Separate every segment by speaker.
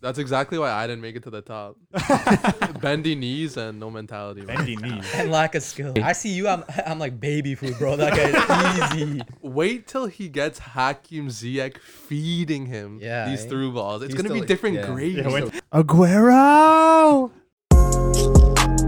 Speaker 1: That's exactly why I didn't make it to the top. Bendy knees and no mentality. man.
Speaker 2: Bendy knees.
Speaker 3: and lack of skill. I see you. I'm I'm like baby food, bro. That guy's easy.
Speaker 1: Wait till he gets Hakim Ziyech feeding him
Speaker 3: Yeah,
Speaker 1: these
Speaker 3: eh?
Speaker 1: through balls. It's
Speaker 4: He's
Speaker 1: gonna be
Speaker 4: still-
Speaker 1: different
Speaker 4: yeah.
Speaker 1: grades.
Speaker 2: Yeah, wait-
Speaker 5: Aguero.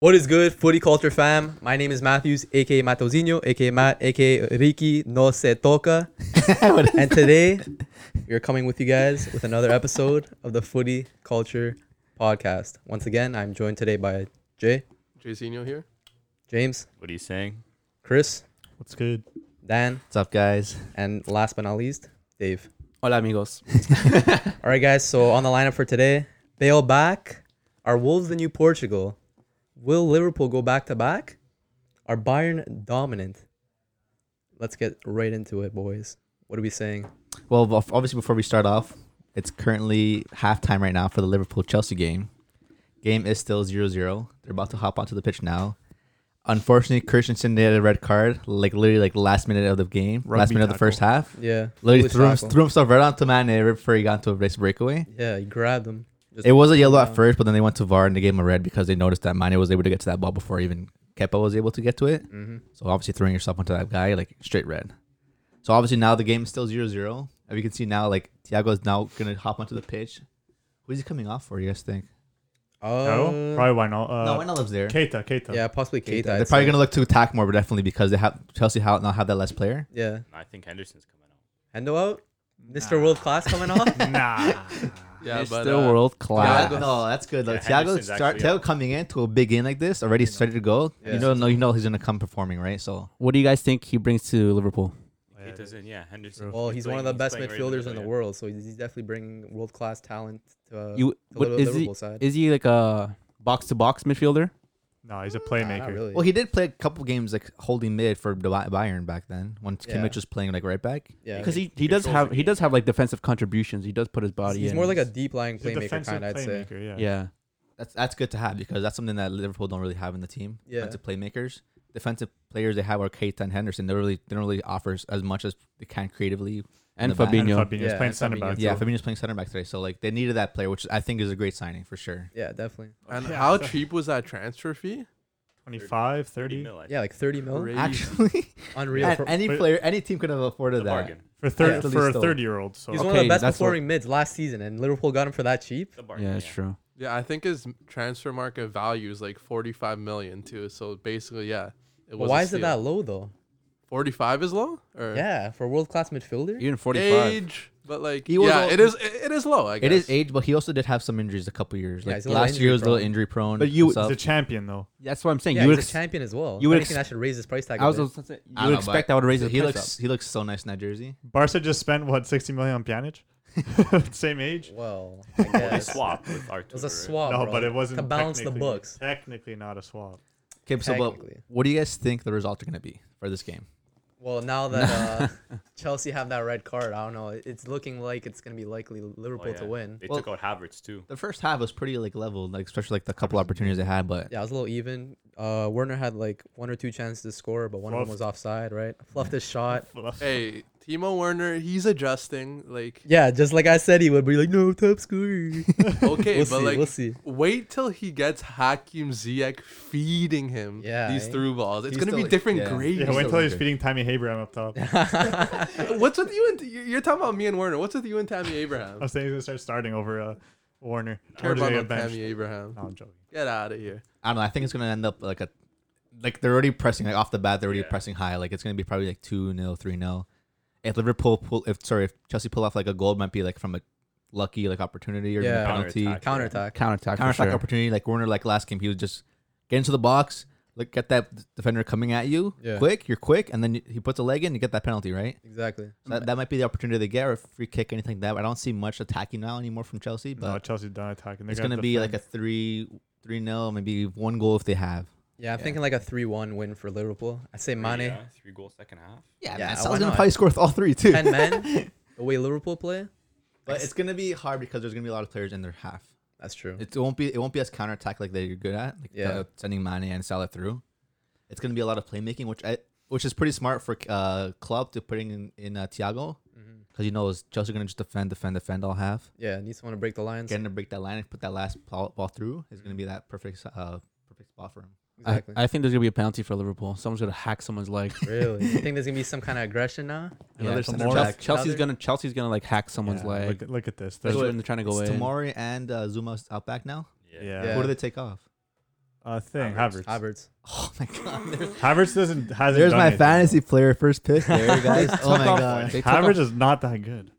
Speaker 3: What is good, footy culture fam? My name is Matthews, aka Matosinho, aka Matt, aka Ricky No Se Toca. and today, we are coming with you guys with another episode of the Footy Culture Podcast. Once again, I'm joined today by Jay,
Speaker 1: Jairzinho here.
Speaker 3: James,
Speaker 6: What are you saying?
Speaker 3: Chris,
Speaker 2: What's good?
Speaker 3: Dan,
Speaker 4: What's up, guys?
Speaker 3: and last but not least, Dave.
Speaker 4: Hola, amigos.
Speaker 3: All right, guys. So on the lineup for today, Bale back. Are Wolves the new Portugal? Will Liverpool go back to back? Are Bayern dominant? Let's get right into it, boys. What are we saying?
Speaker 4: Well, bef- obviously, before we start off, it's currently halftime right now for the Liverpool Chelsea game. Game is still 0 0. They're about to hop onto the pitch now. Unfortunately, Christensen did a red card, like literally like last minute of the game, last
Speaker 2: Rugby
Speaker 4: minute of the first half.
Speaker 3: Yeah.
Speaker 4: Literally
Speaker 3: foolish
Speaker 4: threw, him,
Speaker 3: tackle.
Speaker 4: threw himself right onto Mane right before he got into a race breakaway.
Speaker 3: Yeah, he grabbed him. Just-
Speaker 4: It was a yellow
Speaker 3: Yeah.
Speaker 4: at first, but then they went to VAR and they gave him a red because they noticed that Mane was able to get to that ball before even Kepa was able to get to it.
Speaker 3: Mhm.
Speaker 4: So obviously throwing yourself onto that guy, like straight red. So obviously now the game's still 0-0. As you can see now, like Thiago is now gonna hop onto the pitch. Who's he coming off for? You guys think?
Speaker 2: no,
Speaker 3: Oh,
Speaker 2: probably why not? Uh,
Speaker 4: no, I know lives there.
Speaker 2: Keita, Keita.
Speaker 3: yeah, possibly Keita.
Speaker 4: They're
Speaker 3: I'd
Speaker 4: probably
Speaker 3: say.
Speaker 4: gonna look to attack more, but definitely because they have Chelsea ha- now have that less player.
Speaker 3: Yeah,
Speaker 6: I think Henderson's coming out.
Speaker 3: Hendo out. Mr. World Class coming on.
Speaker 2: Nah.
Speaker 1: Yeah,
Speaker 6: He's
Speaker 1: but
Speaker 6: still
Speaker 1: uh,
Speaker 6: world
Speaker 4: Yeah,
Speaker 6: class.
Speaker 4: no, that's good. Like,
Speaker 6: Yeah,
Speaker 4: Thiago
Speaker 6: Henderson's
Speaker 4: start
Speaker 6: actually
Speaker 4: Thiago coming into a big game like this already started to go.
Speaker 3: Yeah.
Speaker 4: You know, no, you know he's gonna come performing, right? So
Speaker 5: What do you guys think he brings to Liverpool?
Speaker 2: Oh,
Speaker 6: He doesn't. Yeah, Henderson.
Speaker 3: Well, he's one of
Speaker 6: playing-
Speaker 3: the best
Speaker 6: playing right in
Speaker 3: midfielders in the
Speaker 6: middle,
Speaker 3: world, so he's definitely bringing world class talent to, uh,
Speaker 5: You
Speaker 3: to
Speaker 5: what,
Speaker 3: Liver-
Speaker 5: is
Speaker 3: Liverpool
Speaker 5: he?
Speaker 3: side.
Speaker 5: Is he like a box to box midfielder?
Speaker 2: No, he's a
Speaker 3: Nah, not
Speaker 2: playmaker.
Speaker 3: really.
Speaker 4: Well, he did play a couple games like holding mid for the Bay- Bayern back then when
Speaker 3: Yeah.
Speaker 4: Kimmich was playing like right back.
Speaker 3: yeah,
Speaker 5: Because he,
Speaker 6: he
Speaker 5: he does
Speaker 6: controls
Speaker 5: have
Speaker 6: the
Speaker 5: he
Speaker 6: game.
Speaker 5: does have like defensive contributions. He does put his body.
Speaker 3: he's
Speaker 5: in.
Speaker 3: more like a deep lying
Speaker 2: He's a
Speaker 3: playmaker
Speaker 2: defensive
Speaker 3: kind. I'd say.
Speaker 2: playmaker, Yeah.
Speaker 5: yeah.
Speaker 4: That's that's good to have because that's something that Liverpool don't really have in the team.
Speaker 3: Yeah.
Speaker 4: Defensive playmakers, defensive players they have are Keita and Henderson. They really they don't really offer as much as they can creatively.
Speaker 5: And
Speaker 4: the back.
Speaker 2: And
Speaker 5: Fabinho.
Speaker 2: Fabinho's
Speaker 3: Yeah,
Speaker 2: playing
Speaker 3: and
Speaker 2: centre
Speaker 3: Fabinho.
Speaker 2: back.
Speaker 4: Yeah,
Speaker 2: too.
Speaker 4: Fabinho's playing center back today, so like they needed that player, which I think is a great signing for sure.
Speaker 3: Yeah, definitely.
Speaker 1: And
Speaker 2: Yeah,
Speaker 1: how
Speaker 2: so-
Speaker 1: cheap was that transfer fee?
Speaker 2: 25,
Speaker 6: 30
Speaker 2: 30.
Speaker 6: mil, I
Speaker 3: Yeah, like 30 mil.
Speaker 1: Crazy.
Speaker 4: Actually,
Speaker 3: Unreal.
Speaker 4: and
Speaker 3: For,
Speaker 4: any
Speaker 2: But-
Speaker 4: player, any team could have
Speaker 6: think.
Speaker 4: afforded
Speaker 6: The
Speaker 4: that.
Speaker 6: bargain.
Speaker 2: For, thir-
Speaker 4: Actually
Speaker 2: for a
Speaker 4: still.
Speaker 2: 30 year old. So
Speaker 3: he's one of the
Speaker 5: Okay,
Speaker 3: best
Speaker 5: that's what-
Speaker 3: performing mids last season, and Liverpool got him for that cheap.
Speaker 6: The bargain.
Speaker 5: Yeah, that's true.
Speaker 1: Yeah, I think his transfer market value is like 45 million too. So basically, yeah. It
Speaker 3: But why is it that low though?
Speaker 1: 45 is low? Or
Speaker 3: Yeah, for world class midfielder.
Speaker 5: Even forty five.
Speaker 1: age, but like
Speaker 4: He was
Speaker 1: yeah,
Speaker 4: all-
Speaker 1: it is it, it is low, I guess.
Speaker 4: It is age, but he also did have some injuries a couple years.
Speaker 3: Yeah,
Speaker 4: Like
Speaker 3: he's a little
Speaker 4: last year, he was a little
Speaker 3: injury-prone.
Speaker 4: injury prone.
Speaker 5: But you-
Speaker 2: He's a champion, though.
Speaker 5: That's what I'm saying.
Speaker 3: Yeah,
Speaker 5: you
Speaker 3: he's
Speaker 5: would.
Speaker 3: a
Speaker 5: Ex-
Speaker 3: champion as well.
Speaker 5: you would
Speaker 3: I think
Speaker 5: ex-
Speaker 3: that should raise his price tag.
Speaker 5: I
Speaker 3: a
Speaker 5: was.
Speaker 3: bit.
Speaker 5: gonna
Speaker 4: I
Speaker 5: say, You would
Speaker 4: don't know,
Speaker 5: expect
Speaker 4: but
Speaker 5: that would raise his
Speaker 4: he
Speaker 5: price
Speaker 4: looks
Speaker 5: up.
Speaker 4: he looks so nice in that jersey.
Speaker 2: Barca just spent, what, 60 million on Pjanic? Same age?
Speaker 3: well, I
Speaker 6: Well, they
Speaker 3: guess. it
Speaker 6: swapped with Oh, Artur.
Speaker 3: was a swap.
Speaker 2: no,
Speaker 3: Oh, bro,
Speaker 2: but it wasn't.
Speaker 3: to balance the
Speaker 2: technically-
Speaker 3: books.
Speaker 2: Technically not a swap.
Speaker 4: Okay, so but
Speaker 3: Technically.
Speaker 4: what do you guys think the results are going to be for this game?
Speaker 3: Well, now that uh, Chelsea have that red card, I don't know. it- It's looking like it's gonna be likely Liverpool
Speaker 5: Oh,
Speaker 3: to win.
Speaker 6: They
Speaker 4: Well-
Speaker 6: took out Havertz too.
Speaker 4: The first half was pretty like level, like especially like the couple opportunities they had, but
Speaker 3: Yeah, it was a little even. Uh, Werner had like one or two chances to score, but one of them was
Speaker 2: Fluffed.
Speaker 3: offside, right? Fluffed his shot.
Speaker 1: Hey, Timo Werner, he's adjusting. Like
Speaker 3: Yeah, just like I said, he would be like, no, top scorer.
Speaker 1: okay,
Speaker 3: we'll
Speaker 1: but
Speaker 3: see.
Speaker 1: like
Speaker 3: we'll see.
Speaker 1: wait till he gets Hakim Ziyech feeding him
Speaker 3: Yeah,
Speaker 1: these
Speaker 3: eh?
Speaker 1: through balls. It's
Speaker 4: He's
Speaker 1: gonna be
Speaker 4: still-
Speaker 1: different
Speaker 4: yeah.
Speaker 1: grades.
Speaker 2: Yeah, wait
Speaker 4: still
Speaker 2: until he's
Speaker 4: injured.
Speaker 2: feeding Tammy Abraham up top.
Speaker 1: What's with you and you- you're talking about me and Werner? What's with you and Tammy Abraham?
Speaker 2: I'm saying he's gonna start starting over uh, Warner.
Speaker 1: Care
Speaker 2: Or just
Speaker 1: about
Speaker 2: gonna
Speaker 1: no
Speaker 2: get benched.
Speaker 1: Tammy Abraham.
Speaker 2: No, I'm joking.
Speaker 1: Get out of here.
Speaker 4: I don't know. I think it's going to end up like a like they're already pressing like off the bat. They're already
Speaker 6: Yeah.
Speaker 4: pressing high. Like it's going to be probably like two 0 three 0 If Liverpool pull, if sorry, if Chelsea pull off like a goal, it might be like from a lucky like opportunity or even
Speaker 3: Yeah.
Speaker 4: a penalty
Speaker 6: Counterattack.
Speaker 3: Counterattack.
Speaker 5: Counter attack.
Speaker 4: counter attack
Speaker 5: Counter attack.
Speaker 4: opportunity. Like Werner, like last game, he was just get into the box, look at that defender coming at you,
Speaker 3: Yeah.
Speaker 4: quick, you're quick, and then he puts a leg in, you get that penalty, right?
Speaker 3: Exactly.
Speaker 4: So that, that might be the opportunity they get, or a free kick, anything like that. I don't see much attacking now anymore from Chelsea, but
Speaker 2: No, Chelsea's done attacking. They're
Speaker 4: it's gonna be like a three three nil, maybe one goal if they have.
Speaker 3: Yeah, I'm
Speaker 4: Yeah.
Speaker 3: thinking like a 3 1 win for Liverpool. I'd say Mane,
Speaker 6: Yeah, three goals second half.
Speaker 4: Yeah,
Speaker 3: Yeah,
Speaker 4: man,
Speaker 3: why
Speaker 4: Salah's gonna
Speaker 3: not?
Speaker 4: probably score with all three too.
Speaker 3: 10 men, the way Liverpool play.
Speaker 4: but it's gonna be hard because there's gonna be a lot of players in their half.
Speaker 3: That's true.
Speaker 4: It won't be it won't be as counterattack like that you're good at, like
Speaker 3: Mm-hmm. Yeah.
Speaker 4: uh, sending Mane and Salah through. It's gonna be a lot of playmaking, which I which is pretty smart for uh club to putting in in uh, Thiago
Speaker 3: Mhm.
Speaker 4: because you know it's Chelsea gonna just defend, defend, defend all half.
Speaker 3: Yeah, needs someone to break the lines.
Speaker 4: Getting to break that line and put that last pl- ball through is gonna be that perfect uh perfect spot for him.
Speaker 3: Exactly.
Speaker 5: I, I think there's gonna be a penalty for Liverpool. Someone's gonna hack someone's leg.
Speaker 3: really? You think there's gonna be some kind of aggression now?
Speaker 4: Another
Speaker 5: Chel-
Speaker 4: center
Speaker 5: Chel-
Speaker 4: back.
Speaker 5: Chelsea's
Speaker 3: Another-
Speaker 5: gonna Chelsea's gonna like hack someone's
Speaker 2: Yeah,
Speaker 5: leg.
Speaker 2: Look, at- look at this.
Speaker 5: That's
Speaker 2: There's,
Speaker 5: when they're trying to go
Speaker 4: It's
Speaker 5: in.
Speaker 4: Tomori and uh, Zuma's out back now.
Speaker 6: Yeah.
Speaker 2: yeah.
Speaker 3: Yeah.
Speaker 4: Who do they take off?
Speaker 2: A thing.
Speaker 6: Havertz.
Speaker 2: Havertz.
Speaker 3: Havertz.
Speaker 4: Oh my god!
Speaker 2: Havertz doesn't hasn't.
Speaker 4: There's
Speaker 2: done
Speaker 4: my
Speaker 2: anything.
Speaker 4: fantasy player first pick. There, guys. oh my
Speaker 5: off-
Speaker 4: god!
Speaker 5: they took
Speaker 2: Havertz
Speaker 5: off-
Speaker 2: is not that good.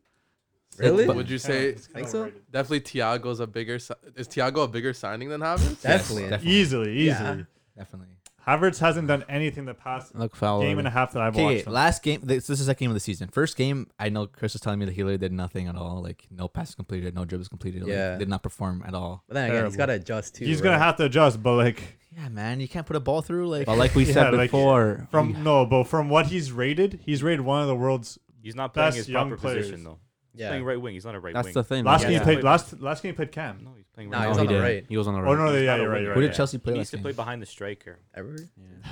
Speaker 3: Really?
Speaker 1: Would you say
Speaker 3: Think so?
Speaker 1: definitely Tiago's a bigger si- is Tiago a bigger signing than Havertz?
Speaker 3: Definitely.
Speaker 2: Easily, easily.
Speaker 4: Definitely.
Speaker 2: Havertz hasn't done anything the past
Speaker 5: Look foul.
Speaker 2: game
Speaker 5: already.
Speaker 2: and a half that I've
Speaker 4: Okay,
Speaker 2: watched. him.
Speaker 4: last game. This, this is the second game of the season. First game, I know Chris was telling me that he literally did nothing at all. Like no passes completed, no dribbles completed. Like,
Speaker 3: Yeah.
Speaker 4: did not perform at all.
Speaker 3: But then again, he's
Speaker 2: Terrible.
Speaker 3: gotta adjust too.
Speaker 2: He's gonna have to adjust, but like
Speaker 4: Yeah, man, you can't put a ball through. Like
Speaker 5: But like we
Speaker 2: Yeah,
Speaker 5: said
Speaker 2: like-
Speaker 5: before,
Speaker 2: from no, but from what he's rated, he's rated one of the world's.
Speaker 6: He's not playing
Speaker 2: Best
Speaker 6: his
Speaker 2: young
Speaker 6: proper
Speaker 2: players.
Speaker 6: position though. He's
Speaker 3: Yeah.
Speaker 6: playing right wing. He's not a right
Speaker 5: that's
Speaker 6: wing.
Speaker 5: the thing.
Speaker 2: Last
Speaker 5: like,
Speaker 2: game he
Speaker 6: yeah.
Speaker 2: played. Last last game he played Cam.
Speaker 6: No, he's playing
Speaker 3: No,
Speaker 6: right. wing.
Speaker 3: he's
Speaker 5: no,
Speaker 3: on
Speaker 5: he
Speaker 3: the
Speaker 5: did.
Speaker 3: right.
Speaker 5: He was on the right.
Speaker 2: Oh no,
Speaker 6: He's
Speaker 2: yeah,
Speaker 6: not a
Speaker 2: you're right.
Speaker 6: winger.
Speaker 4: who
Speaker 2: You're
Speaker 4: did
Speaker 2: right.
Speaker 4: Chelsea play?
Speaker 6: He
Speaker 4: Last
Speaker 6: needs to
Speaker 4: game?
Speaker 6: play behind the striker,
Speaker 3: Ever?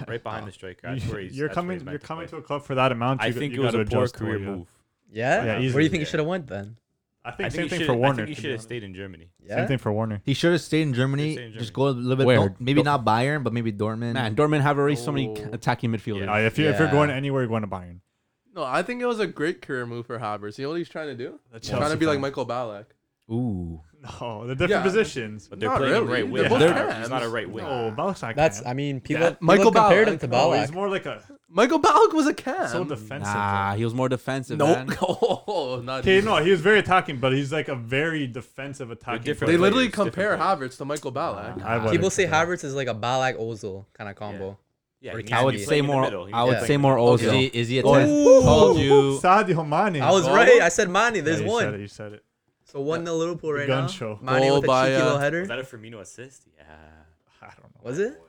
Speaker 6: right behind the striker. That's where he's.
Speaker 2: You're
Speaker 6: that's where
Speaker 2: coming.
Speaker 6: he's meant
Speaker 2: You're
Speaker 6: to
Speaker 2: coming
Speaker 6: play.
Speaker 2: to a club for that amount.
Speaker 6: I
Speaker 2: you, g-
Speaker 6: think it
Speaker 2: you
Speaker 6: was
Speaker 2: gotta
Speaker 6: a poor
Speaker 2: adjust to
Speaker 6: career
Speaker 2: what you got.
Speaker 6: move.
Speaker 3: Yeah.
Speaker 2: Yeah,
Speaker 3: Where do
Speaker 2: easily.
Speaker 3: you think he
Speaker 6: Yeah.
Speaker 3: should have went then?
Speaker 2: I think
Speaker 6: I
Speaker 2: same
Speaker 6: think he
Speaker 2: thing
Speaker 6: should.
Speaker 2: for
Speaker 6: I
Speaker 2: Warner.
Speaker 6: think he should have stayed in Germany.
Speaker 2: Same
Speaker 3: Yeah.
Speaker 2: thing for Warner.
Speaker 4: He should have stayed in Germany.
Speaker 6: Stayed in
Speaker 4: Just
Speaker 6: Germany.
Speaker 4: go a little bit.
Speaker 5: Where?
Speaker 4: don't- Maybe not Bayern, but maybe Dortmund.
Speaker 5: Man, Dortmund have already so many
Speaker 1: Oh.
Speaker 5: attacking midfielders.
Speaker 2: Uh, if you if you're
Speaker 3: Yeah.
Speaker 2: going anywhere, you're going to Bayern.
Speaker 1: No, I think it was a great career move for Havertz. You know what he's trying to do? He's
Speaker 2: Chelsea
Speaker 1: trying to be like
Speaker 2: fan.
Speaker 1: Michael Ballack.
Speaker 4: Ooh,
Speaker 2: No, they're different
Speaker 1: Yeah.
Speaker 2: positions.
Speaker 6: But they're
Speaker 1: Not
Speaker 6: playing him
Speaker 1: really.
Speaker 6: right wing.
Speaker 1: They're
Speaker 6: He's
Speaker 1: both
Speaker 6: not a-
Speaker 1: hands.
Speaker 6: He's not a right wing.
Speaker 2: No, Balak's not
Speaker 3: That's.
Speaker 2: Cam.
Speaker 3: I mean, people.
Speaker 1: Yeah,
Speaker 3: people
Speaker 1: Michael
Speaker 3: compared him
Speaker 1: Ballack.
Speaker 3: to
Speaker 2: No, he's
Speaker 3: Ballack.
Speaker 2: more like a
Speaker 1: Michael Ballack was a cam.
Speaker 2: so defensive.
Speaker 5: Nah, he was more defensive. man.
Speaker 1: nope. Oh, not
Speaker 2: Okay,
Speaker 1: even.
Speaker 2: no, he was very attacking, but he's like a very defensive attacking.
Speaker 6: different.
Speaker 1: They
Speaker 2: player.
Speaker 1: literally
Speaker 6: It's different
Speaker 1: compare
Speaker 6: players.
Speaker 1: Havertz to Michael eh? Ballack.
Speaker 2: I wouldn't
Speaker 3: People say
Speaker 2: compare.
Speaker 3: Havertz is like a Balak Ozil kind of combo.
Speaker 6: Yeah,
Speaker 3: Or
Speaker 6: he needs
Speaker 3: I
Speaker 6: to
Speaker 3: would
Speaker 5: I would
Speaker 6: be
Speaker 5: say
Speaker 6: playing in the
Speaker 5: more.
Speaker 6: middle. He
Speaker 5: I
Speaker 6: needs
Speaker 3: Yeah.
Speaker 5: would
Speaker 6: to
Speaker 5: say
Speaker 6: play-
Speaker 5: more
Speaker 4: is he
Speaker 5: Ozil.
Speaker 4: is he a
Speaker 5: Oh,
Speaker 4: ten? Told you.
Speaker 2: Sadio Mane.
Speaker 3: I was
Speaker 2: bro.
Speaker 3: right. I said Mane.
Speaker 2: Yeah,
Speaker 3: There's
Speaker 2: you Said it,
Speaker 3: one.
Speaker 2: you said it.
Speaker 3: So one nil Liverpool right
Speaker 2: gun
Speaker 3: now.
Speaker 2: show.
Speaker 3: Mane
Speaker 1: Goal
Speaker 3: with a
Speaker 1: by,
Speaker 3: cheeky little
Speaker 1: uh,
Speaker 6: Was
Speaker 3: header.
Speaker 6: that a Firmino assist? Yeah.
Speaker 2: I don't know.
Speaker 3: Was it?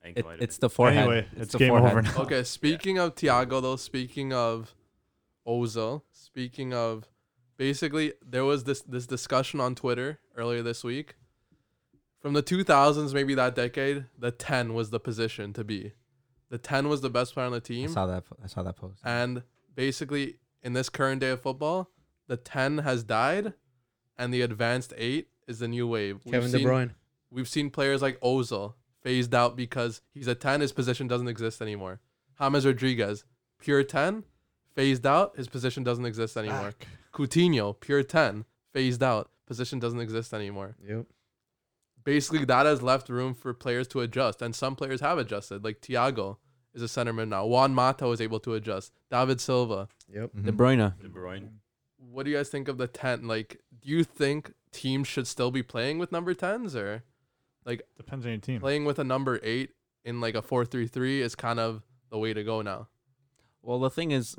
Speaker 6: I think
Speaker 5: It-
Speaker 6: might have
Speaker 5: it's
Speaker 6: been.
Speaker 5: the forehead.
Speaker 2: Anyway, it's, game over now.
Speaker 1: Okay, speaking of Tiago, though, speaking of Ozil, speaking of basically, there was this this discussion on Twitter earlier this week. From the 2000s, maybe that decade, the 10 was the position to be. The 10 was the best player on the
Speaker 4: I
Speaker 1: team,
Speaker 4: saw that. I saw that post.
Speaker 1: and basically, in this current day of football, the 10 has died, and the advanced eight is the new wave. We've
Speaker 3: Kevin De
Speaker 1: seen-
Speaker 3: Bruyne.
Speaker 1: We've seen players like Ozil phased out because he's a 10, his position doesn't exist anymore. James Rodriguez, pure 10, phased out, his position doesn't exist anymore. Coutinho, pure 10, phased out, position doesn't exist anymore.
Speaker 3: Yep.
Speaker 1: Basically, that has left room for players to adjust, and some players have adjusted, like Thiago is a centerman now. Juan Mata is able to adjust. David Silva.
Speaker 3: Yep.
Speaker 4: Mhm.
Speaker 5: De Bruyne.
Speaker 6: De Bruyne.
Speaker 1: What do you guys think of the 10? Like, do you think teams should still be playing with number 10s or
Speaker 2: Depends on your team.
Speaker 1: playing with a number eight in like a four three three is kind of the way to go now.
Speaker 5: Well, the thing is,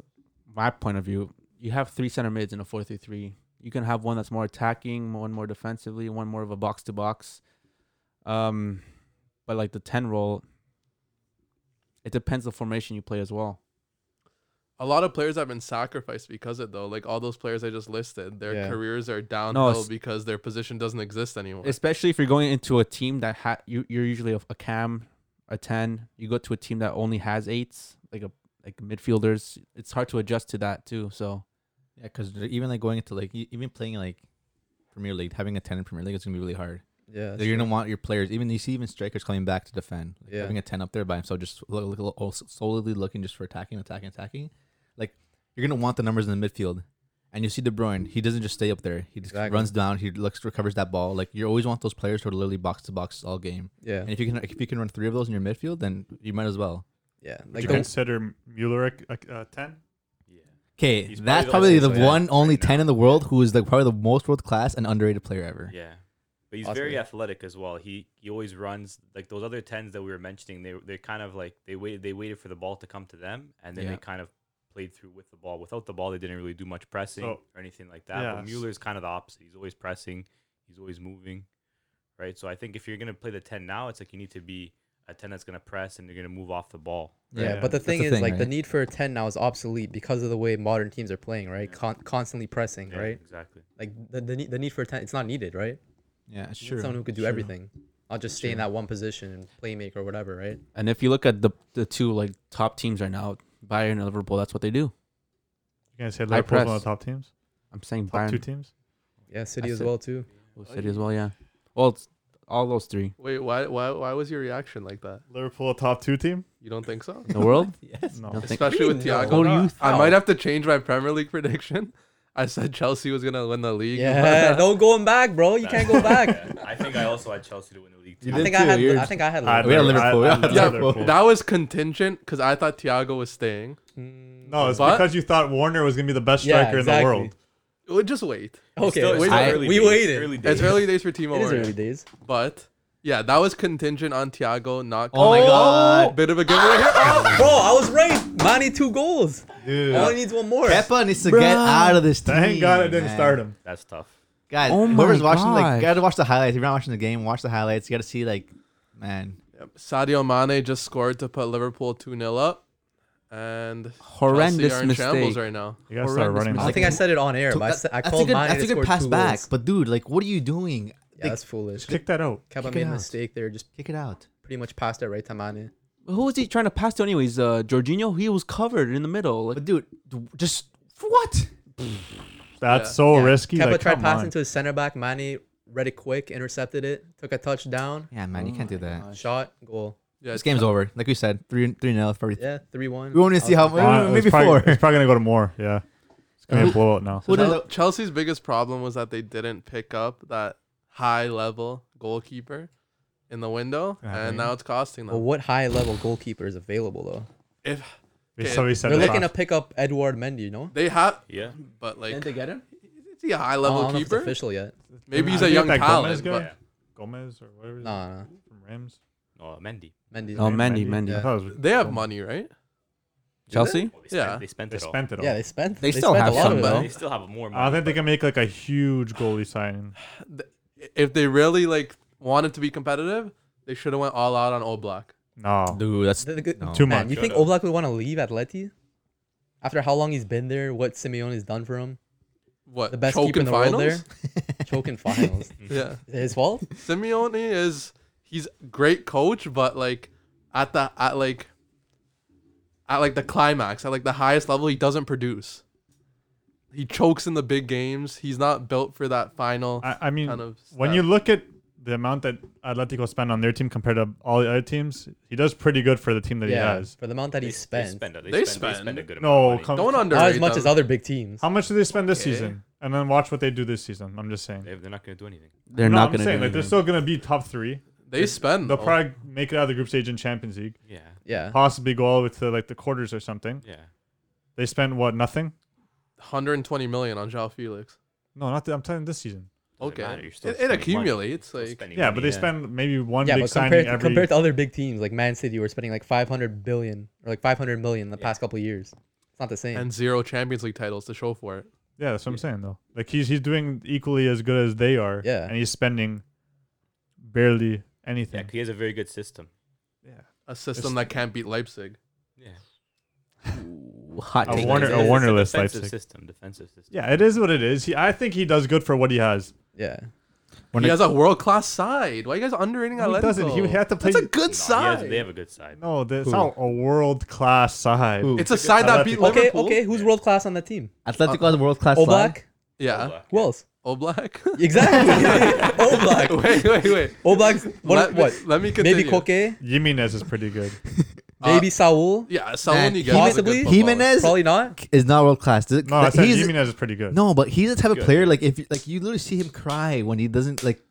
Speaker 5: my point of view, you have three center mids in a four-three-three. You can have one that's more attacking, one more defensively, one more of a box to box. Um, but like the ten role, it depends the formation you play as well.
Speaker 1: A lot of players have been sacrificed because of it though. Like all those players I just listed, their
Speaker 3: Yeah.
Speaker 1: careers are downhill
Speaker 5: it's-
Speaker 1: because their position doesn't exist anymore.
Speaker 5: Especially if you're going into a team that ha- you you're usually a, a cam, a ten. You go to a team that only has eights, like a like midfielders. It's hard to adjust to that too. So
Speaker 4: Yeah, because even like going into like e- even playing like Premier League, having a ten in Premier League is gonna be really hard.
Speaker 3: Yeah.
Speaker 4: You're gonna want your players, even you see even strikers coming back to defend. Like
Speaker 3: Yeah.
Speaker 4: Having a ten up there by himself, just look, look, look, all s- solely looking just for attacking, attacking, attacking. Like you're gonna want the numbers in the midfield, and you see De Bruyne. He doesn't just stay up there. He just
Speaker 3: Exactly.
Speaker 4: runs down. He looks recovers that ball. Like you always want those players who are literally box to box all game.
Speaker 3: Yeah.
Speaker 4: And if you can if you can run three of those in your midfield, then you might as well.
Speaker 3: Yeah.
Speaker 2: Would
Speaker 3: Like
Speaker 2: you
Speaker 3: the,
Speaker 2: consider Mueller a a- a ten?
Speaker 6: Yeah.
Speaker 4: Okay,
Speaker 6: He's
Speaker 4: that's
Speaker 6: probably
Speaker 4: probably
Speaker 6: the-
Speaker 4: the
Speaker 6: I'd say so, yeah,
Speaker 4: one only
Speaker 6: right now.
Speaker 4: ten in the world who is like probably the most world class and underrated player ever.
Speaker 6: Yeah. But he's
Speaker 3: Possibly.
Speaker 6: very athletic as well. He he always runs like those other tens that we were mentioning. They they kind of like they waited they waited for the ball to come to them, and then
Speaker 4: Yeah.
Speaker 6: they kind of played through with the ball. Without the ball, they didn't really do much pressing
Speaker 2: So-
Speaker 6: or anything like that. But
Speaker 2: Yes.
Speaker 6: Mueller's kind of the opposite. He's always pressing. He's always moving, right? So I think if you're gonna play the ten now, it's like you need to be a ten that's gonna press and you're gonna move off the ball.
Speaker 3: yeah,
Speaker 2: Yeah.
Speaker 3: but the
Speaker 4: That's
Speaker 3: thing
Speaker 4: the
Speaker 3: is,
Speaker 4: thing,
Speaker 3: like, the
Speaker 4: right?
Speaker 3: need for a ten now is obsolete because of the way modern teams are playing, Mm-hmm. right? Con- constantly pressing,
Speaker 6: Yeah,
Speaker 3: right?
Speaker 6: Exactly.
Speaker 3: Like the, the need- the need for a ten, it's not needed, right?
Speaker 4: Yeah, it's
Speaker 3: You need
Speaker 4: true.
Speaker 3: Someone who could do
Speaker 4: True.
Speaker 3: everything. I'll just stay in
Speaker 4: True.
Speaker 3: that one position and playmaker or whatever, right?
Speaker 5: And if you look at the the two like top teams right now, Bayern and Liverpool, that's what they do.
Speaker 2: You guys say
Speaker 5: High
Speaker 2: Liverpool's one
Speaker 5: press.
Speaker 2: of the top teams,
Speaker 5: I'm saying
Speaker 2: top
Speaker 5: Bayern,
Speaker 2: two teams.
Speaker 3: Yeah, City
Speaker 5: I
Speaker 3: as
Speaker 5: said-
Speaker 3: well too.
Speaker 5: Liverpool City as well. Yeah. Well, it's all those three
Speaker 1: Wait, why, why, why was your reaction like that?
Speaker 2: Liverpool a top two team?
Speaker 1: You don't think so?
Speaker 5: in the world.
Speaker 4: Yes.
Speaker 2: No.
Speaker 5: I don't think-
Speaker 1: Especially with
Speaker 3: No.
Speaker 1: Thiago.
Speaker 5: What do you
Speaker 1: now. I
Speaker 5: think?
Speaker 1: might have to change my Premier League prediction. I said Chelsea was gonna win the league.
Speaker 3: Yeah, no going back, bro. You can't go back.
Speaker 6: Yeah. I think I also had Chelsea to win the league too.
Speaker 4: You
Speaker 3: I
Speaker 4: did
Speaker 3: think I
Speaker 4: too,
Speaker 3: had.
Speaker 4: you're-
Speaker 3: I think I had.
Speaker 2: I
Speaker 4: We had
Speaker 2: had-
Speaker 4: Liverpool,
Speaker 2: I- I
Speaker 4: yeah.
Speaker 2: had
Speaker 1: Yeah,
Speaker 2: Liverpool.
Speaker 1: that was contingent because I thought Thiago was staying.
Speaker 2: No, it's
Speaker 1: But-
Speaker 2: because you thought Warner was gonna be the best
Speaker 3: Yeah,
Speaker 2: striker in the
Speaker 3: exactly.
Speaker 2: world.
Speaker 1: Well, Just wait.
Speaker 3: Okay,
Speaker 6: Still- it's
Speaker 1: we-
Speaker 6: still
Speaker 4: I-
Speaker 6: early
Speaker 3: we
Speaker 6: days,
Speaker 3: waited.
Speaker 6: Early days.
Speaker 1: It's early days for Timo
Speaker 3: Oh, it is early
Speaker 1: Werner,
Speaker 3: days.
Speaker 1: but yeah, that was contingent on Thiago not.
Speaker 4: Oh my God.
Speaker 1: Bit of a giveaway here. Oh,
Speaker 3: Bro, I was right. Mane two goals.
Speaker 4: Dude.
Speaker 3: Only needs one more.
Speaker 4: Kepa needs to get out of this team.
Speaker 2: Thank God I didn't
Speaker 4: Oh, man.
Speaker 2: start him.
Speaker 6: That's tough.
Speaker 4: Guys,
Speaker 5: Oh my
Speaker 4: whoever's watching, like,
Speaker 5: gosh.
Speaker 4: you gotta watch the highlights. If you're not watching the game, watch the highlights. You gotta see, like, man,
Speaker 1: Sadio Mane just scored to put Liverpool two 0 up, and Chelsea
Speaker 5: Horrendous
Speaker 1: are in shambles
Speaker 5: mistake.
Speaker 1: right now.
Speaker 2: You gotta start
Speaker 5: Horrendous
Speaker 2: running.
Speaker 5: mistake.
Speaker 3: I think I said it on air, but I, said, I
Speaker 4: that's
Speaker 3: called
Speaker 4: a good,
Speaker 3: Mane
Speaker 4: that's
Speaker 3: to
Speaker 4: a
Speaker 3: score
Speaker 4: good pass
Speaker 3: two
Speaker 4: back.
Speaker 3: goals.
Speaker 4: But dude, like, what are you doing?
Speaker 3: Yeah, that's foolish.
Speaker 2: Just kick that out.
Speaker 3: Kepa
Speaker 4: kick
Speaker 3: made
Speaker 4: it
Speaker 3: a
Speaker 4: out.
Speaker 3: mistake there. Just
Speaker 4: Kick it out.
Speaker 3: pretty much passed it right to Mane.
Speaker 5: Who was he trying to pass to anyways? Uh, Jorginho? He was covered in the middle. Like,
Speaker 4: But dude, d- just for what?
Speaker 2: That's
Speaker 1: Yeah.
Speaker 2: so
Speaker 3: Yeah.
Speaker 2: Oh, risky.
Speaker 3: Kepa
Speaker 2: Like,
Speaker 3: tried
Speaker 2: come
Speaker 3: passing
Speaker 2: on.
Speaker 3: to his center back. Mane read it quick, intercepted it, took a touchdown,
Speaker 4: Yeah, man, you can't do
Speaker 2: Oh
Speaker 4: that.
Speaker 3: shot, goal.
Speaker 1: Yeah,
Speaker 4: This game's over. Like we said, three three nil for everything.
Speaker 3: Yeah, three one.
Speaker 4: We want to see how
Speaker 2: Uh,
Speaker 4: maybe
Speaker 2: it's probably,
Speaker 4: four.
Speaker 2: It's probably gonna go to more. Yeah, it's gonna be
Speaker 1: Uh,
Speaker 2: a blowout now.
Speaker 4: Who did-
Speaker 1: Chel- Chelsea's biggest problem was that they didn't pick up that high level goalkeeper in the window,
Speaker 2: Yeah,
Speaker 1: and
Speaker 2: right.
Speaker 1: now it's costing
Speaker 3: Well,
Speaker 1: them.
Speaker 3: what high level goalkeeper is available though?
Speaker 1: If Okay.
Speaker 2: Somebody said
Speaker 3: They're
Speaker 2: that.
Speaker 3: looking to pick up Edward Mendy, you know?
Speaker 1: they have,
Speaker 6: Yeah.
Speaker 1: but like,
Speaker 3: get him?
Speaker 1: is he a high
Speaker 3: I
Speaker 1: level
Speaker 3: don't know if it's
Speaker 1: keeper?
Speaker 3: official yet.
Speaker 1: Maybe he's
Speaker 2: I
Speaker 1: a
Speaker 2: think
Speaker 1: young
Speaker 2: that Gomez
Speaker 1: talent.
Speaker 2: guy-
Speaker 1: But
Speaker 6: Yeah.
Speaker 2: Gomez or whatever. his
Speaker 3: No, no, no.
Speaker 2: name- From Rams.
Speaker 6: Oh, Mendy.
Speaker 3: Mendy's
Speaker 5: oh,
Speaker 3: not.
Speaker 5: Mendy,
Speaker 2: Mendy.
Speaker 5: Mendy.
Speaker 2: I
Speaker 3: Yeah.
Speaker 2: thought it was
Speaker 1: they have
Speaker 2: Gomez.
Speaker 1: money, right?
Speaker 5: Chelsea?
Speaker 6: Oh, they spent,
Speaker 1: Yeah.
Speaker 6: They spent
Speaker 2: They
Speaker 6: it all.
Speaker 2: spent it all.
Speaker 3: Yeah, they spent.
Speaker 4: They still
Speaker 3: spent
Speaker 4: have
Speaker 3: a lot
Speaker 4: some,
Speaker 3: of it,
Speaker 4: though.
Speaker 6: They still have more money.
Speaker 2: I don't think they
Speaker 6: but-
Speaker 2: can make like a huge goalie sign.
Speaker 1: If they really like wanted to be competitive, they should have went all out on Oblak.
Speaker 2: No.
Speaker 4: Dude, that's
Speaker 3: The- the good-
Speaker 4: No.
Speaker 2: Too
Speaker 3: Man,
Speaker 2: much.
Speaker 3: you think
Speaker 6: Shut up.
Speaker 3: Oblak would want to leave Atleti? After how long he's been there, what Simeone's done for him,
Speaker 1: What
Speaker 3: the best
Speaker 1: choke
Speaker 3: keeper in
Speaker 1: in
Speaker 3: the
Speaker 1: finals?
Speaker 3: world there, choking finals.
Speaker 1: Yeah,
Speaker 3: Is it His fault?
Speaker 1: Simeone is he's great coach, but like at the at like at like the climax, at like the highest level, he doesn't produce. He chokes in the big games. He's not built for that final
Speaker 2: I, I mean,
Speaker 1: kind of.
Speaker 2: when
Speaker 1: step.
Speaker 2: you look at the amount that Atletico spent on their team compared to all the other teams, he does pretty good for the team that he has.
Speaker 3: for the amount that
Speaker 6: they,
Speaker 3: he spent,
Speaker 6: They spend, it-
Speaker 1: They
Speaker 6: they spend, they
Speaker 1: spend.
Speaker 6: spend a good
Speaker 2: No,
Speaker 6: amount of
Speaker 2: come-
Speaker 6: money.
Speaker 1: don't underrate
Speaker 3: not as much
Speaker 1: them.
Speaker 3: as other big teams.
Speaker 2: How much did they spend this
Speaker 1: Okay.
Speaker 2: season? And then watch what they do this season. I'm just saying.
Speaker 6: They- They're not going to do anything.
Speaker 5: They're
Speaker 2: no,
Speaker 5: not
Speaker 2: I'm
Speaker 5: going to
Speaker 2: saying
Speaker 5: do
Speaker 2: like they're
Speaker 5: anything.
Speaker 2: still gonna be top three.
Speaker 1: they spend
Speaker 2: They'll
Speaker 1: though.
Speaker 2: probably make it out of the group stage in Champions League,
Speaker 6: Yeah.
Speaker 3: Yeah,
Speaker 2: possibly go all the way to like the quarters or something.
Speaker 6: Yeah.
Speaker 2: They spent what nothing?
Speaker 1: 120 million on Joao Felix.
Speaker 2: No, not. The, I'm telling this season.
Speaker 6: Doesn't
Speaker 1: Okay,
Speaker 6: matter, you're
Speaker 1: it,
Speaker 6: still
Speaker 1: it
Speaker 6: spending money.
Speaker 1: accumulates.
Speaker 6: Still
Speaker 1: Like
Speaker 6: spending
Speaker 2: Yeah,
Speaker 6: money,
Speaker 2: but they spend maybe one
Speaker 3: yeah,
Speaker 2: big
Speaker 3: but
Speaker 2: signing
Speaker 3: compared
Speaker 2: every.
Speaker 3: compared to other big teams like Man City, who are spending like 500 billion or like 500 million in the
Speaker 6: Yeah.
Speaker 3: past couple of years, it's not the same.
Speaker 1: and zero Champions League titles to show for it.
Speaker 2: yeah, that's what I'm saying though. Like he's he's doing equally as good as they are.
Speaker 3: Yeah.
Speaker 2: and he's spending barely
Speaker 6: Yeah,
Speaker 2: anything.
Speaker 6: 'cause he has a very good system.
Speaker 1: A system
Speaker 2: It's-
Speaker 1: that can't beat Leipzig.
Speaker 6: Yeah.
Speaker 4: Ooh, hot
Speaker 2: A
Speaker 4: take.
Speaker 2: Warner,
Speaker 6: It's
Speaker 2: a Warner-less
Speaker 6: defensive
Speaker 2: Leipzig.
Speaker 6: system. Defensive system.
Speaker 2: Yeah, it is what it is. He, I think he does good for what he has.
Speaker 3: yeah,
Speaker 4: When
Speaker 1: he
Speaker 4: it-
Speaker 1: has a world class side. Why are you guys underrating
Speaker 2: he
Speaker 1: Atletico?
Speaker 2: doesn't. He had to play.
Speaker 1: That's a good
Speaker 6: No, he
Speaker 1: side.
Speaker 6: has- they have a good side.
Speaker 2: no, that's
Speaker 4: Who?
Speaker 2: not a world class side.
Speaker 4: Who?
Speaker 1: it's a side that beat
Speaker 3: okay,
Speaker 1: Liverpool.
Speaker 3: okay. Who's world class on the team?
Speaker 4: Atletico has a world class
Speaker 3: Oblak,
Speaker 1: Yeah.
Speaker 3: who else?
Speaker 1: Oblak.
Speaker 3: Exactly, Oblak.
Speaker 1: wait, wait, wait.
Speaker 3: Oblak's
Speaker 1: let,
Speaker 3: what?
Speaker 1: me-
Speaker 3: what?
Speaker 1: Let me continue.
Speaker 3: Maybe Koke,
Speaker 2: Jimenez is pretty good.
Speaker 1: Uh,
Speaker 3: maybe Saul.
Speaker 1: Yeah, someone
Speaker 4: Man,
Speaker 1: you guys.
Speaker 3: Jimenez-
Speaker 4: Jimenez
Speaker 3: Probably not.
Speaker 4: is not world class. Does it-
Speaker 2: No, I said
Speaker 4: he's-
Speaker 2: Jimenez is pretty good.
Speaker 4: no, but he's the type of
Speaker 6: Good.
Speaker 4: player like if like you literally see him cry when he doesn't like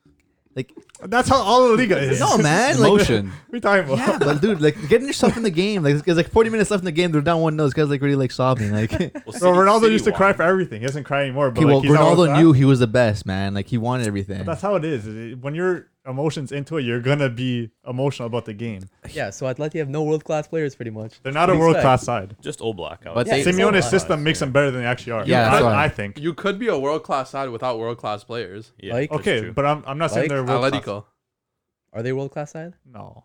Speaker 4: like
Speaker 2: That's how all the Liga is.
Speaker 4: no man like
Speaker 5: Emotion.
Speaker 2: we talking about.
Speaker 4: yeah, but dude, like getting yourself in the game, like there's like 40 minutes left in the game, they're down one 0 This guy's like really like sobbing, like.
Speaker 6: Well,
Speaker 2: Bro,
Speaker 6: City-
Speaker 2: Ronaldo
Speaker 6: City
Speaker 2: used to
Speaker 6: won.
Speaker 2: cry for everything. He doesn't cry anymore. But
Speaker 4: Okay, well,
Speaker 2: like, he's not world
Speaker 4: Ronaldo
Speaker 2: class.
Speaker 4: knew he was the best, man. Like he wanted everything.
Speaker 2: That's how it is. It- When you're emotions into it, you're gonna be emotional about the game.
Speaker 3: Yeah, so Atleti have no world class players pretty much.
Speaker 2: They're not a
Speaker 3: Respect.
Speaker 2: world class side.
Speaker 6: Just Oblak. I
Speaker 3: But
Speaker 6: would
Speaker 3: they-
Speaker 6: say.
Speaker 3: It's
Speaker 2: Simeone's
Speaker 3: Oblak.
Speaker 2: system makes
Speaker 6: Yeah.
Speaker 2: them better than they actually are.
Speaker 4: Yeah, that's
Speaker 2: I,
Speaker 4: why.
Speaker 2: I think.
Speaker 1: You could be a world class side without world class players.
Speaker 6: Yeah,
Speaker 3: Like-
Speaker 6: that's
Speaker 2: Okay,
Speaker 6: true.
Speaker 2: but I'm, I'm not saying
Speaker 3: Like
Speaker 2: they're world class.
Speaker 1: Atletico.
Speaker 3: Are they world class side?
Speaker 2: No.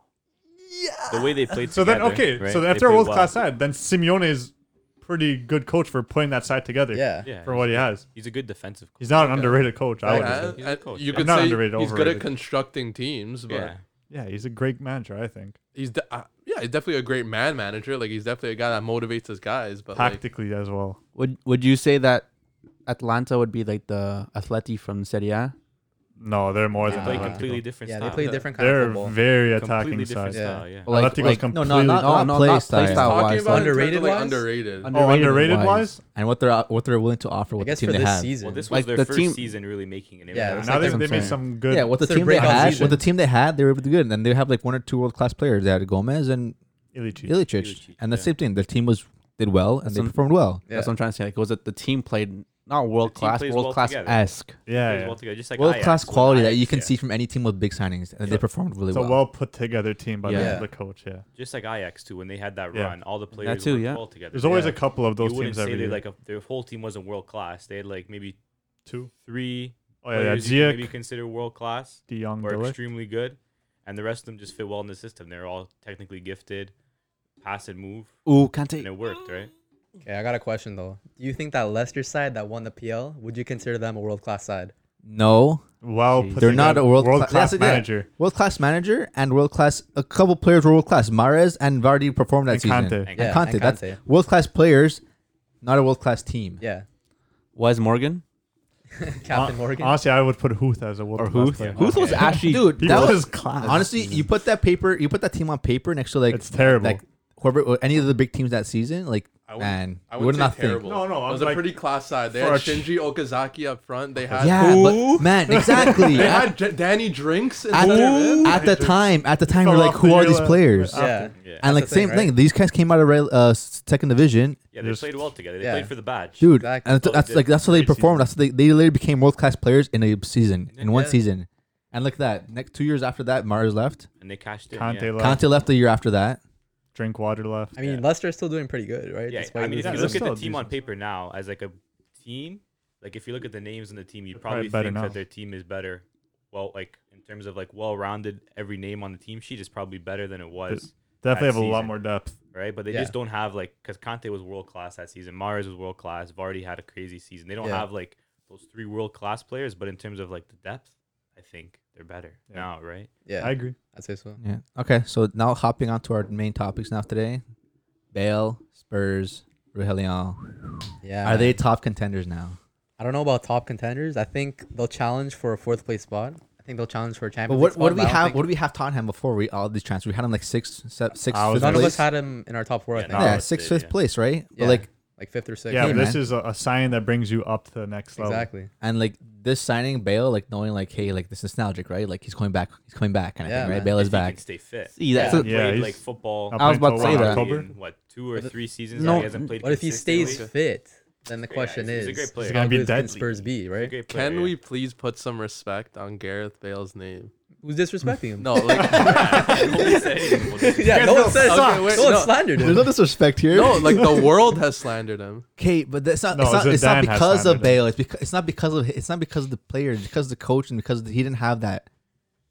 Speaker 6: the way they played.
Speaker 2: So then,
Speaker 6: together,
Speaker 2: okay.
Speaker 6: right,
Speaker 2: So then
Speaker 6: they
Speaker 2: after a
Speaker 6: played
Speaker 2: world
Speaker 6: well.
Speaker 2: class side, then Simeone is pretty good coach for putting that side together
Speaker 3: Yeah.
Speaker 6: Yeah,
Speaker 2: for what he has.
Speaker 6: he's a good defensive. Coach.
Speaker 2: He's not an
Speaker 1: Okay.
Speaker 2: underrated coach. I
Speaker 1: Like,
Speaker 2: would
Speaker 1: I-
Speaker 2: say.
Speaker 6: He's
Speaker 1: I-
Speaker 6: a coach,
Speaker 1: you
Speaker 6: yeah.
Speaker 1: could
Speaker 2: Not
Speaker 1: say
Speaker 2: underrated,
Speaker 1: he's good at
Speaker 2: overrated.
Speaker 1: constructing teams, but
Speaker 6: yeah,
Speaker 2: Yeah, he's a great manager, I think.
Speaker 1: he's de- uh, yeah, he's definitely a great man manager. Like he's definitely a guy that motivates his guys. But like,
Speaker 2: Tactically as well.
Speaker 5: Would Would you say that Atlanta would be like the Atleti from Serie A?
Speaker 2: No, they're more
Speaker 6: they
Speaker 2: than
Speaker 6: play
Speaker 2: that.
Speaker 6: completely different.
Speaker 3: Yeah,
Speaker 6: style.
Speaker 3: they play a different kind
Speaker 2: They're
Speaker 3: of football.
Speaker 2: very
Speaker 6: completely
Speaker 2: attacking
Speaker 6: different
Speaker 3: side.
Speaker 2: side.
Speaker 6: style. Yeah.
Speaker 2: Like- Atletico's like- no,
Speaker 4: no,
Speaker 2: no,
Speaker 4: no,
Speaker 2: not-
Speaker 4: not,
Speaker 5: completely- not
Speaker 4: play
Speaker 5: play
Speaker 4: style.
Speaker 5: style.
Speaker 1: talking
Speaker 5: wise,
Speaker 1: about
Speaker 3: underrated
Speaker 1: underrated, like
Speaker 3: wise?
Speaker 1: underrated.
Speaker 2: Oh, underrated wise?
Speaker 4: wise. and what they're what they're willing to offer
Speaker 3: I
Speaker 4: with the
Speaker 3: guess
Speaker 4: team
Speaker 3: for
Speaker 4: they
Speaker 3: this
Speaker 4: have.
Speaker 3: season.
Speaker 6: Well, this
Speaker 5: Like,
Speaker 6: was their
Speaker 5: the
Speaker 6: first
Speaker 5: team-
Speaker 6: season really making an
Speaker 3: Yeah,
Speaker 6: impact.
Speaker 3: it's
Speaker 2: Now
Speaker 3: like
Speaker 2: they,
Speaker 3: that's what
Speaker 2: they
Speaker 4: I'm
Speaker 2: made
Speaker 4: saying.
Speaker 2: some good.
Speaker 4: yeah, with the
Speaker 3: It's their
Speaker 4: team they
Speaker 3: breakout
Speaker 4: had,
Speaker 3: season.
Speaker 4: with the team they had, they were really good, and then they have like one or two world class players. They had Gomez and
Speaker 2: Ilicic.
Speaker 4: Ilicic,
Speaker 6: Ilicic,
Speaker 4: and the
Speaker 6: yeah.
Speaker 4: same thing. Their team was did well, and
Speaker 5: That's
Speaker 4: they
Speaker 5: some-
Speaker 4: performed well.
Speaker 3: Yeah.
Speaker 5: That's what I'm trying to say. Like, was it the team played not world class,
Speaker 6: plays well
Speaker 5: world class
Speaker 6: together.
Speaker 5: esque?
Speaker 2: Yeah, yeah.
Speaker 6: Well together, just like
Speaker 4: World class
Speaker 6: Ajax with
Speaker 4: quality that
Speaker 6: Ajax,
Speaker 4: you can
Speaker 6: yeah.
Speaker 4: see from any team with big signings, and
Speaker 6: Yeah.
Speaker 4: they performed really
Speaker 2: It's a
Speaker 4: well.
Speaker 2: well put together team by
Speaker 3: Yeah.
Speaker 2: the, the coach. Yeah,
Speaker 6: Just like Ajax too, when they had that
Speaker 2: Yeah.
Speaker 6: run, all the players
Speaker 5: too,
Speaker 6: worked
Speaker 5: yeah.
Speaker 6: well together.
Speaker 2: there's always
Speaker 6: Yeah.
Speaker 2: a couple of those
Speaker 6: you wouldn't
Speaker 2: teams
Speaker 6: say
Speaker 2: every
Speaker 6: they
Speaker 2: year.
Speaker 6: like a, their whole team wasn't world class. They had like maybe
Speaker 2: two.
Speaker 6: three
Speaker 2: Oh yeah, yeah.
Speaker 6: players you could maybe
Speaker 2: Ziyech,
Speaker 6: consider world class
Speaker 2: De Jong,
Speaker 6: or
Speaker 2: Delic.
Speaker 6: extremely good, and the rest of them just fit well in the system. They're all technically gifted, pass and move,
Speaker 5: Ooh, can't
Speaker 6: and it worked, right?
Speaker 3: Okay, I got a question though. Do you think that Leicester side that won the PL would you consider them a world class side?
Speaker 4: No,
Speaker 2: Well,
Speaker 5: Jeez.
Speaker 2: put
Speaker 4: they're not
Speaker 2: together.
Speaker 4: a world
Speaker 2: world class
Speaker 4: yeah.
Speaker 2: manager.
Speaker 4: World class manager and world class. A couple players were world class. Mares and Vardy performed that
Speaker 2: And
Speaker 4: season.
Speaker 2: Kante.
Speaker 4: And
Speaker 3: Yeah,
Speaker 4: Kante,
Speaker 3: and
Speaker 4: That's
Speaker 3: Kante.
Speaker 4: world class players, not a world class team.
Speaker 3: Yeah,
Speaker 5: Wes Morgan
Speaker 3: Captain
Speaker 2: Hon-
Speaker 3: Morgan.
Speaker 2: Honestly, I would put Huth as a world
Speaker 5: or
Speaker 2: class
Speaker 5: Huth?
Speaker 2: player.
Speaker 5: Huth was actually
Speaker 4: Dude,
Speaker 2: He
Speaker 4: that was,
Speaker 2: was class.
Speaker 4: honestly. You put that paper, you put that team on paper next to like
Speaker 2: It's terrible.
Speaker 4: Like whoever, any of the big teams that season, like
Speaker 1: I wouldn't-
Speaker 4: man,
Speaker 1: I would
Speaker 4: we would
Speaker 1: say
Speaker 4: not
Speaker 1: terrible.
Speaker 4: think.
Speaker 2: No, no,
Speaker 1: it
Speaker 2: I'm
Speaker 1: was a
Speaker 2: like-
Speaker 1: pretty class side. They
Speaker 2: for
Speaker 1: had
Speaker 2: a ch-
Speaker 1: Shinji Okazaki up front. They had
Speaker 4: Yeah, but man, exactly.
Speaker 1: They
Speaker 4: at,
Speaker 1: had J- Danny Drinks in
Speaker 4: at
Speaker 1: center mid.
Speaker 4: the, at the time, at the time, we're
Speaker 2: Fell
Speaker 4: like,
Speaker 2: off
Speaker 4: who
Speaker 2: the
Speaker 4: are
Speaker 2: year
Speaker 4: these
Speaker 2: la-
Speaker 4: players?
Speaker 2: uh,
Speaker 3: yeah,
Speaker 6: Yeah,
Speaker 4: And like
Speaker 3: That's the thing,
Speaker 4: same thing, these guys came out of rail, uh, s- second division,
Speaker 6: yeah, they
Speaker 2: Just-
Speaker 6: played well together. They
Speaker 3: Yeah.
Speaker 6: played for the badge,
Speaker 4: dude.
Speaker 3: Exactly.
Speaker 4: And that's, that's like that's how they
Speaker 2: Great
Speaker 4: performed. That's they they literally became world class players in a season, in one
Speaker 3: Yeah.
Speaker 4: season. And look at that. Next two years after that, Mars left.
Speaker 6: and they cashed in.
Speaker 2: Conte
Speaker 6: yeah.
Speaker 2: left.
Speaker 4: Conte left the year after that.
Speaker 2: Drink water left.
Speaker 3: I mean,
Speaker 6: Yeah.
Speaker 3: Leicester is still doing pretty good, right?
Speaker 6: Yeah,
Speaker 3: Despite
Speaker 6: I mean, if
Speaker 3: losing
Speaker 6: you
Speaker 3: some-
Speaker 2: Yeah,
Speaker 6: look at
Speaker 2: still
Speaker 6: the team on
Speaker 2: decent.
Speaker 6: paper now as like a team, like if you look at the names on the team, you
Speaker 2: They're probably
Speaker 6: probably
Speaker 2: better
Speaker 6: think
Speaker 2: now.
Speaker 6: that their team is better. Well, like in terms of like well-rounded, every name on the team sheet is probably better than it was,
Speaker 2: Definitely have
Speaker 6: that
Speaker 2: a lot
Speaker 6: season.
Speaker 2: more depth.
Speaker 6: right? But they
Speaker 3: Yeah.
Speaker 6: just don't have like because Conte was world class that season, Mars was world class, Vardy had a crazy season. They don't
Speaker 3: Yeah.
Speaker 6: have like those three world class players, but in terms of like the depth, I think they're better
Speaker 2: Yeah.
Speaker 6: now, right?
Speaker 2: I
Speaker 3: yeah,
Speaker 2: agree.
Speaker 3: I'd say so.
Speaker 4: Yeah. Okay. So now hopping on to our main topics now today, Bale, Spurs, Rogelio.
Speaker 3: Yeah,
Speaker 4: Are they top contenders now?
Speaker 3: I don't know about top contenders. I think they'll challenge for a fourth place spot. I think they'll challenge for a
Speaker 4: But
Speaker 3: champion.
Speaker 4: what what do we have? What do we have Tottenham before we all these transfers? We had them like six, se- six,
Speaker 2: I was
Speaker 4: fifth
Speaker 3: None of us
Speaker 4: place.
Speaker 3: had him in our top four. I
Speaker 6: Yeah,
Speaker 3: think.
Speaker 6: no.
Speaker 4: Yeah,
Speaker 6: Alvarez
Speaker 4: six
Speaker 6: did,
Speaker 4: fifth
Speaker 6: yeah.
Speaker 4: place, right? But
Speaker 3: Yeah,
Speaker 4: like
Speaker 3: like fifth or sixth.
Speaker 2: Yeah,
Speaker 4: Hey,
Speaker 2: this
Speaker 4: man.
Speaker 2: is a, a sign that brings you up to the next level.
Speaker 3: exactly.
Speaker 4: And like this signing Bale, like knowing like, hey, like this is nostalgic, right? Like he's coming back, he's coming back kind of
Speaker 3: Yeah,
Speaker 4: thing,
Speaker 3: man.
Speaker 4: right? Bale
Speaker 6: If
Speaker 4: is
Speaker 6: he
Speaker 4: back.
Speaker 6: Can stay fit.
Speaker 5: See, that's
Speaker 3: Yeah.
Speaker 5: the-
Speaker 6: He
Speaker 2: Yeah,
Speaker 6: played
Speaker 2: he's-
Speaker 6: like football.
Speaker 2: I'll
Speaker 4: I was
Speaker 2: play
Speaker 4: about to
Speaker 2: till
Speaker 4: say
Speaker 2: around
Speaker 4: that.
Speaker 6: probably
Speaker 2: October.
Speaker 6: in, what two or
Speaker 3: But the-
Speaker 6: three seasons?
Speaker 5: No.
Speaker 6: that he hasn't played.
Speaker 3: But if he
Speaker 6: consistently?
Speaker 3: stays fit, then the
Speaker 6: Yeah,
Speaker 3: question
Speaker 6: he's-
Speaker 3: is,
Speaker 6: he's a great player. He's
Speaker 2: gonna
Speaker 3: how
Speaker 2: be
Speaker 3: good can
Speaker 2: deadly.
Speaker 3: Spurs be,
Speaker 6: He's a
Speaker 3: right?
Speaker 6: great player,
Speaker 1: Can
Speaker 6: yeah.
Speaker 1: we please put some respect on Gareth Bale's name?
Speaker 3: Who's disrespecting him?
Speaker 1: No, like
Speaker 6: Nobody said anything. Well, this is-
Speaker 3: yeah, no one says.
Speaker 1: okay, wait,
Speaker 3: no one
Speaker 1: no.
Speaker 3: slandered him.
Speaker 4: no disrespect here.
Speaker 1: no, like the world has slandered him.
Speaker 4: Okay, but that's not.
Speaker 2: No,
Speaker 4: it's not. It's
Speaker 2: Zidane
Speaker 4: not
Speaker 2: has
Speaker 4: because
Speaker 2: standard.
Speaker 4: of Bale. It's because it's not because of. It's not because of the player. It's because of the coach and because he didn't have that.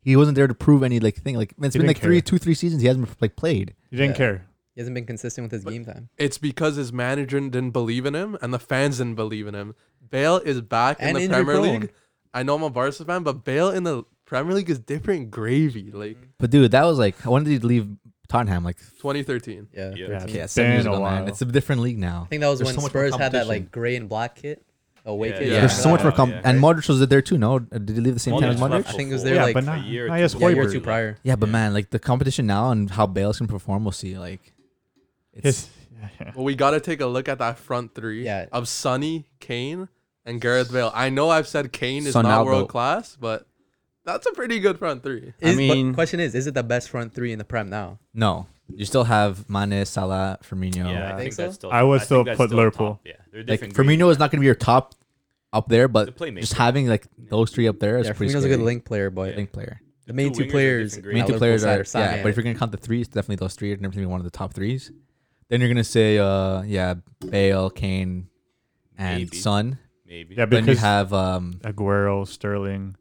Speaker 4: He wasn't there to prove any like thing. Like it's
Speaker 2: He
Speaker 4: been
Speaker 2: didn't
Speaker 4: like three,
Speaker 2: care.
Speaker 4: two, three seasons. He hasn't like played.
Speaker 2: You didn't
Speaker 3: Yeah.
Speaker 2: care.
Speaker 3: He hasn't been consistent with his game time.
Speaker 1: It's because his manager didn't believe in him and the fans didn't believe in him. Bale is back
Speaker 3: And
Speaker 1: in the
Speaker 3: injury
Speaker 1: Premier
Speaker 3: prone.
Speaker 1: League. I know I'm a Barca fan, but Bale in the Premier League is different gravy. Like
Speaker 4: But dude, that was like when did he leave Tottenham? Like
Speaker 1: 2013.
Speaker 3: Yeah.
Speaker 6: Yeah.
Speaker 2: Yeah.
Speaker 4: okay,
Speaker 2: it's
Speaker 4: seven years
Speaker 2: been a
Speaker 4: ago, man.
Speaker 2: while.
Speaker 4: It's a different league now.
Speaker 3: I think that was
Speaker 4: There's so
Speaker 3: when
Speaker 4: much more
Speaker 3: Spurs had that
Speaker 4: competition.
Speaker 3: like gray and black kit, Oh, away
Speaker 6: Yeah,
Speaker 3: kit.
Speaker 6: yeah.
Speaker 4: There's so much more.
Speaker 6: Yeah,
Speaker 4: Com-
Speaker 6: yeah.
Speaker 4: and Modric was there too. No, did he leave the same
Speaker 6: Modric
Speaker 4: time as
Speaker 6: left
Speaker 4: Modric?
Speaker 3: I think it was
Speaker 6: before.
Speaker 3: They're
Speaker 2: yeah,
Speaker 3: like
Speaker 2: but
Speaker 6: a
Speaker 2: not.
Speaker 6: year or
Speaker 2: not
Speaker 6: two
Speaker 2: yes,
Speaker 6: ago.
Speaker 3: yeah, year or
Speaker 2: Hoiberg.
Speaker 3: two prior.
Speaker 4: Yeah, but man, like the competition now and how Bale's can perform, we'll see. Like,
Speaker 2: His- yeah.
Speaker 1: But we got to take a look at that front three
Speaker 3: Yeah.
Speaker 1: of Sonny, Kane, and Gareth Bale. I know I've said Kane is not
Speaker 4: Sonaldo.
Speaker 1: world class, but that's a pretty good front three.
Speaker 5: I
Speaker 3: Is, I
Speaker 5: mean-
Speaker 3: question is, is it the best front three in the Prem now?
Speaker 4: no, you still have Mane, Salah, Firmino.
Speaker 6: Yeah, I
Speaker 3: Think
Speaker 6: think
Speaker 3: so?
Speaker 6: that's still.
Speaker 2: I would
Speaker 6: think
Speaker 2: still
Speaker 6: that's
Speaker 2: put Liverpool.
Speaker 6: top, Yeah, they're
Speaker 4: like
Speaker 6: different. grades.
Speaker 4: Firmino is not going to be your top up there,
Speaker 6: a
Speaker 4: but
Speaker 6: playmaker.
Speaker 4: just having like those three up there is
Speaker 3: Yeah,
Speaker 4: pretty.
Speaker 3: Firmino's a good link player, but
Speaker 4: link player.
Speaker 3: the main two
Speaker 6: wingers are
Speaker 3: players,
Speaker 6: different
Speaker 3: on
Speaker 6: grades.
Speaker 4: Main
Speaker 3: the
Speaker 4: two
Speaker 3: Liverpool
Speaker 4: players
Speaker 3: side
Speaker 4: are
Speaker 3: Son
Speaker 4: yeah,
Speaker 3: and-
Speaker 4: but if you're going to count the threes, definitely those three are definitely one of the top threes. Then you're going to say, uh, yeah, Bale, Kane, and
Speaker 6: Maybe.
Speaker 4: Son.
Speaker 6: maybe.
Speaker 2: yeah,
Speaker 4: Then you
Speaker 2: because
Speaker 4: have um,
Speaker 2: Aguero, Sterling,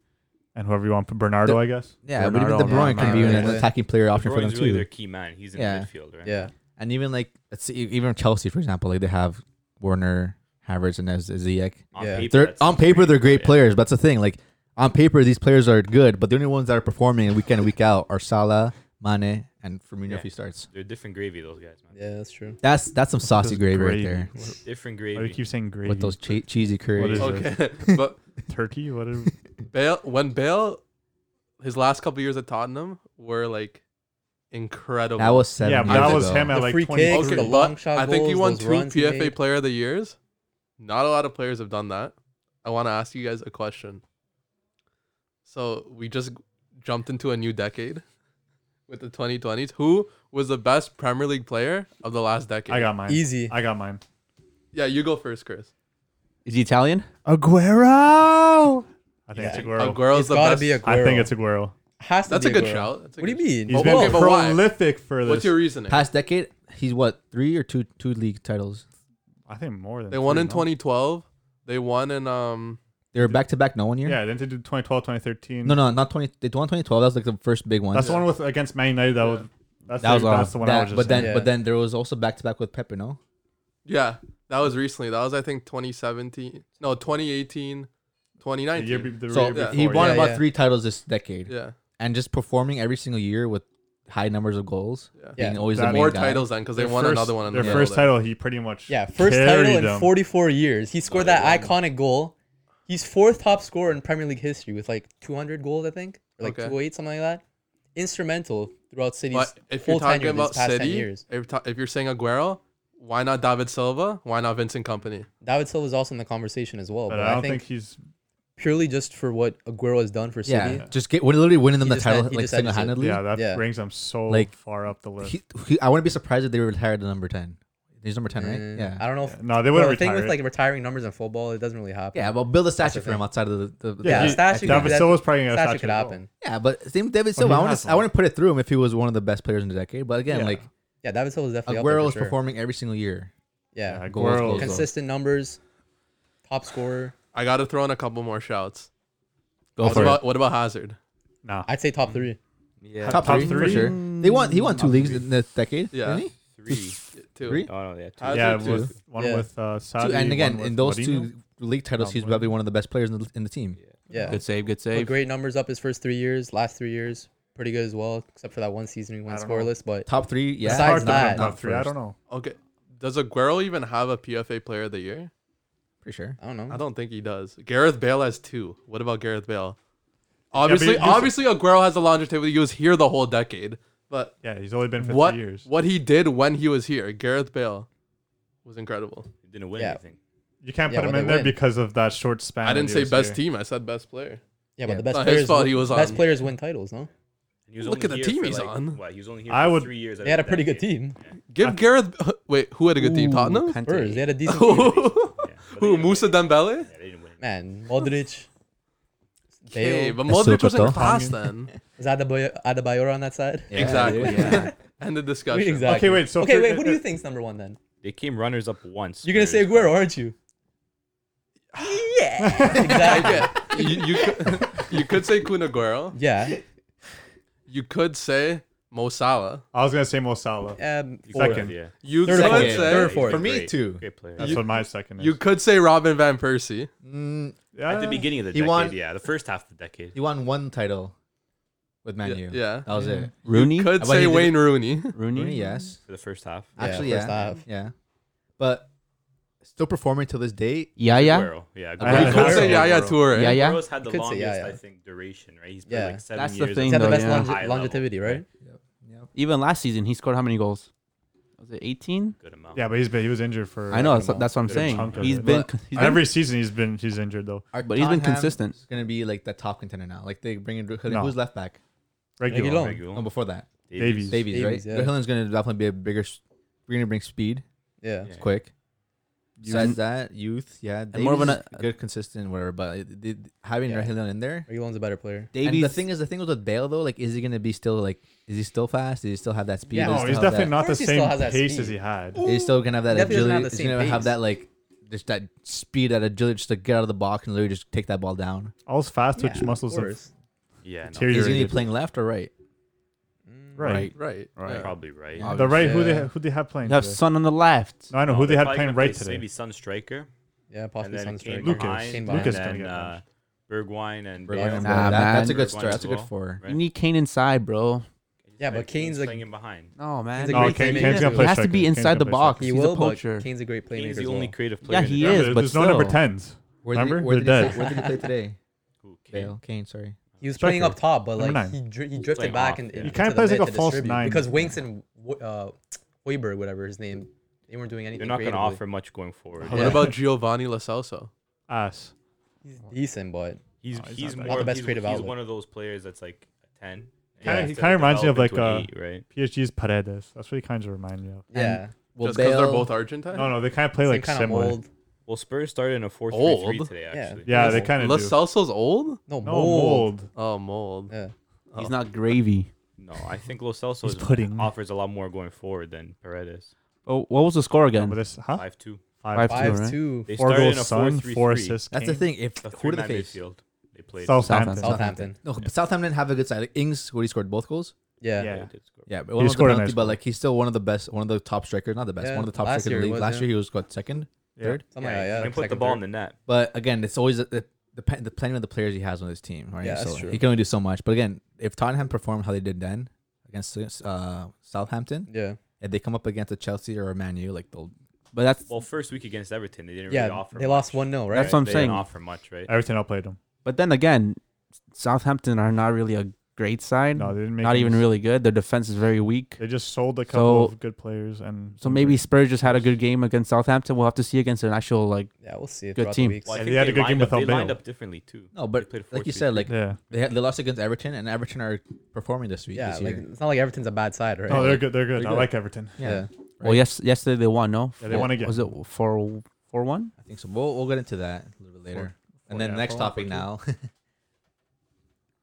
Speaker 2: and whoever you want, Bernardo,
Speaker 4: The-
Speaker 2: I guess.
Speaker 4: yeah,
Speaker 5: Bernardo,
Speaker 4: but even De
Speaker 5: Man,
Speaker 4: Bruyne can be
Speaker 3: Man,
Speaker 4: an
Speaker 3: Man.
Speaker 4: attacking player
Speaker 6: De
Speaker 4: option for them
Speaker 6: Bruyne's really their
Speaker 4: too.
Speaker 6: key man. He's in
Speaker 4: Yeah.
Speaker 6: midfield, right?
Speaker 3: yeah,
Speaker 4: And even like let's see, even Chelsea for example, like they have Werner, Havertz, and Ez- Ziyech.
Speaker 3: Yeah.
Speaker 4: They're
Speaker 6: that's
Speaker 4: on
Speaker 6: not great,
Speaker 4: paper they're great
Speaker 6: but yeah.
Speaker 4: players. But that's the thing. Like on paper these players are good, but the only ones that are performing week in and week out are Salah, Mane, and Firmino
Speaker 6: Yeah.
Speaker 4: if he starts.
Speaker 6: They're different gravy, those guys, man.
Speaker 3: Yeah, that's true.
Speaker 4: That's that's some saucy
Speaker 2: Just
Speaker 4: gravy,
Speaker 2: gravy.
Speaker 4: right there.
Speaker 2: What-
Speaker 6: Different
Speaker 2: Why do
Speaker 6: gravy.
Speaker 2: you keep saying gravy?
Speaker 4: With those che- cheesy
Speaker 2: What
Speaker 4: curries.
Speaker 2: is it?
Speaker 1: Okay, but
Speaker 2: turkey? What is
Speaker 1: Bale when Bale, his last couple years at Tottenham were like incredible.
Speaker 4: That was seven.
Speaker 2: yeah, but
Speaker 4: years
Speaker 2: that was
Speaker 4: ago.
Speaker 2: him at
Speaker 3: The
Speaker 2: like
Speaker 3: free
Speaker 2: 20.
Speaker 3: kicks,
Speaker 1: okay,
Speaker 3: the
Speaker 1: but
Speaker 3: long shot
Speaker 1: I think he
Speaker 3: goals,
Speaker 1: won
Speaker 3: those
Speaker 1: two
Speaker 3: runs he
Speaker 1: PFA
Speaker 3: made.
Speaker 1: Player of the Years. Not a lot of players have done that. I want to ask you guys a question. So we just jumped into a new decade with the 2020s. Who was the best Premier League player of the last decade?
Speaker 2: I got mine.
Speaker 3: Easy.
Speaker 2: I got mine.
Speaker 1: yeah, you go first, Chris.
Speaker 5: Is he Italian?
Speaker 2: Aguero. I think
Speaker 3: Yeah.
Speaker 2: it's Aguero.
Speaker 1: Aguero's
Speaker 3: it's
Speaker 1: the
Speaker 3: gotta
Speaker 1: best.
Speaker 3: be Aguero.
Speaker 2: I think it's Aguero.
Speaker 3: Has to
Speaker 1: That's
Speaker 3: be
Speaker 1: a good
Speaker 3: Aguero.
Speaker 1: shout. That's a
Speaker 3: What do you
Speaker 1: good- Oh.
Speaker 3: mean?
Speaker 2: He's
Speaker 1: Well,
Speaker 2: been
Speaker 1: okay, but why?
Speaker 2: prolific for this.
Speaker 1: What's your reasoning?
Speaker 4: Past decade, he's what three or two two league titles.
Speaker 2: I think more than
Speaker 1: They won
Speaker 2: three,
Speaker 1: in
Speaker 2: no?
Speaker 1: 2012. They won in um.
Speaker 4: They were back to back. No one year.
Speaker 2: Yeah, didn't they do 2012, 2013?
Speaker 4: No, no, not twenty. They won twenty twelve. That was like the first big one.
Speaker 2: That's the one with against Man United. That was that's,
Speaker 4: that was
Speaker 2: the, that's
Speaker 4: all-
Speaker 2: the one I
Speaker 4: that-
Speaker 2: was just
Speaker 4: But then,
Speaker 2: saying.
Speaker 3: saying.
Speaker 4: but then there was also back to back with Pepe. No,
Speaker 1: Yeah, that was recently. That was I think 2017. No, 2018,
Speaker 2: the year,
Speaker 1: 2019.
Speaker 2: be- the
Speaker 4: so
Speaker 2: year before,
Speaker 4: he won
Speaker 2: yeah.
Speaker 3: yeah.
Speaker 4: about
Speaker 3: Yeah.
Speaker 4: three titles this decade,
Speaker 1: yeah,
Speaker 4: and just performing every single year with high numbers of goals,
Speaker 1: yeah.
Speaker 3: Yeah.
Speaker 4: being always the
Speaker 2: That-
Speaker 4: main
Speaker 1: More
Speaker 4: guy.
Speaker 1: titles then because they
Speaker 2: Their
Speaker 1: won
Speaker 2: first-
Speaker 1: another one. In
Speaker 2: Their
Speaker 1: the
Speaker 2: first
Speaker 1: middle
Speaker 2: title, he pretty much
Speaker 3: Yeah, first title
Speaker 2: carried
Speaker 3: in
Speaker 2: them.
Speaker 3: 44 years. He scored that
Speaker 1: yeah.
Speaker 3: iconic goal. He's fourth top scorer in Premier League history with like 200 goals, I think, or like
Speaker 1: Okay.
Speaker 3: 208, something like that. Instrumental throughout City's
Speaker 1: But if you're
Speaker 3: whole
Speaker 1: talking
Speaker 3: tenure these
Speaker 1: about
Speaker 3: past 10
Speaker 1: City,
Speaker 3: years.
Speaker 1: if, ta- if you're saying Aguero, why not David Silva? Why not Vincent Company?
Speaker 3: David Silva was also in the conversation as well,
Speaker 2: But
Speaker 3: but,
Speaker 2: I don't think he's
Speaker 3: purely just for what Aguero has done for
Speaker 4: Yeah,
Speaker 3: City.
Speaker 4: just get win- literally winning them
Speaker 3: He
Speaker 4: the
Speaker 3: just
Speaker 4: title
Speaker 3: had- he
Speaker 4: like
Speaker 3: just had to
Speaker 4: single handedly.
Speaker 2: yeah. That
Speaker 3: Yeah.
Speaker 2: brings him so
Speaker 4: Like,
Speaker 2: far up the list.
Speaker 4: He, he, I wouldn't be surprised if they retired the number ten. He's number ten, right?
Speaker 3: Mm,
Speaker 4: Yeah.
Speaker 3: I don't know if
Speaker 2: no, they
Speaker 3: Well,
Speaker 2: wouldn't
Speaker 3: the thing
Speaker 2: retire.
Speaker 3: with
Speaker 2: it.
Speaker 3: like retiring numbers in football, it doesn't really happen.
Speaker 4: yeah, well, build a statue
Speaker 3: the
Speaker 4: for him
Speaker 3: thing.
Speaker 4: outside of the. the
Speaker 3: yeah,
Speaker 2: he-
Speaker 4: the-
Speaker 3: statue
Speaker 2: David
Speaker 3: could- that-
Speaker 2: Silva's probably gonna
Speaker 3: that
Speaker 2: statue
Speaker 3: could
Speaker 2: as well.
Speaker 3: happen.
Speaker 4: Yeah, but same David
Speaker 2: But he
Speaker 4: Silva. I want
Speaker 2: has
Speaker 4: to.
Speaker 2: one.
Speaker 4: I want to put it through him if he was one of the best players in the decade. But again,
Speaker 2: Yeah.
Speaker 4: like
Speaker 3: Yeah, David Silva is definitely up there
Speaker 4: Aguero
Speaker 3: for
Speaker 4: was
Speaker 3: sure.
Speaker 4: performing every single year.
Speaker 3: Yeah,
Speaker 4: Goals,
Speaker 2: Yeah, Aguero.
Speaker 4: goals, goals.
Speaker 3: consistent numbers, top scorer.
Speaker 1: I got to throw in a couple more shouts.
Speaker 4: Go
Speaker 1: What
Speaker 4: for it.
Speaker 1: about what about Hazard?
Speaker 2: Nah,
Speaker 3: I'd say top three.
Speaker 6: Yeah,
Speaker 2: Top three, for sure.
Speaker 4: They won. He won two leagues in this decade.
Speaker 1: Yeah.
Speaker 4: didn't he?
Speaker 6: three.
Speaker 1: Two.
Speaker 4: Three?
Speaker 6: Oh no, yeah, two.
Speaker 1: Hazard
Speaker 2: yeah,
Speaker 1: too.
Speaker 2: with one
Speaker 3: Yeah.
Speaker 2: with uh,
Speaker 4: Two-
Speaker 2: Saudi,
Speaker 4: and again,
Speaker 2: one with
Speaker 4: in those
Speaker 2: Mourinho.
Speaker 4: two league titles,
Speaker 2: Oh,
Speaker 4: he's
Speaker 2: Mourinho.
Speaker 4: probably one of the best players in the, in the team.
Speaker 3: Yeah,
Speaker 5: Good save, good
Speaker 3: But
Speaker 5: save.
Speaker 3: great numbers up his first three years, last three years, pretty good as well, except for that one season we went
Speaker 2: I don't know.
Speaker 3: scoreless. But
Speaker 4: Top three, yeah.
Speaker 2: It's hard
Speaker 3: Besides
Speaker 2: to put him
Speaker 3: that,
Speaker 2: top three. I don't know.
Speaker 1: Okay. Does Aguero even have a PFA Player of the Year?
Speaker 4: Pretty sure.
Speaker 3: I don't know.
Speaker 1: I don't think he does. Gareth Bale has two. What about Gareth Bale? Obviously,
Speaker 2: he was-
Speaker 1: obviously, Aguero has the longevity. He was here the whole decade, but
Speaker 2: Yeah, he's only been for
Speaker 1: what
Speaker 2: three years.
Speaker 1: what he did when he was here, Gareth Bale, was incredible.
Speaker 6: Didn't win
Speaker 3: Yeah.
Speaker 6: anything.
Speaker 2: You can't
Speaker 3: Yeah,
Speaker 2: put him
Speaker 3: when
Speaker 2: in
Speaker 3: they
Speaker 2: there
Speaker 3: win.
Speaker 2: because of that short span.
Speaker 1: I
Speaker 2: that
Speaker 1: didn't
Speaker 2: he
Speaker 1: say
Speaker 2: was
Speaker 1: best
Speaker 2: here.
Speaker 1: team. I said best player.
Speaker 3: yeah, but
Speaker 4: Yeah.
Speaker 3: the best
Speaker 1: Not his
Speaker 3: players,
Speaker 1: fault
Speaker 3: win-
Speaker 1: he was
Speaker 3: best
Speaker 1: on.
Speaker 3: players win titles, no?
Speaker 6: He was
Speaker 1: Look
Speaker 6: only
Speaker 1: at the
Speaker 6: here
Speaker 1: team
Speaker 6: for,
Speaker 1: he's
Speaker 6: like,
Speaker 1: on.
Speaker 6: What, he was only here
Speaker 2: I
Speaker 6: for
Speaker 2: would-
Speaker 6: three years. out
Speaker 3: They had a
Speaker 6: of the
Speaker 3: pretty good
Speaker 6: decade.
Speaker 3: team.
Speaker 1: Give
Speaker 2: I-
Speaker 1: Gareth. Wait, who had a good team?
Speaker 5: Ooh,
Speaker 1: Tottenham.
Speaker 5: Kante.
Speaker 3: Spurs, they had a decent team.
Speaker 1: Who? Who?
Speaker 6: Yeah, but they didn't win
Speaker 1: Musa
Speaker 6: anything.
Speaker 1: Dembele.
Speaker 6: Yeah, they didn't win.
Speaker 3: Man, Modric,
Speaker 1: Okay,
Speaker 3: Bale,
Speaker 1: but
Speaker 4: That's
Speaker 1: Modric was in
Speaker 4: Sokoto.
Speaker 1: class then.
Speaker 3: is Adebayo, Adebayor on that side?
Speaker 4: Yeah,
Speaker 1: exactly.
Speaker 5: yeah.
Speaker 1: End the
Speaker 3: I
Speaker 1: discussion.
Speaker 3: mean, exactly.
Speaker 2: Okay, wait, so
Speaker 3: okay,
Speaker 2: for-
Speaker 3: wait. Who do
Speaker 2: uh,
Speaker 3: you think's number one then?
Speaker 6: They came runners up once.
Speaker 3: You're gonna say
Speaker 6: Spurs,
Speaker 3: Aguero, aren't you? yeah, exactly.
Speaker 1: Okay, you, you, could, you could say Kun Aguero.
Speaker 3: Yeah.
Speaker 1: You could say Mo Salah.
Speaker 2: I was gonna say Mo Salah.
Speaker 3: Um,
Speaker 6: but-
Speaker 3: four.
Speaker 2: Second.
Speaker 6: Yeah.
Speaker 1: You
Speaker 3: Third or
Speaker 1: could
Speaker 3: fourth.
Speaker 1: say
Speaker 3: Third or fourth.
Speaker 4: For me,
Speaker 6: Great-
Speaker 4: too.
Speaker 6: Great player.
Speaker 2: That's
Speaker 1: You-
Speaker 2: what my second is.
Speaker 1: you could say Robin van Persie.
Speaker 4: Mm,
Speaker 2: yeah.
Speaker 6: At the beginning of the
Speaker 4: He
Speaker 6: decade,
Speaker 4: won-
Speaker 6: yeah, the first half of the decade.
Speaker 4: he won one title with Man
Speaker 1: Yeah,
Speaker 4: U.
Speaker 1: yeah.
Speaker 3: Uh,
Speaker 4: that was it.
Speaker 5: Rooney?
Speaker 1: Could
Speaker 4: But
Speaker 1: say
Speaker 4: he did-
Speaker 1: Wayne Rooney.
Speaker 5: Rooney?
Speaker 4: Rooney, yes.
Speaker 6: For the first half.
Speaker 3: Yeah,
Speaker 4: Actually,
Speaker 3: first
Speaker 4: yeah,
Speaker 3: half.
Speaker 4: yeah. But still performing to this date.
Speaker 5: Yeah, yeah.
Speaker 6: Aguero. Yeah.
Speaker 5: I
Speaker 1: You
Speaker 6: Aguero.
Speaker 5: had
Speaker 1: could say
Speaker 2: Aguero.
Speaker 1: Yaya Toure.
Speaker 5: Yeah, yeah.
Speaker 6: Aguero's had the
Speaker 3: You could say,
Speaker 6: longest,
Speaker 3: yeah, yeah.
Speaker 6: I think, duration, right? He's played
Speaker 3: Yeah.
Speaker 6: like seven
Speaker 5: That's the
Speaker 6: years.
Speaker 5: thing,
Speaker 3: He's had the
Speaker 5: though,
Speaker 3: best
Speaker 5: yeah.
Speaker 3: longe-
Speaker 6: High level,
Speaker 3: longevity, right?
Speaker 5: Even last season, he scored how many goals? Was it 18?
Speaker 6: Good amount.
Speaker 2: Yeah, but he's been, he was injured for.
Speaker 5: I know.
Speaker 2: like,
Speaker 5: That's, that's what I'm
Speaker 2: Good
Speaker 5: saying.
Speaker 2: chunk of
Speaker 5: He's
Speaker 2: it.
Speaker 5: been,
Speaker 4: But-
Speaker 5: he's been
Speaker 2: every season he's been he's injured though.
Speaker 5: But he's been
Speaker 4: Tottenham
Speaker 5: consistent.
Speaker 4: is gonna be like the top contender now. Like they bring in Drew-
Speaker 2: No.
Speaker 4: who's left back?
Speaker 2: Regular.
Speaker 3: Regulon.
Speaker 4: No,
Speaker 6: Regular.
Speaker 4: before that,
Speaker 2: Davies.
Speaker 4: Davies, right?
Speaker 3: Davies, yeah.
Speaker 4: Hillen's gonna definitely be a bigger. s- We're gonna bring speed.
Speaker 3: Yeah.
Speaker 6: Yeah.
Speaker 4: quick. Besides
Speaker 5: Youth.
Speaker 4: that, youth, yeah, Davies more
Speaker 5: more of
Speaker 4: of
Speaker 5: an, uh,
Speaker 4: good, consistent, whatever. But it- it- having
Speaker 3: Yeah.
Speaker 4: yeah. in there,
Speaker 3: Regulon's a better player.
Speaker 4: and
Speaker 5: Davies.
Speaker 4: the thing is, the thing was with Bale though, like, is he gonna be still like, is he still fast? Does he still have that speed?
Speaker 3: Yeah.
Speaker 4: Does
Speaker 2: No,
Speaker 4: he still
Speaker 2: Oh, he's
Speaker 4: have
Speaker 2: definitely
Speaker 4: that,
Speaker 2: not the
Speaker 3: Percy still
Speaker 2: same
Speaker 3: has that
Speaker 2: pace
Speaker 3: speed.
Speaker 2: as he had.
Speaker 4: He's still gonna have that
Speaker 3: Definitely doesn't have
Speaker 4: agility.
Speaker 3: the
Speaker 4: he's
Speaker 3: same
Speaker 4: gonna have
Speaker 3: pace.
Speaker 4: that like, just that speed, that agility, just to get out of the box and literally just take that ball down.
Speaker 2: All his fast twitch
Speaker 3: Yeah, of
Speaker 2: muscles. Have,
Speaker 3: course.
Speaker 6: Yeah. no.
Speaker 2: Terry-
Speaker 4: Is he gonna be
Speaker 2: Deteriorated.
Speaker 4: playing left or right?
Speaker 3: Mm,
Speaker 2: Right.
Speaker 1: Right.
Speaker 5: Right.
Speaker 1: yeah.
Speaker 6: Probably right.
Speaker 1: Yeah.
Speaker 2: The right who they
Speaker 3: Yeah.
Speaker 2: ha- who they have playing.
Speaker 5: You have
Speaker 2: today?
Speaker 5: Sun on the left.
Speaker 2: no, I know
Speaker 6: No,
Speaker 2: who they
Speaker 6: they're
Speaker 2: had
Speaker 6: probably
Speaker 2: playing
Speaker 6: gonna
Speaker 2: right
Speaker 6: play
Speaker 2: today.
Speaker 6: Maybe Sun Striker.
Speaker 3: Yeah,
Speaker 6: And
Speaker 3: possibly
Speaker 6: then
Speaker 3: Sunstriker.
Speaker 6: Kane
Speaker 2: Lucas.
Speaker 6: Behind,
Speaker 2: Kane
Speaker 6: and
Speaker 2: Lucas
Speaker 6: then,
Speaker 2: gonna get
Speaker 6: uh, Bergwijn and
Speaker 4: Bergwijn
Speaker 6: Bale.
Speaker 4: and
Speaker 5: Nah,
Speaker 4: Bale. That- that's a
Speaker 5: man.
Speaker 4: good
Speaker 6: Bergwijn
Speaker 4: start. That's a
Speaker 6: as
Speaker 4: good
Speaker 6: well.
Speaker 4: four.
Speaker 5: You need Kane inside, bro.
Speaker 6: Right,
Speaker 3: Yeah, but Kane's like
Speaker 6: playing him behind.
Speaker 5: No, man.
Speaker 3: He's a
Speaker 2: No,
Speaker 3: great
Speaker 2: Kane,
Speaker 3: teammate.
Speaker 2: Kane's gonna play.
Speaker 5: He has to
Speaker 2: striker.
Speaker 5: be
Speaker 2: Kane's
Speaker 5: inside
Speaker 2: gonna
Speaker 5: the
Speaker 2: play
Speaker 5: box.
Speaker 2: striker.
Speaker 3: he
Speaker 5: He's
Speaker 3: will,
Speaker 5: a
Speaker 3: but
Speaker 5: poacher.
Speaker 3: Kane's a great playmaker.
Speaker 6: He's
Speaker 3: as
Speaker 6: the
Speaker 3: well.
Speaker 6: only creative player.
Speaker 5: Yeah,
Speaker 6: in the
Speaker 5: he
Speaker 6: draft.
Speaker 5: is,
Speaker 2: there's
Speaker 5: but
Speaker 2: there's no
Speaker 5: still.
Speaker 2: pretends.
Speaker 4: Where did
Speaker 2: Remember?
Speaker 4: He, where,
Speaker 2: They're
Speaker 4: did he
Speaker 2: dead.
Speaker 4: play, where did he play today?
Speaker 6: Who, Kane?
Speaker 4: Bale, Kane, sorry.
Speaker 3: He was playing up
Speaker 2: Striker.
Speaker 3: top, but like
Speaker 2: Number nine.
Speaker 3: he, dri- he
Speaker 6: Playing
Speaker 3: drifted back
Speaker 6: off,
Speaker 3: and
Speaker 6: yeah.
Speaker 2: He kinda plays like a false nine.
Speaker 3: because Winks and Wo- uh, Hoiberg, whatever his name, they weren't doing anything.
Speaker 6: They're not going to
Speaker 3: creatively.
Speaker 6: offer much going forward.
Speaker 1: What
Speaker 3: Yeah.
Speaker 1: about Giovanni Lo Celso?
Speaker 2: Ass.
Speaker 3: He's decent, but
Speaker 6: He's
Speaker 2: No, he's
Speaker 6: he's
Speaker 2: not
Speaker 6: more
Speaker 3: good.
Speaker 2: that
Speaker 3: Not the best
Speaker 6: he's,
Speaker 3: creative
Speaker 6: he's
Speaker 3: outlet.
Speaker 6: one of those players that's like a ten.
Speaker 2: Kinda-
Speaker 6: Yeah,
Speaker 2: he
Speaker 6: to,
Speaker 2: kinda reminds me of,
Speaker 6: develop
Speaker 2: like, uh,
Speaker 6: into an eight, right.
Speaker 2: PSG's Paredes. That's what he kind of remind me of.
Speaker 3: yeah,
Speaker 4: Well,
Speaker 1: Just because they're
Speaker 4: Bale-
Speaker 1: both Argentine?
Speaker 2: No, no, they kind of play
Speaker 3: same
Speaker 2: like
Speaker 3: kinda
Speaker 2: similar.
Speaker 3: mold.
Speaker 6: Well, Spurs started in a four three three
Speaker 1: Old.
Speaker 6: today.
Speaker 3: Yeah.
Speaker 6: Actually,
Speaker 2: Yeah, they
Speaker 3: Mold.
Speaker 2: kind
Speaker 1: Lo
Speaker 2: of do.
Speaker 1: Celso's old?
Speaker 3: No
Speaker 2: No
Speaker 3: mold.
Speaker 2: mold.
Speaker 1: Oh, mold.
Speaker 3: Yeah.
Speaker 5: He's not gravy.
Speaker 6: No, I think Lo Celso
Speaker 2: He's
Speaker 6: is-
Speaker 2: pudding.
Speaker 6: offers a lot more going forward than Paredes.
Speaker 5: Oh, what was the score
Speaker 2: Yeah,
Speaker 5: again?
Speaker 2: but this, huh?
Speaker 6: Five two.
Speaker 5: Five, two,
Speaker 3: Five
Speaker 5: right?
Speaker 3: two.
Speaker 6: They
Speaker 2: Four
Speaker 6: started in
Speaker 2: goals,
Speaker 6: a
Speaker 2: Son. Four
Speaker 6: 4-3-3,
Speaker 2: assists.
Speaker 4: That's
Speaker 2: Kane.
Speaker 4: the thing. If
Speaker 6: a
Speaker 4: who did they
Speaker 6: three-man
Speaker 4: face?
Speaker 6: midfield. They played.
Speaker 2: Southampton.
Speaker 5: Southampton.
Speaker 3: Southampton.
Speaker 4: No, but Southampton have a good side. Like, Ings, what he scored both goals.
Speaker 3: Yeah.
Speaker 2: Yeah.
Speaker 6: They did score.
Speaker 4: Yeah, but, one was a
Speaker 2: scored a
Speaker 4: penalty,
Speaker 2: nice
Speaker 4: but
Speaker 2: goal.
Speaker 4: like he's still one of the best, one of the top strikers. Not the best,
Speaker 3: Yeah,
Speaker 4: one of the top
Speaker 3: last
Speaker 4: strikers in
Speaker 3: year
Speaker 4: the
Speaker 3: he
Speaker 4: league.
Speaker 3: was,
Speaker 4: Last
Speaker 3: yeah.
Speaker 4: year he was what second,
Speaker 2: Yeah.
Speaker 4: third.
Speaker 3: Something like that. Oh, Yeah,
Speaker 6: you can put the
Speaker 3: second,
Speaker 6: ball in
Speaker 3: third.
Speaker 6: the net.
Speaker 4: But again, it's always the, the, pe- the planning of the players he has on his team, right?
Speaker 3: Yeah, that's
Speaker 4: so
Speaker 3: true.
Speaker 4: he can only do so much. But again, if Tottenham perform how they did then against uh, Southampton,
Speaker 3: Yeah.
Speaker 4: if they come up against a Chelsea or a Man U, like they'll
Speaker 5: But that's
Speaker 6: Well, first week against Everton, they didn't really
Speaker 3: Yeah.
Speaker 6: offer.
Speaker 3: They
Speaker 6: much,
Speaker 3: lost one 0 right?
Speaker 5: That's what I'm
Speaker 6: they
Speaker 5: saying.
Speaker 6: Didn't offer much, right?
Speaker 2: Everything outplayed them.
Speaker 5: but then again, Southampton are not really a great side.
Speaker 2: No, they didn't make.
Speaker 5: not
Speaker 2: any
Speaker 5: even
Speaker 2: s-
Speaker 5: really good. Their defense is very weak.
Speaker 2: They just sold a couple
Speaker 5: So-
Speaker 2: of good players and.
Speaker 5: So maybe Spurs just had a good game against Southampton. We'll have to see against an actual like
Speaker 3: Yeah, we'll see.
Speaker 5: Good
Speaker 3: throughout the
Speaker 5: team.
Speaker 3: weeks.
Speaker 6: Well, I
Speaker 2: And
Speaker 6: think
Speaker 2: they had a good
Speaker 6: lined
Speaker 2: game
Speaker 6: up, They
Speaker 2: without
Speaker 6: lined
Speaker 2: Bale.
Speaker 6: up differently too.
Speaker 4: no, but
Speaker 6: played
Speaker 4: like you
Speaker 6: 4-3-3.
Speaker 4: said, like
Speaker 2: Yeah.
Speaker 4: they had, they lost against Everton, and Everton are performing this week.
Speaker 3: Yeah,
Speaker 4: this
Speaker 3: like
Speaker 4: year.
Speaker 3: it's not like Everton's a bad side, right?
Speaker 2: No, they're good. They're good.
Speaker 4: They're
Speaker 2: I
Speaker 4: good.
Speaker 2: like Everton.
Speaker 4: yeah,
Speaker 5: well, yes, yesterday they won. No,
Speaker 2: Yeah, they
Speaker 5: Four-
Speaker 2: won again.
Speaker 5: Was it four four one?
Speaker 4: I think so. We'll we'll get into that a little bit later. and then
Speaker 2: yeah,
Speaker 4: next
Speaker 2: four-
Speaker 4: topic now.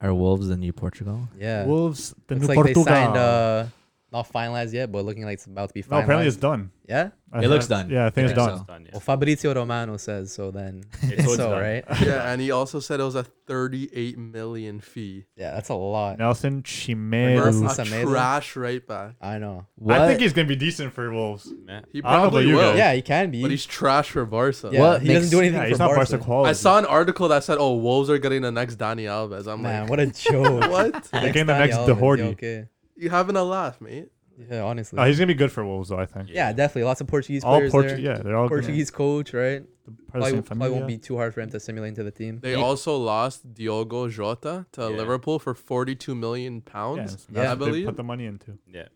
Speaker 4: Are Wolves the new Portugal?
Speaker 3: Yeah.
Speaker 2: Wolves. The
Speaker 3: Looks
Speaker 2: new
Speaker 3: like
Speaker 2: Portugal.
Speaker 3: they signed uh not finalized yet, but looking like it's about to be finalized.
Speaker 2: no, apparently it's done.
Speaker 3: yeah.
Speaker 2: I
Speaker 4: It looks
Speaker 2: thought-
Speaker 4: done.
Speaker 2: Yeah, I think
Speaker 4: Yeah,
Speaker 2: it's done.
Speaker 4: so-
Speaker 6: done. Yeah.
Speaker 3: Well, Fabrizio Romano says so. Then
Speaker 6: It's
Speaker 3: so,
Speaker 6: all done.
Speaker 3: right?
Speaker 1: Yeah, and he also said it was a 38 million fee.
Speaker 3: Yeah, that's a lot.
Speaker 2: Nelson
Speaker 1: Versus
Speaker 2: Chimel.
Speaker 3: Nelson
Speaker 1: a
Speaker 3: Semedo?
Speaker 1: trash right back.
Speaker 3: I know.
Speaker 2: I think he's gonna be decent for Wolves.
Speaker 6: Man,
Speaker 1: He
Speaker 2: I don't know
Speaker 1: probably
Speaker 2: about you
Speaker 1: will.
Speaker 2: guys.
Speaker 3: Yeah, he can be.
Speaker 1: But he's trash for Barca.
Speaker 3: yeah,
Speaker 4: What
Speaker 3: he doesn't
Speaker 4: makes-
Speaker 3: do anything
Speaker 2: Yeah,
Speaker 3: for
Speaker 2: he's not
Speaker 3: Barca.
Speaker 2: Barca quality.
Speaker 1: I saw an article that said, "Oh, Wolves are getting the next Dani Alves." I'm
Speaker 3: Man,
Speaker 1: like,
Speaker 3: what a joke.
Speaker 1: what?
Speaker 2: They gained the next
Speaker 3: Daniel Alves, yeah,
Speaker 2: Doherty.
Speaker 3: Okay.
Speaker 1: You having a laugh, mate?
Speaker 3: Yeah, honestly.
Speaker 2: No, Oh, he's gonna be good for Wolves though. I think.
Speaker 3: yeah, definitely. Lots of Portuguese
Speaker 2: all
Speaker 3: players
Speaker 2: Portu-
Speaker 3: there.
Speaker 2: Yeah, they're all good.
Speaker 3: Portuguese coach, right?
Speaker 2: The
Speaker 3: Probably,
Speaker 2: President
Speaker 3: probably won't
Speaker 2: Familia.
Speaker 3: be too hard for him to assimilate into the team.
Speaker 1: They also lost Diogo Jota to
Speaker 6: Yeah.
Speaker 1: Liverpool for 42 million
Speaker 2: Yeah,
Speaker 1: pounds.
Speaker 2: that's
Speaker 3: I
Speaker 2: what they
Speaker 1: believe.
Speaker 2: Put the money into.
Speaker 6: yeah.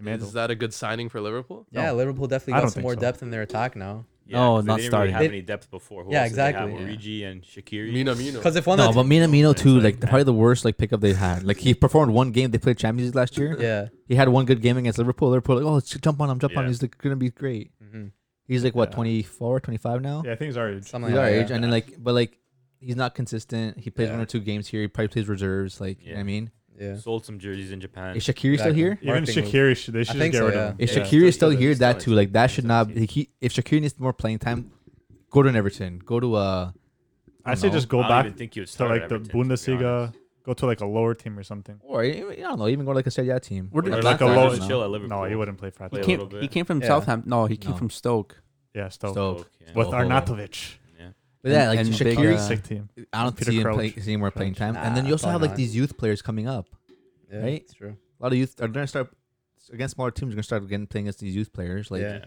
Speaker 2: Semedo.
Speaker 1: Is that a good signing for Liverpool?
Speaker 3: yeah, Liverpool
Speaker 2: I
Speaker 3: definitely
Speaker 2: don't
Speaker 3: got some
Speaker 2: think
Speaker 3: more
Speaker 2: so.
Speaker 3: depth in their attack now.
Speaker 6: Yeah,
Speaker 5: Oh,
Speaker 6: 'cause
Speaker 5: not
Speaker 6: they didn't Really
Speaker 5: starting.
Speaker 6: have
Speaker 3: They-
Speaker 6: any depth before? Who
Speaker 3: Yeah,
Speaker 6: else did they
Speaker 3: exactly, yeah.
Speaker 6: Have? Origi and Shakiri.
Speaker 1: Mina Mino.
Speaker 3: Because if one
Speaker 4: No,
Speaker 3: of
Speaker 4: but
Speaker 3: the
Speaker 4: Minamino
Speaker 6: It's
Speaker 4: too.
Speaker 6: like-
Speaker 4: Like probably the worst like pickup they had. Like he performed one game. They played Champions League last year.
Speaker 3: yeah,
Speaker 4: He had one good game against Liverpool. Liverpool like, oh, let's jump on him, jump on
Speaker 6: Yeah.
Speaker 4: him. He's like, gonna be great.
Speaker 3: hmm
Speaker 4: He's like what
Speaker 2: Yeah.
Speaker 4: 24, 25 now.
Speaker 2: Yeah, I think he's our age.
Speaker 3: something
Speaker 4: He's
Speaker 3: like
Speaker 4: our
Speaker 3: that.
Speaker 4: age, and then like, but like, he's not consistent. He plays
Speaker 3: Yeah.
Speaker 4: one or two games here. He probably plays reserves. Like, you know what I
Speaker 6: Yeah.
Speaker 4: mean,
Speaker 3: yeah.
Speaker 6: sold some jerseys in Japan.
Speaker 4: is Shakiri still
Speaker 3: Exactly.
Speaker 4: here?
Speaker 2: Even
Speaker 3: Marketing move.
Speaker 2: Shakiri, should, they should just
Speaker 3: think
Speaker 2: get
Speaker 3: so,
Speaker 2: rid
Speaker 3: yeah.
Speaker 2: of him.
Speaker 4: If
Speaker 6: Yeah.
Speaker 4: Shakiri is still
Speaker 6: Still
Speaker 4: here,
Speaker 6: is, still
Speaker 4: that too,
Speaker 6: is.
Speaker 4: like that should
Speaker 6: Still
Speaker 4: not.
Speaker 6: is.
Speaker 4: Like, he, if Shakiri needs more playing time, go to an Everton. Go to uh,
Speaker 2: I say
Speaker 4: No.
Speaker 2: just
Speaker 6: I
Speaker 2: go
Speaker 6: don't
Speaker 2: back
Speaker 6: even think you would
Speaker 2: to
Speaker 6: start
Speaker 2: like
Speaker 6: at
Speaker 2: the
Speaker 6: Everton, to be
Speaker 2: Bundesliga,
Speaker 6: honest.
Speaker 2: go to like a lower team or something.
Speaker 4: or I don't know, even go to like a Serie A team.
Speaker 2: Or like
Speaker 4: Atlanta,
Speaker 2: a
Speaker 4: I
Speaker 6: Or
Speaker 2: low-
Speaker 4: don't
Speaker 6: just
Speaker 4: know.
Speaker 6: chill at
Speaker 2: No,
Speaker 6: Liverpool.
Speaker 2: he wouldn't play for
Speaker 5: he
Speaker 6: play a
Speaker 2: Atlanta.
Speaker 5: came.
Speaker 6: little
Speaker 5: He
Speaker 6: bit.
Speaker 5: came from
Speaker 3: Yeah.
Speaker 5: Southampton. No, he came
Speaker 4: No.
Speaker 5: from Stoke.
Speaker 2: Yeah, still
Speaker 4: Stoke.
Speaker 6: Yeah.
Speaker 2: with
Speaker 4: Stoke.
Speaker 2: Arnautovic.
Speaker 6: Yeah.
Speaker 4: But yeah,
Speaker 5: And-
Speaker 4: like
Speaker 5: and
Speaker 4: Shakiri,
Speaker 5: big, uh,
Speaker 2: Sick team.
Speaker 4: I don't
Speaker 2: Peter
Speaker 4: see him
Speaker 2: Crouch.
Speaker 4: play, see more playing time. and then
Speaker 3: Nah,
Speaker 4: you also have
Speaker 3: probably
Speaker 4: like
Speaker 3: not.
Speaker 4: these youth players coming up.
Speaker 3: Yeah,
Speaker 4: Right?
Speaker 3: It's true.
Speaker 4: A lot of youth are going to start against smaller teams. Are going to start again playing against these youth players. Like,
Speaker 3: Yeah.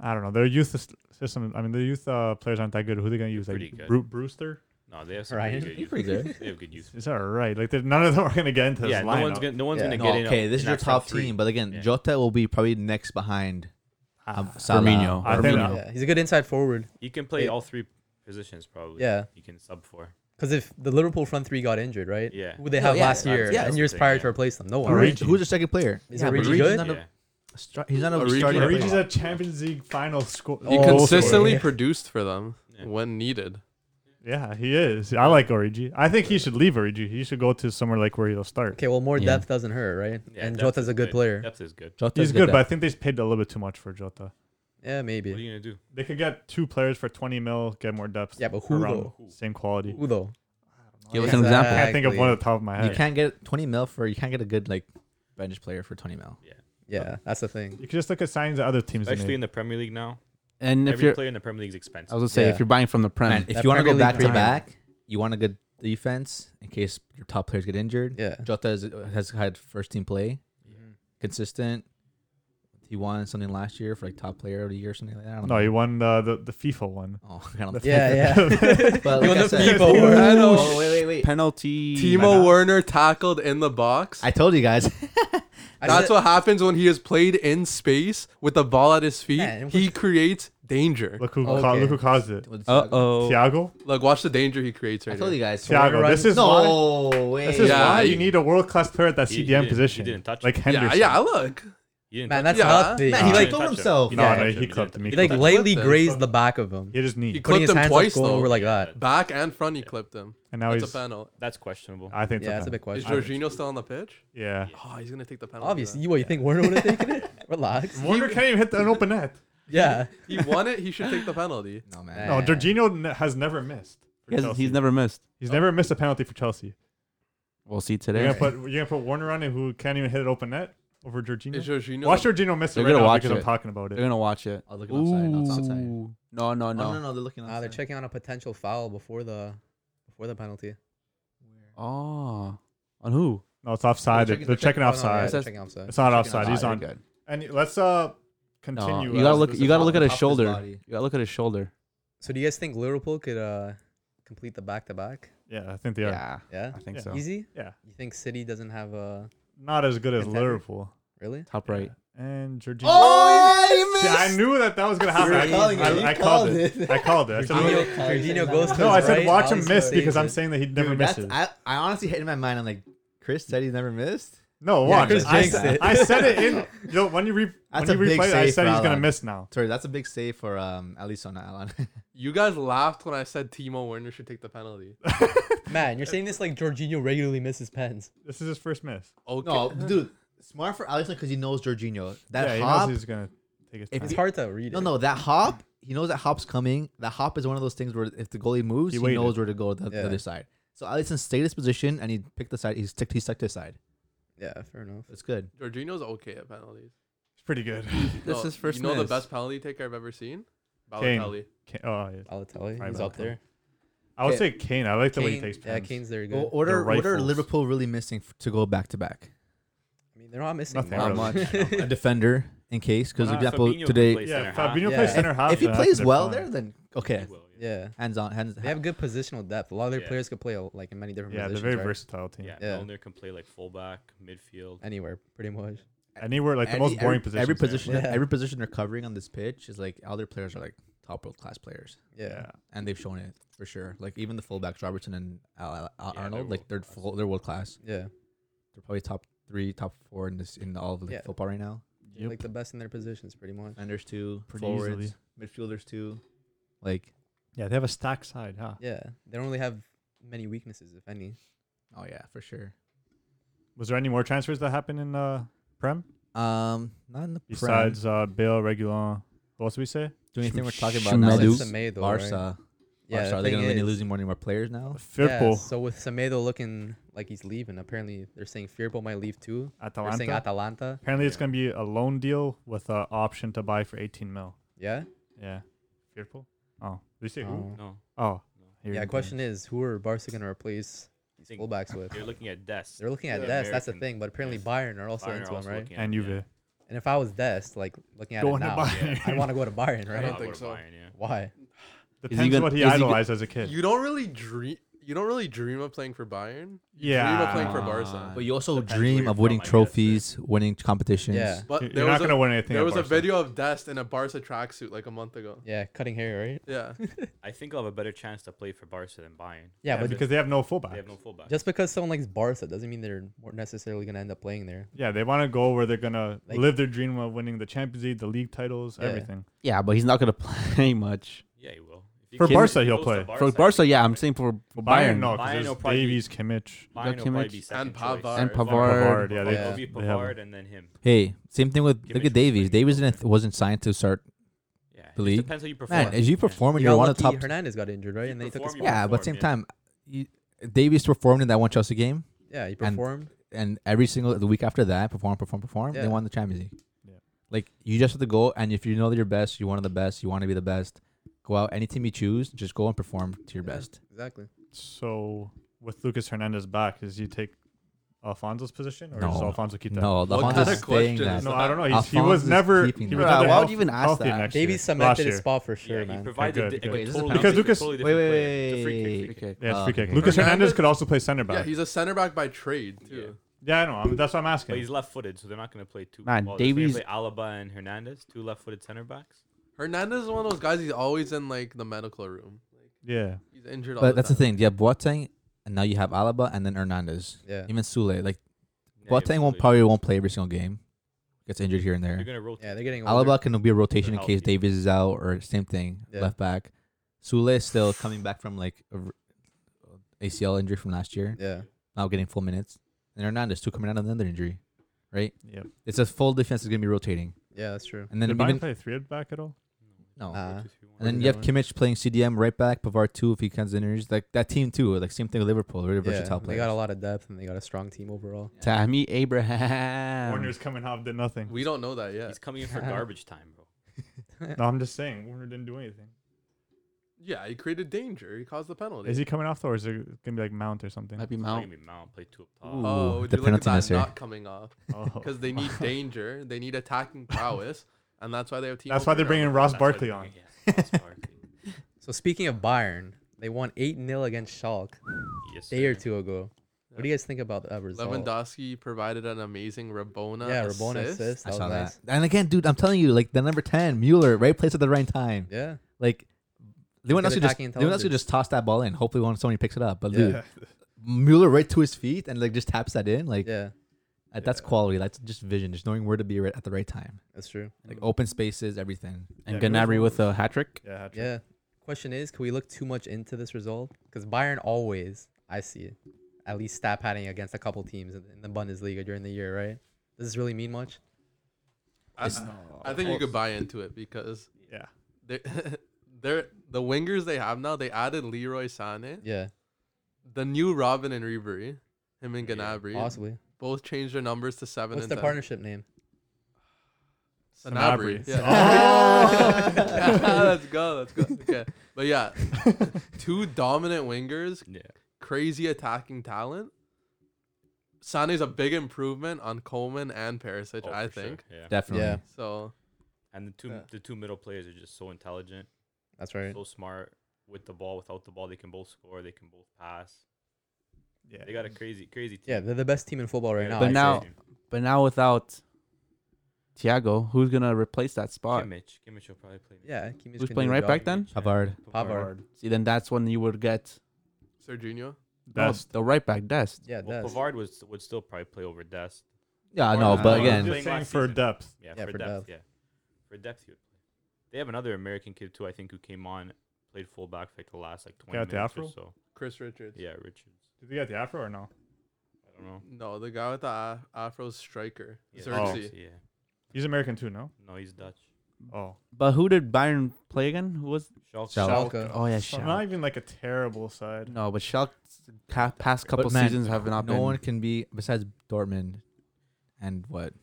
Speaker 2: I don't know. Their youth is- system. I mean, their youth uh, players aren't that good. Who are they gonna use?
Speaker 6: Pretty
Speaker 2: Like
Speaker 6: good.
Speaker 2: Bru- Brewster?
Speaker 6: No, they have some pretty
Speaker 3: Ryan?
Speaker 6: good
Speaker 4: He's
Speaker 6: youth.
Speaker 4: pretty good.
Speaker 6: They have good youth.
Speaker 2: Is that right? Like they're- none of them are gonna get into this
Speaker 6: Yeah, no
Speaker 2: lineup.
Speaker 6: one's gonna. No one's
Speaker 3: Yeah.
Speaker 6: gonna
Speaker 4: No,
Speaker 6: get in.
Speaker 4: okay, this
Speaker 6: in
Speaker 4: is your
Speaker 6: that
Speaker 4: top
Speaker 6: front three.
Speaker 4: team, but again,
Speaker 6: Yeah.
Speaker 4: Jota will be probably next behind
Speaker 6: Uh,
Speaker 4: um, Salah or
Speaker 5: Firmino.
Speaker 2: Ah, I think-
Speaker 4: Firmino.
Speaker 3: Yeah, he's a good inside forward.
Speaker 6: You can play
Speaker 3: Yeah.
Speaker 6: all three positions probably.
Speaker 3: Yeah.
Speaker 6: You can sub four.
Speaker 3: Because if the Liverpool front three got injured, right?
Speaker 6: Yeah.
Speaker 3: Who they
Speaker 4: No,
Speaker 3: have
Speaker 4: yeah,
Speaker 3: last year,
Speaker 6: yeah.
Speaker 3: and years
Speaker 6: Yeah.
Speaker 3: prior to replace them. No one,
Speaker 2: Origi.
Speaker 3: right?
Speaker 4: Who's- Who's the second player?
Speaker 3: Is
Speaker 4: Yeah,
Speaker 3: Origi
Speaker 4: Origi's
Speaker 3: good?
Speaker 4: Not
Speaker 6: Yeah.
Speaker 4: a, stri- he's not a
Speaker 1: Origi-
Speaker 4: starting
Speaker 1: Origi's
Speaker 2: Origi's
Speaker 4: player.
Speaker 2: a Champions League final score.
Speaker 1: He
Speaker 3: Oh,
Speaker 1: consistently
Speaker 3: okay.
Speaker 1: produced for them
Speaker 6: Yeah.
Speaker 1: when needed.
Speaker 2: Yeah, he is. I like Origi. I think he should leave Origi. He should go to somewhere like where he'll start.
Speaker 3: Okay, well, more
Speaker 4: Yeah.
Speaker 3: depth doesn't hurt, right?
Speaker 6: Yeah,
Speaker 3: and
Speaker 6: depth
Speaker 3: Jota's
Speaker 6: is
Speaker 3: a good player.
Speaker 6: Depth is good.
Speaker 4: Jota's
Speaker 2: He's good,
Speaker 4: at
Speaker 2: but I think they paid a little bit too much for Jota.
Speaker 3: Yeah,
Speaker 6: What are
Speaker 3: maybe.
Speaker 6: you gonna do?
Speaker 2: They could get two players for 20 mil, get more depth.
Speaker 3: Yeah, but who
Speaker 2: around
Speaker 3: though?
Speaker 2: Same quality.
Speaker 3: Who though?
Speaker 5: Give us
Speaker 3: Exactly.
Speaker 5: an example.
Speaker 2: I can't think of one at the top of my
Speaker 4: that.
Speaker 2: head.
Speaker 4: you can't get 20 mil for you can't get a good like bench player for 20 mil.
Speaker 3: Yeah, that's the thing.
Speaker 2: You can just look at signs that other teams have
Speaker 6: Especially
Speaker 2: made.
Speaker 6: in the Premier League now.
Speaker 5: And if
Speaker 6: Every
Speaker 5: you're,
Speaker 6: player in the Premier League is
Speaker 5: I
Speaker 6: expensive.
Speaker 5: was gonna say,
Speaker 3: Yeah.
Speaker 5: if you're buying from the prem,
Speaker 4: Man, if
Speaker 3: That
Speaker 4: you want to
Speaker 3: Premier
Speaker 4: go
Speaker 3: League
Speaker 4: back to
Speaker 3: time.
Speaker 4: back, you want a good defense in case your top players get injured.
Speaker 3: Yeah.
Speaker 4: Jota has, has had first team play, consistent. He won something last year for like top player of the year or something like that. I don't
Speaker 2: No,
Speaker 4: know.
Speaker 2: you won the, the, the FIFA one.
Speaker 4: Oh, I don't
Speaker 2: The
Speaker 4: think-
Speaker 3: Yeah, yeah.
Speaker 4: But
Speaker 3: You
Speaker 4: like
Speaker 3: want
Speaker 4: I
Speaker 3: the
Speaker 4: said-
Speaker 3: people.
Speaker 4: Oh, wait, wait, wait.
Speaker 5: penalty.
Speaker 1: Timo Werner tackled in the box.
Speaker 4: I told you guys.
Speaker 3: I
Speaker 1: That's
Speaker 3: said-
Speaker 1: what happens when he is played in space with the ball at his feet.
Speaker 3: Man,
Speaker 1: he creates danger. Look,
Speaker 2: Look who, ca-
Speaker 3: Okay.
Speaker 2: look who caused it.
Speaker 5: Uh oh.
Speaker 2: Thiago?
Speaker 1: watch the danger he creates right
Speaker 4: I told you
Speaker 1: here.
Speaker 4: guys.
Speaker 2: Thiago. This is why.
Speaker 4: no way.
Speaker 2: This is
Speaker 1: Yeah,
Speaker 2: why you
Speaker 1: you-
Speaker 2: need a world class player at that
Speaker 6: He- he
Speaker 2: CDM
Speaker 6: didn't- he
Speaker 2: position.
Speaker 6: didn't touch it.
Speaker 2: like
Speaker 1: Yeah,
Speaker 2: Henderson.
Speaker 1: yeah, I look.
Speaker 6: He didn't
Speaker 3: Man,
Speaker 6: touch
Speaker 3: that's
Speaker 1: Yeah.
Speaker 3: nothing.
Speaker 4: Man, he
Speaker 6: Nah,
Speaker 4: like
Speaker 6: he
Speaker 4: told
Speaker 6: touched him.
Speaker 4: himself.
Speaker 2: No,
Speaker 6: Yeah.
Speaker 2: no, he
Speaker 6: He
Speaker 2: clipped him.
Speaker 6: did.
Speaker 3: He like
Speaker 1: Clipped
Speaker 3: lightly
Speaker 1: him.
Speaker 3: grazed the back of him.
Speaker 2: He just
Speaker 1: He
Speaker 2: knee.
Speaker 1: clipped
Speaker 3: his
Speaker 1: him
Speaker 3: hands up,
Speaker 1: twice
Speaker 3: going
Speaker 1: though.
Speaker 3: over like that.
Speaker 1: Back and front, he clipped him.
Speaker 2: And now
Speaker 1: That's
Speaker 2: he's.
Speaker 1: a penalty.
Speaker 6: That's questionable.
Speaker 2: I think
Speaker 3: Yeah, that's
Speaker 2: it's
Speaker 3: a
Speaker 2: a
Speaker 3: big
Speaker 2: penalty.
Speaker 1: Is
Speaker 3: question.
Speaker 1: Jorginho still on the pitch?
Speaker 2: Yeah.
Speaker 1: Oh, he's gonna take the penalty.
Speaker 3: Obviously, you what you think Werner would have taken it? Relax.
Speaker 2: Warner can't even hit an open net.
Speaker 3: Yeah.
Speaker 1: he won it. He should take the penalty.
Speaker 4: No,
Speaker 3: No,
Speaker 4: man.
Speaker 2: No,
Speaker 3: Yeah.
Speaker 2: Jorginho ne- has never missed. for Chelsea.
Speaker 5: He's never missed.
Speaker 2: He's never missed a penalty for Chelsea.
Speaker 5: We'll see
Speaker 2: You're
Speaker 5: today.
Speaker 2: gonna put you're gonna put Warner on it who can't even hit an open net over Jorginho.
Speaker 1: Is Jorginho
Speaker 2: Watch Jorginho miss it
Speaker 5: They're
Speaker 2: right
Speaker 5: gonna
Speaker 2: now
Speaker 5: watch
Speaker 2: because I'm
Speaker 5: it.
Speaker 2: talking about
Speaker 5: They're
Speaker 2: it.
Speaker 5: gonna watch it.
Speaker 4: I'll look outside. No, it's outside.
Speaker 5: Ooh. No, no,
Speaker 4: Oh, no,
Speaker 5: no.
Speaker 4: no, they're looking outside.
Speaker 3: Uh, they're checking on a potential foul before the before the penalty.
Speaker 5: Oh, on who?
Speaker 2: No, it's offside. They're,
Speaker 4: checking- they're
Speaker 2: they're checking
Speaker 3: Oh, no, yeah,
Speaker 2: offside.
Speaker 3: they're checking offside.
Speaker 2: It's not
Speaker 4: They're
Speaker 2: offside.
Speaker 4: checking
Speaker 2: He's on.
Speaker 5: Good.
Speaker 2: And let's uh
Speaker 5: No,
Speaker 2: continue.
Speaker 5: you
Speaker 2: uh,
Speaker 5: gotta look.
Speaker 2: this
Speaker 5: You gotta
Speaker 2: is-
Speaker 5: look at his
Speaker 4: Off his
Speaker 5: shoulder.
Speaker 4: body.
Speaker 5: You gotta look at his shoulder.
Speaker 3: So do you guys think Liverpool could uh complete the back to back?
Speaker 2: Yeah, I think they are.
Speaker 3: Yeah.
Speaker 5: I think
Speaker 2: Yeah.
Speaker 5: so.
Speaker 3: Easy?
Speaker 2: Yeah.
Speaker 3: You think City doesn't have a
Speaker 2: Not as good as
Speaker 3: Contender.
Speaker 2: Liverpool.
Speaker 3: really?
Speaker 5: Top right.
Speaker 2: And Jorginho.
Speaker 4: Oh,
Speaker 2: See, I knew that that was gonna happen.
Speaker 4: were
Speaker 2: I,
Speaker 4: calling it.
Speaker 2: I-
Speaker 4: You
Speaker 2: I called
Speaker 4: called
Speaker 2: it.
Speaker 4: it.
Speaker 2: I called it. I said,
Speaker 3: Jorginho,
Speaker 4: Jorginho-
Speaker 3: Jorginho goes to
Speaker 2: no, I
Speaker 3: his
Speaker 2: said
Speaker 3: right,
Speaker 2: watch him
Speaker 3: Alisson
Speaker 2: miss
Speaker 3: saves
Speaker 2: because I'm
Speaker 3: it.
Speaker 2: saying that he'd never
Speaker 4: Dude,
Speaker 2: miss
Speaker 4: that's,
Speaker 2: it.
Speaker 4: I, I honestly hit in my mind. I'm like, Chris said he's never missed.
Speaker 2: No,
Speaker 3: Yeah,
Speaker 2: watch.
Speaker 3: Chris
Speaker 2: I,
Speaker 3: jinxed
Speaker 2: said-
Speaker 3: it.
Speaker 2: I said it in. You know, when you re,
Speaker 4: That's
Speaker 2: when
Speaker 4: a
Speaker 2: you
Speaker 4: big
Speaker 2: replay, it, I
Speaker 4: save
Speaker 2: said
Speaker 4: for
Speaker 2: he's gonna
Speaker 4: Alan.
Speaker 2: miss now.
Speaker 4: Sorry, that's a big save for um Alisson, not Alan.
Speaker 1: You guys laughed when I said Timo Werner should take the penalty.
Speaker 3: Man, you're saying this like Jorginho regularly misses pens.
Speaker 2: This is his first miss.
Speaker 1: Okay.
Speaker 4: no, dude, smart for Alisson because he knows Jorginho. That
Speaker 2: yeah, he
Speaker 4: hop,
Speaker 2: knows he's gonna take his
Speaker 4: If
Speaker 2: time.
Speaker 3: It's hard to read
Speaker 4: no,
Speaker 3: it.
Speaker 4: no, that hop. He knows that hop's coming. That hop is one of those things where if the goalie moves,
Speaker 2: He
Speaker 4: he,
Speaker 2: waited.
Speaker 4: knows where to go the, the
Speaker 3: Yeah.
Speaker 4: other side. So Alisson stayed his position and he picked the side. He stuck. He stuck to his side.
Speaker 3: Yeah, fair enough.
Speaker 4: It's good.
Speaker 1: Jorginho's okay at penalties.
Speaker 2: It's pretty good.
Speaker 1: No,
Speaker 5: This is first.
Speaker 1: You know the
Speaker 5: miss.
Speaker 1: best penalty taker I've ever seen?
Speaker 2: Kane.
Speaker 1: Balotelli.
Speaker 2: Kane, oh, yeah.
Speaker 3: Balotelli,
Speaker 2: Right,
Speaker 3: he's up
Speaker 2: Balotelli.
Speaker 3: there.
Speaker 2: I would
Speaker 3: Okay.
Speaker 2: say Kane. I like the way he
Speaker 3: Kane,
Speaker 2: takes.
Speaker 3: yeah,
Speaker 2: pens.
Speaker 3: Kane's very good.
Speaker 4: Well, what are what are
Speaker 2: rifles.
Speaker 4: Liverpool really missing f- to go back to back?
Speaker 3: I mean, they're not missing
Speaker 2: Nothing
Speaker 3: much.
Speaker 2: really.
Speaker 5: much.
Speaker 4: A defender, in case, because
Speaker 6: Uh,
Speaker 4: example
Speaker 6: Fabinho
Speaker 4: today,
Speaker 6: plays
Speaker 2: Yeah,
Speaker 6: center half.
Speaker 2: Fabinho
Speaker 3: Yeah.
Speaker 2: plays
Speaker 3: If-
Speaker 2: center half.
Speaker 4: if he
Speaker 2: so
Speaker 4: plays
Speaker 2: they're
Speaker 4: well
Speaker 2: fine.
Speaker 4: there, then
Speaker 6: He
Speaker 4: okay,
Speaker 6: will, yeah.
Speaker 3: Yeah.
Speaker 4: hands on hands.
Speaker 3: They have good positional depth. A lot of their
Speaker 6: Yeah.
Speaker 3: players could play like in many different
Speaker 2: yeah, they're
Speaker 3: positions.
Speaker 2: very
Speaker 3: right?
Speaker 2: versatile team.
Speaker 6: Yeah,
Speaker 3: Yeah.
Speaker 6: Milner can play like fullback, midfield.
Speaker 3: Anywhere, pretty much.
Speaker 2: Anywhere like the
Speaker 4: Any-
Speaker 2: most boring
Speaker 4: every,
Speaker 2: position.
Speaker 4: Every position,
Speaker 3: Yeah.
Speaker 4: every position they're covering on this pitch is like all their players are like top world class players,
Speaker 3: Yeah.
Speaker 4: and they've shown it for sure. Like even the fullbacks, Robertson and Al- Al- Al-
Speaker 6: they're
Speaker 4: Arnold, like they're
Speaker 6: world-class.
Speaker 4: full, they're world class.
Speaker 3: Yeah.
Speaker 4: They're probably top three, top four in this in all of like,
Speaker 3: Yeah.
Speaker 4: football right now.
Speaker 3: They're, Like the best in their positions, pretty much.
Speaker 4: Defenders too,
Speaker 2: Pretty
Speaker 4: forwards,
Speaker 2: easily.
Speaker 4: midfielders too. Like
Speaker 2: Yeah, they have a stack side, huh?
Speaker 3: Yeah. They don't really have many weaknesses, if any.
Speaker 4: oh yeah, for sure.
Speaker 2: Was there any more transfers that happened in uh, Prem
Speaker 4: Um, not in the Prem.
Speaker 2: besides uh, Bale, Regulon? What else did we say?
Speaker 4: Do anything we're talking about
Speaker 5: Schmedu.
Speaker 4: now?
Speaker 3: Since
Speaker 5: Medu.
Speaker 3: Semedo,
Speaker 4: Like
Speaker 3: Right?
Speaker 4: Barca.
Speaker 3: Yeah,
Speaker 4: Barca,
Speaker 3: the
Speaker 4: are they
Speaker 3: thing
Speaker 4: going to be
Speaker 3: is-
Speaker 4: losing more and more players now?
Speaker 2: Firpo,
Speaker 3: Yeah, so with Semedo looking like he's leaving, apparently they're saying Firpo might leave too. They're saying
Speaker 2: Atalanta.
Speaker 3: Atalanta.
Speaker 2: Apparently, it's
Speaker 6: Yeah.
Speaker 2: going to be a loan deal with an option to buy for 18 mil.
Speaker 3: Yeah.
Speaker 2: Yeah. Firpo? Oh. Did you say who?
Speaker 3: Oh.
Speaker 6: No,
Speaker 2: Oh. Here
Speaker 3: yeah.
Speaker 2: you go.
Speaker 3: Question is, who are Barca gonna replace
Speaker 6: I think
Speaker 3: fullbacks with?
Speaker 6: they're looking at Dest.
Speaker 3: They're looking at
Speaker 6: Yeah,
Speaker 3: Des. That's the
Speaker 6: American.
Speaker 3: thing. But apparently
Speaker 6: Yes.
Speaker 3: Bayern are also
Speaker 6: Bayern are
Speaker 3: into him,
Speaker 6: also
Speaker 3: right?
Speaker 6: looking at
Speaker 2: And
Speaker 6: him,
Speaker 2: Juve.
Speaker 3: And if I was Des, like looking at
Speaker 2: Going
Speaker 3: it
Speaker 2: to
Speaker 3: now,
Speaker 2: Bayern.
Speaker 3: I'd want to go to Bayern,
Speaker 6: Yeah.
Speaker 1: I
Speaker 3: right?
Speaker 1: don't
Speaker 6: Not
Speaker 1: think
Speaker 6: with
Speaker 1: so.
Speaker 6: Bayern, yeah.
Speaker 3: Why?
Speaker 2: Depends
Speaker 5: gonna-
Speaker 2: what he
Speaker 5: is he go-
Speaker 2: idolized as a kid.
Speaker 1: You don't really dream. You don't really dream of playing for Bayern. You dream
Speaker 2: Yeah.
Speaker 1: of playing for
Speaker 5: Come
Speaker 1: Barca.
Speaker 5: on.
Speaker 4: But you also
Speaker 6: Depends where
Speaker 4: dream
Speaker 6: you're
Speaker 4: of winning
Speaker 6: from, I guess, eh?
Speaker 4: trophies, winning competitions.
Speaker 3: Yeah.
Speaker 1: But
Speaker 2: You're
Speaker 1: uh, there
Speaker 2: not
Speaker 1: was
Speaker 2: going
Speaker 1: a,
Speaker 2: to win anything.
Speaker 1: there
Speaker 2: at
Speaker 1: was a
Speaker 2: Barca.
Speaker 1: video of Dest in a Barca tracksuit like a month ago.
Speaker 3: Yeah, cutting hair, right?
Speaker 1: Yeah.
Speaker 6: I think I'll have a better chance to play for Barca than Bayern.
Speaker 3: Yeah,
Speaker 2: Yeah,
Speaker 3: but
Speaker 2: because they have no fullback.
Speaker 6: They have no fullback.
Speaker 3: just because someone likes Barca doesn't mean they're more necessarily gonna end up playing there.
Speaker 2: Yeah, they want to go where they're gonna
Speaker 3: Like-
Speaker 2: live their dream of winning the Champions League, the league titles,
Speaker 3: Yeah.
Speaker 2: everything.
Speaker 5: Yeah, but he's not gonna play much
Speaker 6: yeah, he will. If he
Speaker 2: For
Speaker 6: goes-
Speaker 2: Barca,
Speaker 6: if he
Speaker 2: he'll
Speaker 6: goes
Speaker 2: play.
Speaker 6: to
Speaker 5: for Barca. Yeah, I'm saying for, for
Speaker 2: Bayern,
Speaker 5: Bayern.
Speaker 6: Bayern will
Speaker 2: no, because there's
Speaker 6: probably be-
Speaker 2: Davies, Kimmich.
Speaker 6: Bayern will
Speaker 5: Joachim
Speaker 6: probably
Speaker 5: Kimmich.
Speaker 6: be second
Speaker 1: And
Speaker 6: choice.
Speaker 1: Pavard.
Speaker 5: and
Speaker 1: Sorry,
Speaker 5: Pavard.
Speaker 2: Pavard, yeah,
Speaker 6: It'll
Speaker 2: they-
Speaker 3: Yeah.
Speaker 6: be
Speaker 2: they have
Speaker 6: Pavard and then him.
Speaker 4: Hey, same thing with look
Speaker 6: Kimmich
Speaker 4: at
Speaker 6: was
Speaker 4: Davies.
Speaker 6: playing
Speaker 4: Davies
Speaker 6: midfield.
Speaker 4: didn't, wasn't signed to start.
Speaker 6: Yeah, it
Speaker 4: The
Speaker 6: just
Speaker 4: league?
Speaker 6: depends how you perform.
Speaker 4: Man, as you
Speaker 6: Yeah.
Speaker 4: perform when
Speaker 3: You
Speaker 4: you're
Speaker 3: got
Speaker 4: one of
Speaker 3: lucky
Speaker 4: the top.
Speaker 3: Hernandez got injured, right? And then he took his
Speaker 6: performed,
Speaker 4: yeah, but
Speaker 6: performed,
Speaker 4: same
Speaker 6: yeah.
Speaker 4: time, you, Davies performed in that one Chelsea game,
Speaker 3: Yeah, he
Speaker 4: and-
Speaker 3: performed.
Speaker 4: and every single the week after that, perform, perform, perform. They
Speaker 3: Yeah.
Speaker 4: won the Champions League.
Speaker 2: Yeah.
Speaker 4: Like you just have to go, and if you know that you're best, you're one of the best. You want to be the best. Go out any team you choose, just go and perform to your
Speaker 3: Yeah,
Speaker 4: best.
Speaker 3: Exactly.
Speaker 2: So with Lucas Hernandez back, is you take Alfonso's position or does
Speaker 4: No.
Speaker 2: Alfonso keep that?
Speaker 4: No, the
Speaker 1: What
Speaker 4: Honda's
Speaker 1: kind of
Speaker 4: staying
Speaker 1: question
Speaker 4: that.
Speaker 1: is
Speaker 2: no,
Speaker 1: that?
Speaker 2: I don't know. He's, he
Speaker 4: Alphonse
Speaker 2: was
Speaker 4: is
Speaker 2: never.
Speaker 4: keeping
Speaker 2: He
Speaker 4: it.
Speaker 2: was
Speaker 4: Bruh,
Speaker 2: never
Speaker 5: why would
Speaker 2: health-
Speaker 5: you even ask
Speaker 2: healthy
Speaker 5: that?
Speaker 2: next
Speaker 3: Davey
Speaker 2: year, last
Speaker 3: cemented his
Speaker 2: year.
Speaker 3: spot for sure,
Speaker 6: he
Speaker 3: man.
Speaker 6: provided
Speaker 2: good,
Speaker 6: it
Speaker 2: good.
Speaker 6: could
Speaker 4: Wait, is this a
Speaker 6: totally
Speaker 2: penalty?
Speaker 6: it's a totally
Speaker 4: Wait,
Speaker 6: different player. It's
Speaker 4: wait,
Speaker 6: a free
Speaker 4: wait.
Speaker 6: kick, free kick.
Speaker 5: Okay.
Speaker 2: Yeah, it's
Speaker 4: Oh,
Speaker 2: free
Speaker 4: okay.
Speaker 2: kick. Lucas
Speaker 1: Hernandez-
Speaker 2: Hernandez could also play center
Speaker 1: Yeah,
Speaker 2: back. Yeah,
Speaker 1: he's a center back by trade too.
Speaker 2: I know. I mean, that's what I'm asking.
Speaker 6: But he's left-footed, so they're not going to play two.
Speaker 5: Man,
Speaker 6: well, they're gonna
Speaker 5: Davies-
Speaker 6: play Alaba and Hernandez, two left-footed center backs.
Speaker 1: Hernandez is one of those guys. He's always in like the medical room.
Speaker 2: yeah,
Speaker 1: He's injured. All
Speaker 4: But that's the
Speaker 1: time.
Speaker 4: thing. Yeah, Boateng, and now you have Alaba and then Hernandez,
Speaker 3: Yeah.
Speaker 4: even Sule. Like
Speaker 6: Yeah,
Speaker 4: Boateng won't
Speaker 6: absolutely.
Speaker 4: probably won't play every single game. Gets injured here and
Speaker 6: You're
Speaker 4: there.
Speaker 6: going to rotate.
Speaker 3: Yeah, they're getting older.
Speaker 4: Alaba can be a rotation in
Speaker 6: They're
Speaker 4: case
Speaker 6: healthy.
Speaker 4: Davies is out or same thing,
Speaker 3: Yeah.
Speaker 4: left back. Sule is still coming back from like a r- ACL injury from last year,
Speaker 3: Yeah.
Speaker 4: now getting full minutes. And Hernandez too coming out of another injury, right?
Speaker 2: yeah.
Speaker 4: It's a full defense is gonna be rotating,
Speaker 3: Yeah, that's true.
Speaker 4: and then
Speaker 2: Did
Speaker 4: even-
Speaker 2: Bayern play three at back at all?
Speaker 3: Uh,
Speaker 4: no.
Speaker 6: Four, two, three, one.
Speaker 4: and then
Speaker 2: did
Speaker 4: you have
Speaker 2: that
Speaker 4: Kimmich playing CDM right back, Pavard too if he comes injuries. Like that team too, like same thing with Liverpool, very
Speaker 3: Yeah,
Speaker 4: versatile
Speaker 3: they
Speaker 4: players.
Speaker 3: got a lot of depth and they got a strong team overall.
Speaker 5: Tammy Abraham.
Speaker 2: Warner's coming off did nothing.
Speaker 1: We don't know that
Speaker 6: He's
Speaker 1: yet.
Speaker 6: coming in for garbage time, bro.
Speaker 2: No, I'm just saying Warner didn't do anything.
Speaker 1: Yeah, he created danger. He caused the penalty.
Speaker 2: Is he coming off though, or is it gonna be like Mount or something?
Speaker 5: Might be
Speaker 6: It's not
Speaker 5: Mount.
Speaker 6: gonna be Mount play two up
Speaker 4: Ooh,
Speaker 6: top.
Speaker 1: Oh, would
Speaker 4: the
Speaker 1: you look at
Speaker 4: penalty
Speaker 1: that
Speaker 4: misser.
Speaker 1: not coming off
Speaker 2: Oh.
Speaker 1: because they need danger. They need attacking prowess, and that's why they have. Timo
Speaker 2: That's why they're
Speaker 1: Werner.
Speaker 2: bringing Ross
Speaker 6: That's why
Speaker 2: Barkley
Speaker 6: they're
Speaker 2: on.
Speaker 6: bringing- yeah, Ross Barkley.
Speaker 3: So speaking of Bayern, they won 8-0 against Schalke
Speaker 6: Yes,
Speaker 3: a day or
Speaker 6: sir.
Speaker 3: two ago. What do you guys think about that result?
Speaker 1: Lewandowski provided an amazing Rabona.
Speaker 3: yeah,
Speaker 1: assist.
Speaker 3: Rabona assist. That
Speaker 4: I
Speaker 3: was
Speaker 4: saw
Speaker 3: nice.
Speaker 4: that. And again, dude, I'm telling you, like the number ten, Mueller, right place at the right time.
Speaker 3: Yeah.
Speaker 4: Like
Speaker 3: got
Speaker 4: Lewandowski just
Speaker 3: attacking
Speaker 4: Lewandowski
Speaker 3: intelligence.
Speaker 4: just tossed that ball in. Hopefully, when somebody picks it up, but dude,
Speaker 2: yeah.
Speaker 4: Mueller right to his feet and like just taps that in. Like
Speaker 3: Yeah.
Speaker 4: uh, that's quality. That's just vision. Just knowing where to be right at the right time.
Speaker 3: That's true.
Speaker 4: Like open spaces, everything.
Speaker 5: And
Speaker 2: Yeah,
Speaker 5: Gnabry
Speaker 2: Mueller.
Speaker 5: with a hat trick.
Speaker 2: Yeah, hat-trick.
Speaker 3: Yeah. Question is, can we look too much into this result? Because Bayern always, I see it, at least stat padding against a couple teams in in the Bundesliga during the year, right? Does this really mean much?
Speaker 1: I, I think you could buy into it because
Speaker 2: yeah.
Speaker 1: they they're the wingers they have now. They added Leroy Sané,
Speaker 3: Yeah,
Speaker 1: the new Robin and Ribery, him and
Speaker 6: Yeah,
Speaker 1: Gnabry,
Speaker 3: possibly.
Speaker 1: both changed their numbers to seven.
Speaker 3: What's
Speaker 1: and
Speaker 3: their
Speaker 1: 10.
Speaker 3: partnership name?
Speaker 1: Sanabri.
Speaker 2: Sanabri.
Speaker 1: Yeah.
Speaker 3: Oh.
Speaker 1: let's go. Let's go. Okay. But yeah, two dominant wingers,
Speaker 6: Yeah.
Speaker 1: crazy attacking talent. Sane's a big improvement on Coleman and Perisic,
Speaker 6: Oh,
Speaker 1: I
Speaker 6: for sure,
Speaker 1: think.
Speaker 6: Yeah.
Speaker 4: Definitely.
Speaker 3: Yeah.
Speaker 1: So
Speaker 6: And the two
Speaker 1: Yeah.
Speaker 6: the two middle players are just so intelligent,
Speaker 3: That's right.
Speaker 6: so smart with the ball, without the ball, they can both score, they can both pass.
Speaker 2: Yeah.
Speaker 6: They got a crazy crazy team.
Speaker 3: Yeah, they're the best team in football right now.
Speaker 5: But
Speaker 3: I'd say.
Speaker 5: now- But now without Thiago, who's gonna replace that spot?
Speaker 6: Kimmich, Kimmich will probably play. next.
Speaker 3: yeah, Kimmich
Speaker 5: Who's
Speaker 3: can
Speaker 5: playing
Speaker 3: do a
Speaker 5: right
Speaker 3: job.
Speaker 5: uh, back then?
Speaker 4: Pavard.
Speaker 3: Pavard.
Speaker 5: See, then that's when you would get
Speaker 1: Serginho.
Speaker 5: no,
Speaker 2: That's
Speaker 5: the right back Dest.
Speaker 3: Yeah,
Speaker 6: Well,
Speaker 3: does.
Speaker 6: Pavard was would still probably play over Dest.
Speaker 4: Yeah, I
Speaker 6: Or uh,
Speaker 4: know,
Speaker 6: not.
Speaker 4: but
Speaker 6: No,
Speaker 2: I'm
Speaker 4: again,
Speaker 2: just
Speaker 6: Playing
Speaker 2: saying
Speaker 6: last
Speaker 2: for
Speaker 6: season.
Speaker 2: depth.
Speaker 6: Yeah,
Speaker 3: Yeah,
Speaker 6: for,
Speaker 3: for
Speaker 6: depth, Yeah, for depth he would play. They have another American kid too, I think, who came on, played fullback for like the last like twenty
Speaker 2: Got the
Speaker 6: minutes
Speaker 2: afro?
Speaker 6: or so.
Speaker 1: Chris Richards.
Speaker 6: Yeah, Richards.
Speaker 2: Did they get the afro or no?
Speaker 6: I don't know.
Speaker 1: No, the guy with the a- afro striker.
Speaker 6: Yeah, Oh.
Speaker 1: Xerxes.
Speaker 6: Yeah.
Speaker 2: He's American too, no?
Speaker 6: No, he's Dutch.
Speaker 2: Oh,
Speaker 5: But who did Bayern play again? Who was?
Speaker 6: Schalke.
Speaker 4: Schalke.
Speaker 3: Schalke.
Speaker 5: Oh yeah,
Speaker 2: so
Speaker 5: Schalke.
Speaker 2: not even like a terrible side.
Speaker 5: No, but Schalke pa- past couple
Speaker 4: But man,
Speaker 5: seasons have not
Speaker 4: no
Speaker 5: been.
Speaker 4: one can be besides Dortmund and what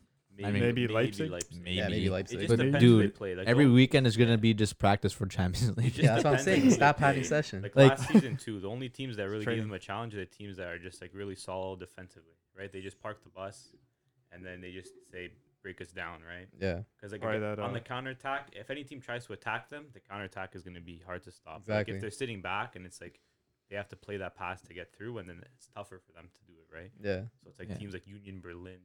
Speaker 4: I mean,
Speaker 2: Maybe Leipzig?
Speaker 3: Yeah, maybe
Speaker 6: It just
Speaker 3: Leipzig.
Speaker 4: But
Speaker 6: depends who they
Speaker 4: dude,
Speaker 6: play. Like,
Speaker 4: every
Speaker 6: oh,
Speaker 4: weekend is gonna be just practice for Champions
Speaker 6: it
Speaker 4: League.
Speaker 6: just
Speaker 3: Yeah, that's what I'm
Speaker 6: depends, like,
Speaker 3: saying,
Speaker 6: who they
Speaker 3: stop
Speaker 6: play.
Speaker 3: having session.
Speaker 6: Like,
Speaker 4: Like-
Speaker 6: last season too, the only teams that really gave
Speaker 2: Training.
Speaker 6: them a challenge are the teams that are just like really solid defensively, right? They just park the bus, and then they just say break us down, right?
Speaker 3: Yeah,
Speaker 6: Because like
Speaker 2: Try
Speaker 6: again,
Speaker 2: that
Speaker 6: on the
Speaker 2: out.
Speaker 6: counter attack, if any team tries to attack them, the counter attack is going to be hard to stop. Like
Speaker 3: Exactly.
Speaker 6: if they're sitting back and it's like they have to play that pass to get through, and then it's tougher for them to do it, right?
Speaker 3: yeah.
Speaker 6: So it's like
Speaker 4: Yeah.
Speaker 6: teams like Union Berlin,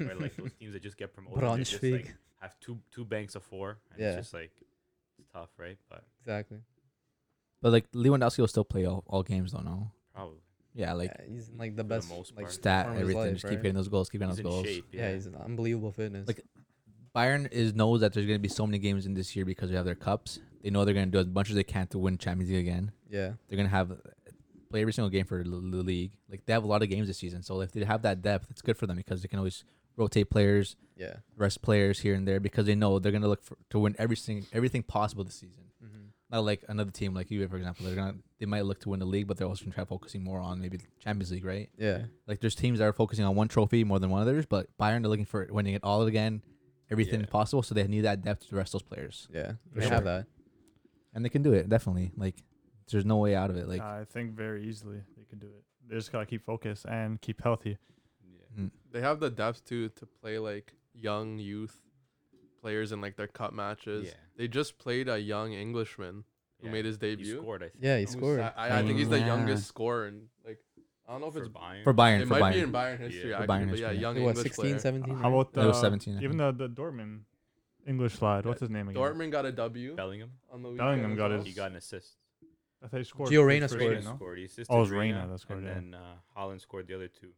Speaker 6: right? like those teams that just get promoted, they just
Speaker 3: Braunschweig.
Speaker 6: like have two two banks of four, and
Speaker 3: Yeah.
Speaker 6: it's just like it's tough, right? But
Speaker 3: Exactly.
Speaker 4: But like Lewandowski will still play all, all games, don't know.
Speaker 6: probably
Speaker 4: Yeah, like
Speaker 3: yeah, he's in, like the
Speaker 6: for the
Speaker 3: best.
Speaker 6: most
Speaker 3: like
Speaker 6: part.
Speaker 4: stat,
Speaker 3: form of his
Speaker 4: everything.
Speaker 3: life,
Speaker 4: just keep
Speaker 3: right?
Speaker 4: hitting those goals, keep hitting
Speaker 6: he's
Speaker 4: those
Speaker 6: in
Speaker 4: goals.
Speaker 6: shape. Yeah,
Speaker 3: yeah. he's an unbelievable fitness.
Speaker 4: Like- Bayern is knows that there's gonna be so many games in this year because they have their cups. They know they're gonna do as much as they can to win Champions League again.
Speaker 3: yeah,
Speaker 4: They're gonna have play every single game for the the league. Like they have a lot of games this season, so if they have that depth, it's good for them because they can always rotate players,
Speaker 3: yeah.
Speaker 4: rest players here and there because they know they're gonna look for, to win every single everything possible this season.
Speaker 3: Mhm.
Speaker 4: Not like another team like you, for example. They're gonna they might look to win the league, but they're also gonna try focusing more on maybe Champions League, right?
Speaker 3: Yeah.
Speaker 4: Like there's teams that are focusing on one trophy more than one others, but Bayern are looking for winning it all again, everything
Speaker 3: Yeah.
Speaker 4: possible. So they need that depth to rest those players,
Speaker 3: Yeah.
Speaker 4: For
Speaker 3: They
Speaker 4: sure.
Speaker 3: have that.
Speaker 4: and they can do it definitely. Like there's no way out of it. Like
Speaker 2: I think very easily they could do it. They just gotta keep focused and keep healthy.
Speaker 1: They have the depth to to play like young youth players in like their cup matches.
Speaker 6: Yeah.
Speaker 1: They just played a young Englishman who
Speaker 6: Yeah,
Speaker 1: made his
Speaker 6: he
Speaker 1: debut.
Speaker 6: scored. I think.
Speaker 3: Yeah, he
Speaker 1: Who's-
Speaker 3: scored.
Speaker 1: I, I- I think he's the
Speaker 4: Yeah.
Speaker 1: youngest scorer in like I don't know if
Speaker 6: for
Speaker 1: it's
Speaker 6: Bayern.
Speaker 4: for Bayern,
Speaker 1: it
Speaker 4: for
Speaker 1: might
Speaker 4: Bayern,
Speaker 1: be in Bayern history
Speaker 6: Yeah.
Speaker 4: For
Speaker 1: actually,
Speaker 4: Bayern
Speaker 1: but yeah,
Speaker 4: history.
Speaker 1: young
Speaker 3: what,
Speaker 1: English
Speaker 3: 16,
Speaker 1: player.
Speaker 3: 17?
Speaker 2: How about the
Speaker 4: It was 17, I
Speaker 2: even the
Speaker 4: think.
Speaker 2: the Dortmund English lad? What's his name again?
Speaker 1: Dortmund got a W
Speaker 6: Bellingham,
Speaker 1: on the weekend.
Speaker 2: Bellingham
Speaker 1: as
Speaker 2: got
Speaker 1: well.
Speaker 2: his-
Speaker 6: he got an assist.
Speaker 2: I thought he scored.
Speaker 3: Gio
Speaker 2: the
Speaker 3: Reyna
Speaker 2: first
Speaker 3: scored.
Speaker 2: game, no?
Speaker 6: scored. He assisted
Speaker 2: Oh, it was
Speaker 6: Reina,
Speaker 2: Reina that scored,
Speaker 6: And
Speaker 2: yeah.
Speaker 6: then uh, Holland scored the other two.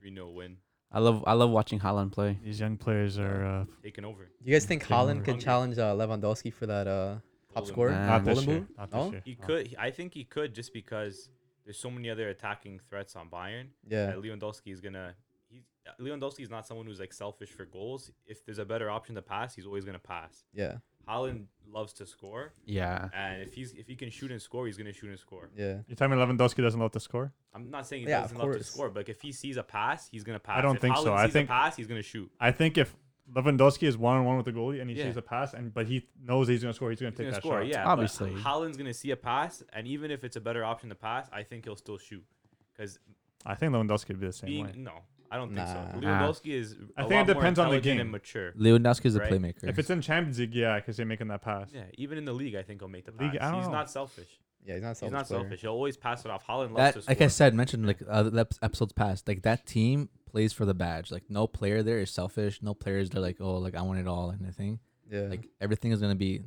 Speaker 6: 3 0 win.
Speaker 5: I love I love watching Holland play.
Speaker 2: These young players are. Uh,
Speaker 6: Taken over.
Speaker 3: Do you guys think
Speaker 2: Taking
Speaker 3: Holland
Speaker 2: over.
Speaker 3: could challenge uh, Lewandowski for that uh, top
Speaker 6: Golden
Speaker 3: scorer?
Speaker 5: Man.
Speaker 2: not this
Speaker 3: Golden
Speaker 2: year.
Speaker 3: boot?
Speaker 2: Not this
Speaker 3: No?
Speaker 2: year.
Speaker 6: He
Speaker 2: No.
Speaker 6: could. I think he could just because there's so many other attacking threats on Bayern.
Speaker 3: Yeah.
Speaker 6: that Lewandowski is gonna. He's Lewandowski is not someone who's like selfish for goals. If there's a better option to pass, he's always gonna pass.
Speaker 3: Yeah.
Speaker 6: Holland loves to score,
Speaker 5: Yeah.
Speaker 6: and if he's if he can shoot and score, he's gonna shoot and score.
Speaker 3: Yeah.
Speaker 2: You tell me Lewandowski doesn't love to score?
Speaker 6: I'm not saying he
Speaker 3: Yeah, of
Speaker 6: doesn't love to
Speaker 3: course.
Speaker 6: score, but like, if he sees a pass, he's gonna pass.
Speaker 2: don't
Speaker 6: if
Speaker 2: think so.
Speaker 6: Haaland
Speaker 2: I
Speaker 6: sees
Speaker 2: think-
Speaker 6: a pass, he's gonna shoot.
Speaker 2: I think if Lewandowski is one on one with the goalie and he
Speaker 6: Yeah.
Speaker 2: sees a pass and but he knows he's gonna score, he's gonna
Speaker 6: He's
Speaker 2: take
Speaker 6: gonna
Speaker 2: that
Speaker 6: score,
Speaker 2: shot.
Speaker 6: yeah. but
Speaker 5: Obviously.
Speaker 6: Holland's gonna see a pass, and even if it's a better option to pass, I think he'll still shoot. Because
Speaker 2: I think Lewandowski would be the same
Speaker 6: being
Speaker 2: way.
Speaker 6: no, I don't think
Speaker 3: Nah.
Speaker 6: so.
Speaker 5: Nah.
Speaker 6: Lewandowski is.
Speaker 2: I
Speaker 6: a
Speaker 2: think it
Speaker 6: lot more
Speaker 2: depends on the
Speaker 6: intelligent
Speaker 2: game.
Speaker 6: And mature.
Speaker 4: Lewandowski is a
Speaker 6: Right.
Speaker 4: playmaker.
Speaker 2: If it's in Champions League, yeah, because they're making that pass.
Speaker 6: Yeah, even in the league, I think he'll make the pass.
Speaker 2: League- I don't
Speaker 6: he's
Speaker 2: know.
Speaker 6: not selfish.
Speaker 3: Yeah. He's not a selfish.
Speaker 6: He's not
Speaker 3: player.
Speaker 6: selfish. He'll always pass it off. Holland loves to
Speaker 4: that
Speaker 6: score.
Speaker 4: like I said, mentioned like uh, the ep- episodes past, like that team plays for the badge. Like no player there is selfish. No players they're like, oh, like I want it all and everything.
Speaker 3: Yeah.
Speaker 4: Like everything is gonna be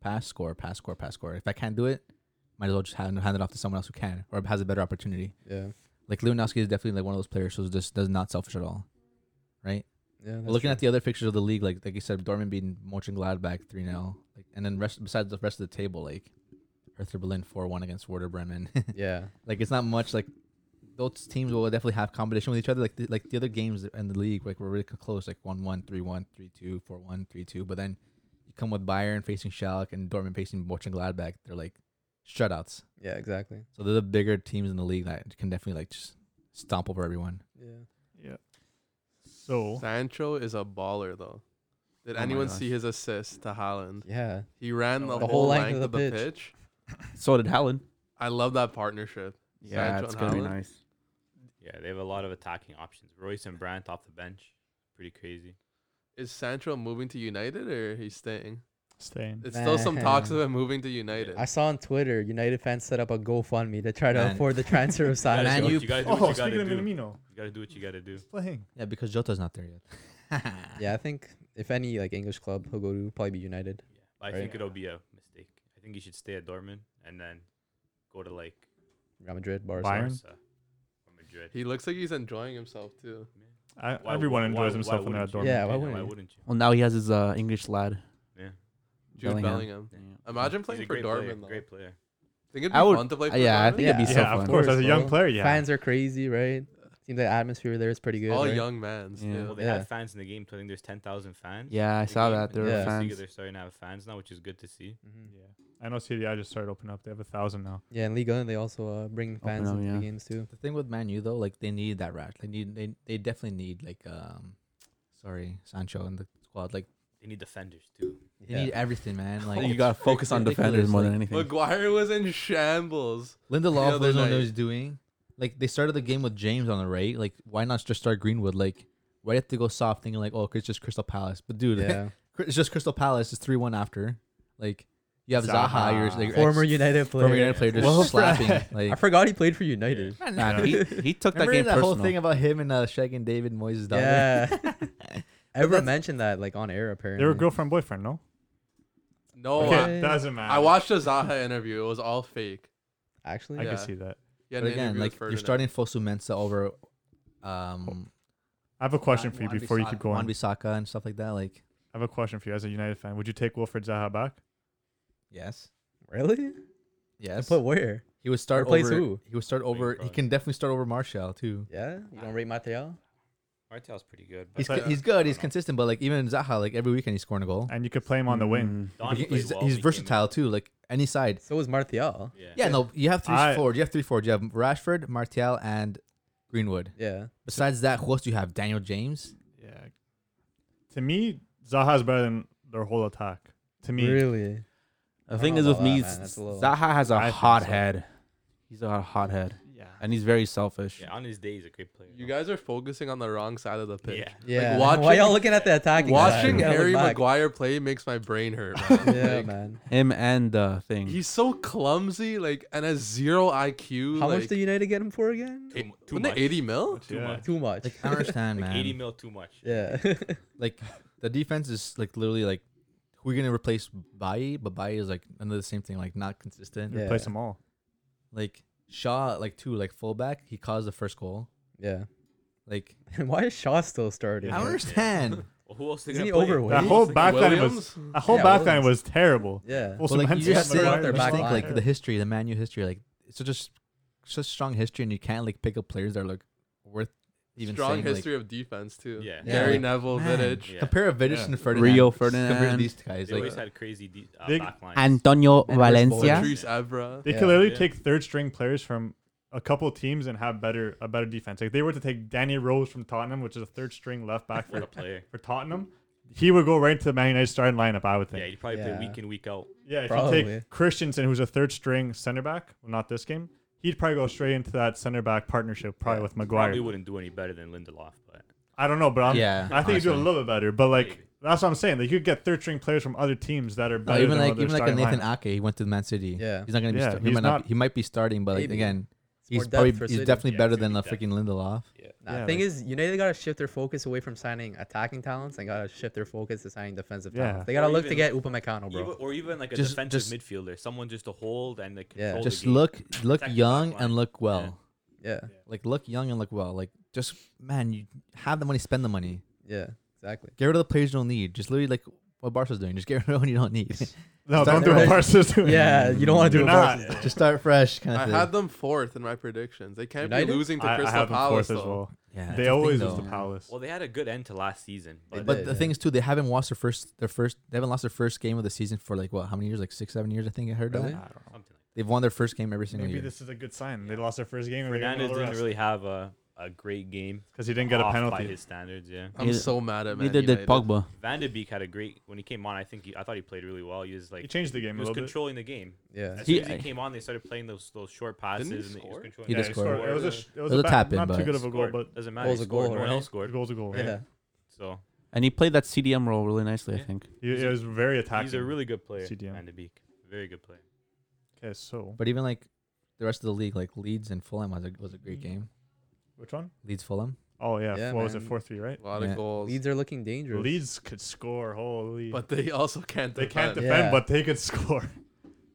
Speaker 4: pass score, pass score, pass score. If I can't do it, might as well just hand, hand it off to someone else who can or has a better opportunity.
Speaker 3: yeah.
Speaker 4: Like Lewandowski is definitely like one of those players who's just does not selfish at all. Right?
Speaker 3: Yeah. that's
Speaker 4: Looking
Speaker 3: true.
Speaker 4: at the other fixtures of the league, like like you said, Dortmund beating Mönchengladbach three 0 like, and then rest besides the rest of the table, like Hertha Berlin four one against Werder Bremen.
Speaker 3: Yeah.
Speaker 4: Like it's not much like those teams will definitely have competition with each other. Like the, like the other games in the league, like were really close, like 1-1, 3-1, 3-2, 4-1, 3-2. But then you come with Bayern facing Schalke and Dortmund facing Mönchengladbach. They're like shutouts.
Speaker 3: Yeah. Exactly.
Speaker 4: So they're the bigger teams in the league that can definitely like just stomp over everyone.
Speaker 3: Yeah.
Speaker 2: So
Speaker 1: Sancho is a baller though. Did
Speaker 5: Oh my
Speaker 1: anyone
Speaker 5: gosh.
Speaker 1: see his assist to Holland?
Speaker 3: Yeah.
Speaker 1: He ran the,
Speaker 2: The
Speaker 1: whole, length of the, pitch.
Speaker 5: So did Holland.
Speaker 1: I love that partnership.
Speaker 5: Yeah,
Speaker 1: Sancho
Speaker 5: it's
Speaker 1: and
Speaker 5: gonna be
Speaker 1: Haaland.
Speaker 5: nice.
Speaker 6: yeah, they have a lot of attacking options. Royce and Brandt off the bench, pretty crazy.
Speaker 1: Is Sancho moving to United or he's staying?
Speaker 2: staying.
Speaker 1: It's still some talks of
Speaker 3: Man.
Speaker 1: him moving to United.
Speaker 3: I saw on Twitter United fans set up a GoFundMe to try to
Speaker 4: Man.
Speaker 3: afford the transfer of
Speaker 6: gotta
Speaker 4: Man,
Speaker 6: do what
Speaker 3: Sancho.
Speaker 4: you-
Speaker 6: you gotta do
Speaker 2: Oh,
Speaker 6: what you
Speaker 2: speaking
Speaker 6: gotta
Speaker 2: of
Speaker 6: do. You
Speaker 2: Minamino,
Speaker 6: gotta do what you gotta do.
Speaker 2: he's playing.
Speaker 4: Yeah, because Jota's not there yet.
Speaker 3: Yeah. I think if any like English club he'll go to probably be United.
Speaker 6: Yeah, but I
Speaker 3: Right.
Speaker 6: think it'll be a mistake. I think he should stay at Dortmund and then go to like
Speaker 3: Real Madrid,
Speaker 2: Bayern?
Speaker 3: Barcelona.
Speaker 6: Barca or Madrid.
Speaker 1: he looks like he's enjoying himself too.
Speaker 2: I,
Speaker 6: Why-
Speaker 2: everyone
Speaker 6: why-
Speaker 2: enjoys
Speaker 6: why
Speaker 2: himself when they're at
Speaker 6: wouldn't
Speaker 2: Dortmund.
Speaker 3: you? Yeah,
Speaker 6: you?
Speaker 3: why
Speaker 6: why
Speaker 3: wouldn't
Speaker 6: wouldn't you?
Speaker 5: Well, now he has his uh, English lad.
Speaker 6: Yeah.
Speaker 1: Jude Bellingham.
Speaker 5: Bellingham.
Speaker 1: Imagine playing
Speaker 6: He's a
Speaker 1: for
Speaker 6: great player.
Speaker 1: Dortmund though.
Speaker 6: Great player.
Speaker 1: Think it'd be
Speaker 5: I would-
Speaker 1: fun to play
Speaker 5: uh,
Speaker 1: for
Speaker 5: yeah, I
Speaker 1: Dortmund?
Speaker 5: think it'd be
Speaker 3: Yeah,
Speaker 5: so
Speaker 2: Yeah,
Speaker 5: fun.
Speaker 2: of course. As a young
Speaker 3: bro.
Speaker 2: player, yeah.
Speaker 3: Fans are crazy, right? Seems like atmosphere there is pretty good.
Speaker 1: all
Speaker 3: right?
Speaker 1: young mans.
Speaker 5: Yeah.
Speaker 1: too.
Speaker 6: Well, they
Speaker 3: Yeah.
Speaker 6: had fans in the game. So I think there's 10,000 fans.
Speaker 5: Yeah, I
Speaker 6: in the
Speaker 5: saw
Speaker 6: game.
Speaker 5: that. There
Speaker 6: In
Speaker 5: were
Speaker 6: the Bundesliga,
Speaker 5: fans.
Speaker 6: They're starting to have fans now, which is good to see.
Speaker 3: Mhm.
Speaker 2: Yeah. I know CDI just started opening up. They have a thousand now.
Speaker 3: Yeah, in Liga they also uh, bring fans
Speaker 5: up,
Speaker 3: into the
Speaker 5: yeah.
Speaker 3: games too.
Speaker 4: The thing with Man U though, like they need that rat. They need they they definitely need like um, sorry Sancho and the squad. Like
Speaker 6: They need defenders too.
Speaker 4: they
Speaker 3: Yeah.
Speaker 4: need everything, man. Like
Speaker 5: you gotta
Speaker 4: it's
Speaker 5: focus on
Speaker 4: ridiculous,
Speaker 5: defenders more
Speaker 4: like,
Speaker 5: than anything.
Speaker 1: Maguire was in shambles.
Speaker 4: Lindelof
Speaker 1: other
Speaker 4: doesn't know what
Speaker 1: night.
Speaker 4: he's doing. Like they started the game with James on the right. Like why not just start Greenwood? Like why do you have to go soft thinking like oh it's just Crystal Palace? But dude,
Speaker 3: Yeah,
Speaker 4: it's just Crystal Palace. It's three one after. Like you have Zaha,
Speaker 5: Zaha.
Speaker 4: your like, your
Speaker 3: former
Speaker 4: ex-
Speaker 3: United player.
Speaker 4: former United player just
Speaker 2: Well,
Speaker 4: slapping.
Speaker 3: I
Speaker 4: Like
Speaker 3: forgot he played for United.
Speaker 5: Man, he, he took that
Speaker 4: remember
Speaker 5: game
Speaker 4: that
Speaker 5: personal.
Speaker 4: whole thing about him and uh, shagging David Moyes' daughter.
Speaker 3: Yeah, Ever
Speaker 4: that's-
Speaker 3: mentioned that like on air
Speaker 2: They
Speaker 3: apparently.
Speaker 2: were girlfriend boyfriend, no?
Speaker 1: No,
Speaker 2: okay,
Speaker 1: I,
Speaker 3: I-
Speaker 2: doesn't matter.
Speaker 1: I watched a Zaha interview. It was all fake.
Speaker 3: Actually,
Speaker 2: I
Speaker 1: Yeah.
Speaker 2: can see that.
Speaker 1: Yeah,
Speaker 4: But again, like you're starting Fosu Mensah over um
Speaker 2: I have a question for you
Speaker 4: Wan-
Speaker 2: before you keep
Speaker 4: Wan-Bissaka-
Speaker 2: going.
Speaker 4: Wan-Bissaka and stuff like that. Like
Speaker 2: I have a question for you as a United fan. Would you take Wilfred Zaha back?
Speaker 4: yes,
Speaker 3: really? To
Speaker 4: yes.
Speaker 3: put where?
Speaker 4: He would start
Speaker 3: Replace
Speaker 4: over.
Speaker 3: who?
Speaker 4: He would start over. He
Speaker 6: probably.
Speaker 4: can definitely start over Martial too.
Speaker 3: Yeah, you don't rate Mateo.
Speaker 6: Martial's pretty good. But
Speaker 4: He's
Speaker 2: thought-
Speaker 4: co-
Speaker 5: uh,
Speaker 4: he's
Speaker 6: I
Speaker 4: good.
Speaker 6: don't
Speaker 4: He's
Speaker 6: know.
Speaker 4: consistent. But like even Zaha, like every weekend he's scoring a goal.
Speaker 2: And you could play him on the wing.
Speaker 5: Mm.
Speaker 6: Donny
Speaker 4: He-
Speaker 6: played
Speaker 4: he's
Speaker 6: well when
Speaker 4: he's
Speaker 6: he came in.
Speaker 4: versatile too. Like any side.
Speaker 3: So was Martial.
Speaker 6: Yeah.
Speaker 4: Yeah, no, you have three
Speaker 2: I-
Speaker 4: forward. You have three forward. You have Rashford, Martial, and Greenwood.
Speaker 3: Yeah.
Speaker 4: Besides that, who else do you have? Daniel James.
Speaker 2: Yeah. To me, Zaha is better than their whole attack. To me,
Speaker 3: Really?
Speaker 5: The
Speaker 3: don't
Speaker 5: thing
Speaker 3: know
Speaker 5: is with
Speaker 3: about
Speaker 5: me,
Speaker 3: that, man. That's a little-
Speaker 5: Zaha has a
Speaker 2: I think
Speaker 5: hot
Speaker 2: so.
Speaker 5: head. He's a hot head,
Speaker 2: yeah.
Speaker 5: and he's very selfish.
Speaker 6: Yeah, on his day, he's a great player.
Speaker 1: You guys are focusing on the wrong side of the pitch.
Speaker 6: Yeah.
Speaker 3: Yeah.
Speaker 1: watching-
Speaker 3: Why y'all looking at the attacking? side?
Speaker 1: Watching
Speaker 3: You gotta look
Speaker 1: Harry
Speaker 3: back.
Speaker 1: Maguire play makes my brain hurt. Man.
Speaker 3: Yeah,
Speaker 1: Like,
Speaker 3: man.
Speaker 5: Him and the thing.
Speaker 1: He's so clumsy, like, and has zero IQ.
Speaker 3: How
Speaker 1: like,
Speaker 3: much did United get him for again?
Speaker 6: Too, mu- too
Speaker 1: Wasn't
Speaker 6: much.
Speaker 1: it 80 mil?
Speaker 6: Too
Speaker 2: Yeah.
Speaker 6: much.
Speaker 3: Too much.
Speaker 4: Like I don't understand,
Speaker 6: Like
Speaker 4: man.
Speaker 6: 80 mil too much.
Speaker 3: Yeah.
Speaker 4: like the defense is like literally like who are you gonna replace Baye? But Baye is like another same thing, like not consistent.
Speaker 3: Yeah.
Speaker 2: Replace them all.
Speaker 4: Like Shaw, like two, like fullback, he caused the first goal.
Speaker 3: yeah.
Speaker 4: Like
Speaker 3: Why is Shaw still starting?
Speaker 4: I don't
Speaker 3: man?
Speaker 4: understand.
Speaker 6: Well, who else? they
Speaker 3: Isn't
Speaker 6: gonna
Speaker 3: he
Speaker 6: play?
Speaker 3: overweight?
Speaker 2: That whole back line was
Speaker 1: Williams?
Speaker 2: that whole
Speaker 3: Yeah,
Speaker 2: back line
Speaker 3: Williams.
Speaker 2: was terrible.
Speaker 3: Yeah.
Speaker 4: But, like you
Speaker 2: Henson,
Speaker 4: just
Speaker 3: Henson,
Speaker 4: think,
Speaker 3: out their
Speaker 4: you
Speaker 3: back
Speaker 4: just think
Speaker 3: line.
Speaker 4: like the history, the Man U history, like it's such a s- such strong history, and you can't like pick up players that are like worth even
Speaker 1: Strong
Speaker 4: saying, like,
Speaker 1: history of defense too.
Speaker 6: Yeah.
Speaker 3: Yeah,
Speaker 1: Gary
Speaker 4: like,
Speaker 1: Neville,
Speaker 4: man.
Speaker 1: Vidic.
Speaker 6: Yeah.
Speaker 4: Compare Vidic
Speaker 2: Yeah.
Speaker 4: and Ferdinand.
Speaker 5: Rio
Speaker 4: Just Compare
Speaker 5: Ferdinand.
Speaker 4: these guys.
Speaker 6: They
Speaker 4: Like
Speaker 6: always had crazy de- uh,
Speaker 2: Big-
Speaker 6: back lines.
Speaker 5: Antonio
Speaker 3: And
Speaker 5: Valencia.
Speaker 1: Patrice Evra.
Speaker 2: They
Speaker 3: Yeah.
Speaker 2: could literally
Speaker 6: Yeah.
Speaker 2: take third string players from a couple teams and have better a better defense. Like if they were to take Danny Rose from Tottenham, which is a third string left back
Speaker 6: What a
Speaker 2: for,
Speaker 6: player.
Speaker 2: for Tottenham, he would go right to the Man United starting lineup, I would
Speaker 6: Yeah,
Speaker 2: think.
Speaker 6: he'd probably
Speaker 3: Yeah.
Speaker 6: play week in, week out.
Speaker 2: Yeah, if you
Speaker 3: Probably.
Speaker 2: take Christensen, who's a third string center back, well, not this game, he'd probably go straight into that center back partnership, probably
Speaker 6: Yeah.
Speaker 2: with
Speaker 6: Probably
Speaker 2: Maguire.
Speaker 6: wouldn't do any better than Lindelof, but
Speaker 2: I don't know, but I'm,
Speaker 4: Yeah,
Speaker 2: I think he'd do a
Speaker 4: honestly.
Speaker 2: little bit better. But like
Speaker 6: Maybe.
Speaker 2: that's what I'm saying. They could get third string players from other teams that are
Speaker 4: no,
Speaker 2: better.
Speaker 4: Oh, even
Speaker 2: than
Speaker 4: like
Speaker 2: what their
Speaker 4: even like a
Speaker 2: starting
Speaker 4: Nathan
Speaker 2: lineup.
Speaker 4: Ake, he went to Man City.
Speaker 3: Yeah.
Speaker 4: he's not gonna be.
Speaker 2: Yeah,
Speaker 4: Start, he
Speaker 2: he's
Speaker 4: might not.
Speaker 2: not-
Speaker 4: He might be starting, but like
Speaker 3: Maybe.
Speaker 4: again,
Speaker 3: It's more
Speaker 4: he's
Speaker 3: depth
Speaker 4: probably
Speaker 3: for
Speaker 4: he's
Speaker 3: City.
Speaker 4: definitely
Speaker 6: Yeah,
Speaker 4: better
Speaker 6: it's
Speaker 4: than
Speaker 6: gonna
Speaker 4: a
Speaker 6: be depth.
Speaker 4: freaking Lindelof.
Speaker 3: Nah,
Speaker 2: Yeah,
Speaker 3: the thing
Speaker 2: like-
Speaker 3: is, United gotta shift their focus away from signing attacking talents and gotta shift their focus to signing defensive
Speaker 2: Yeah.
Speaker 3: talents. They gotta
Speaker 6: Or
Speaker 3: look to
Speaker 6: even-
Speaker 3: get Upamecano,
Speaker 6: even,
Speaker 3: Oh, bro.
Speaker 6: or even like a
Speaker 4: Just-
Speaker 6: defensive
Speaker 4: just-
Speaker 6: midfielder, someone just to hold and like
Speaker 3: Yeah.
Speaker 6: control the
Speaker 4: Just
Speaker 6: game.
Speaker 4: look look
Speaker 6: Protect the
Speaker 4: young
Speaker 6: back line.
Speaker 4: and look well.
Speaker 3: Yeah,
Speaker 4: Like look young and look well. Like just man, you have the money, spend the money.
Speaker 3: yeah, exactly.
Speaker 4: Get rid of the players you don't need. Just literally like what Barca's doing. Just get rid of one you don't need.
Speaker 2: No,
Speaker 4: Start
Speaker 2: don't do what
Speaker 3: there.
Speaker 2: Barca's doing.
Speaker 3: Yeah, you don't want to do
Speaker 2: You're
Speaker 3: it.
Speaker 2: not.
Speaker 3: versus-
Speaker 4: just start fresh, kind of
Speaker 1: I
Speaker 4: thing.
Speaker 1: had them fourth in my predictions. They can't
Speaker 3: United?
Speaker 1: be losing to
Speaker 2: I, I
Speaker 1: Crystal
Speaker 2: have them
Speaker 1: Palace
Speaker 2: fourth
Speaker 1: though.
Speaker 2: as well.
Speaker 4: yeah, that's the
Speaker 2: they
Speaker 4: thing,
Speaker 2: always
Speaker 4: though.
Speaker 2: use the Palace.
Speaker 6: Well, they had a good end to last season, but
Speaker 4: But
Speaker 3: did,
Speaker 4: the
Speaker 3: yeah.
Speaker 4: thing is, too, they haven't lost their first, their first, they haven't lost their first game of the season for like what, how many years? Like six, seven years, I think I heard.
Speaker 3: Really?
Speaker 4: That.
Speaker 6: something like
Speaker 4: They've won their first game every single
Speaker 2: Maybe
Speaker 4: year.
Speaker 2: this is a good sign. They lost their first game.
Speaker 6: that. Fernandez didn't really have a, a great game.
Speaker 2: because he didn't get a
Speaker 6: off by
Speaker 2: penalty.
Speaker 6: his standards. Yeah,
Speaker 3: Um,
Speaker 1: I'm
Speaker 5: Neither-
Speaker 1: so mad at Man
Speaker 5: Neither did
Speaker 1: United.
Speaker 5: Pogba.
Speaker 6: Van de Beek had a great when he came on. I think he, I thought he played really well. He was like
Speaker 2: He changed the
Speaker 6: he
Speaker 2: game a
Speaker 6: was
Speaker 2: little bit.
Speaker 6: controlling the game.
Speaker 3: Yeah,
Speaker 6: As soon as
Speaker 5: He-
Speaker 6: he came on, they started playing those those short passes.
Speaker 1: Didn't he
Speaker 6: and was
Speaker 1: score?
Speaker 6: controlling
Speaker 4: He
Speaker 6: the
Speaker 4: did
Speaker 2: He
Speaker 6: game.
Speaker 4: score.
Speaker 2: scored. It was a sh- it was
Speaker 4: a
Speaker 2: a
Speaker 4: tap
Speaker 2: tap
Speaker 4: in,
Speaker 2: not
Speaker 4: but-
Speaker 2: too good of a goal,
Speaker 6: Scored.
Speaker 2: but
Speaker 6: doesn't
Speaker 3: It
Speaker 6: matter.
Speaker 3: was
Speaker 6: he
Speaker 3: a goal,
Speaker 6: scored. No one
Speaker 3: right?
Speaker 6: else scored.
Speaker 2: it was a goal.
Speaker 3: yeah.
Speaker 6: So
Speaker 5: And he played that CDM role really nicely, I
Speaker 6: Yeah.
Speaker 5: think.
Speaker 2: He, it was very attacking.
Speaker 6: he's a really good player.
Speaker 2: CDM.
Speaker 6: Van de Beek, very good player.
Speaker 2: okay. So
Speaker 4: But even like the rest of the league, like Leeds and Fulham was a, was a
Speaker 3: Mm.
Speaker 4: great game.
Speaker 2: which one?
Speaker 4: Leeds Fulham.
Speaker 2: Oh yeah,
Speaker 3: Yeah,
Speaker 2: what was it?
Speaker 3: man.
Speaker 2: Four three, right?
Speaker 1: A lot
Speaker 4: Yeah.
Speaker 1: of goals.
Speaker 3: Leeds are looking dangerous.
Speaker 2: Leeds could score. Holy,
Speaker 1: But they also can't
Speaker 2: they can't
Speaker 1: defend.
Speaker 2: defend,
Speaker 3: Yeah.
Speaker 2: but they could score.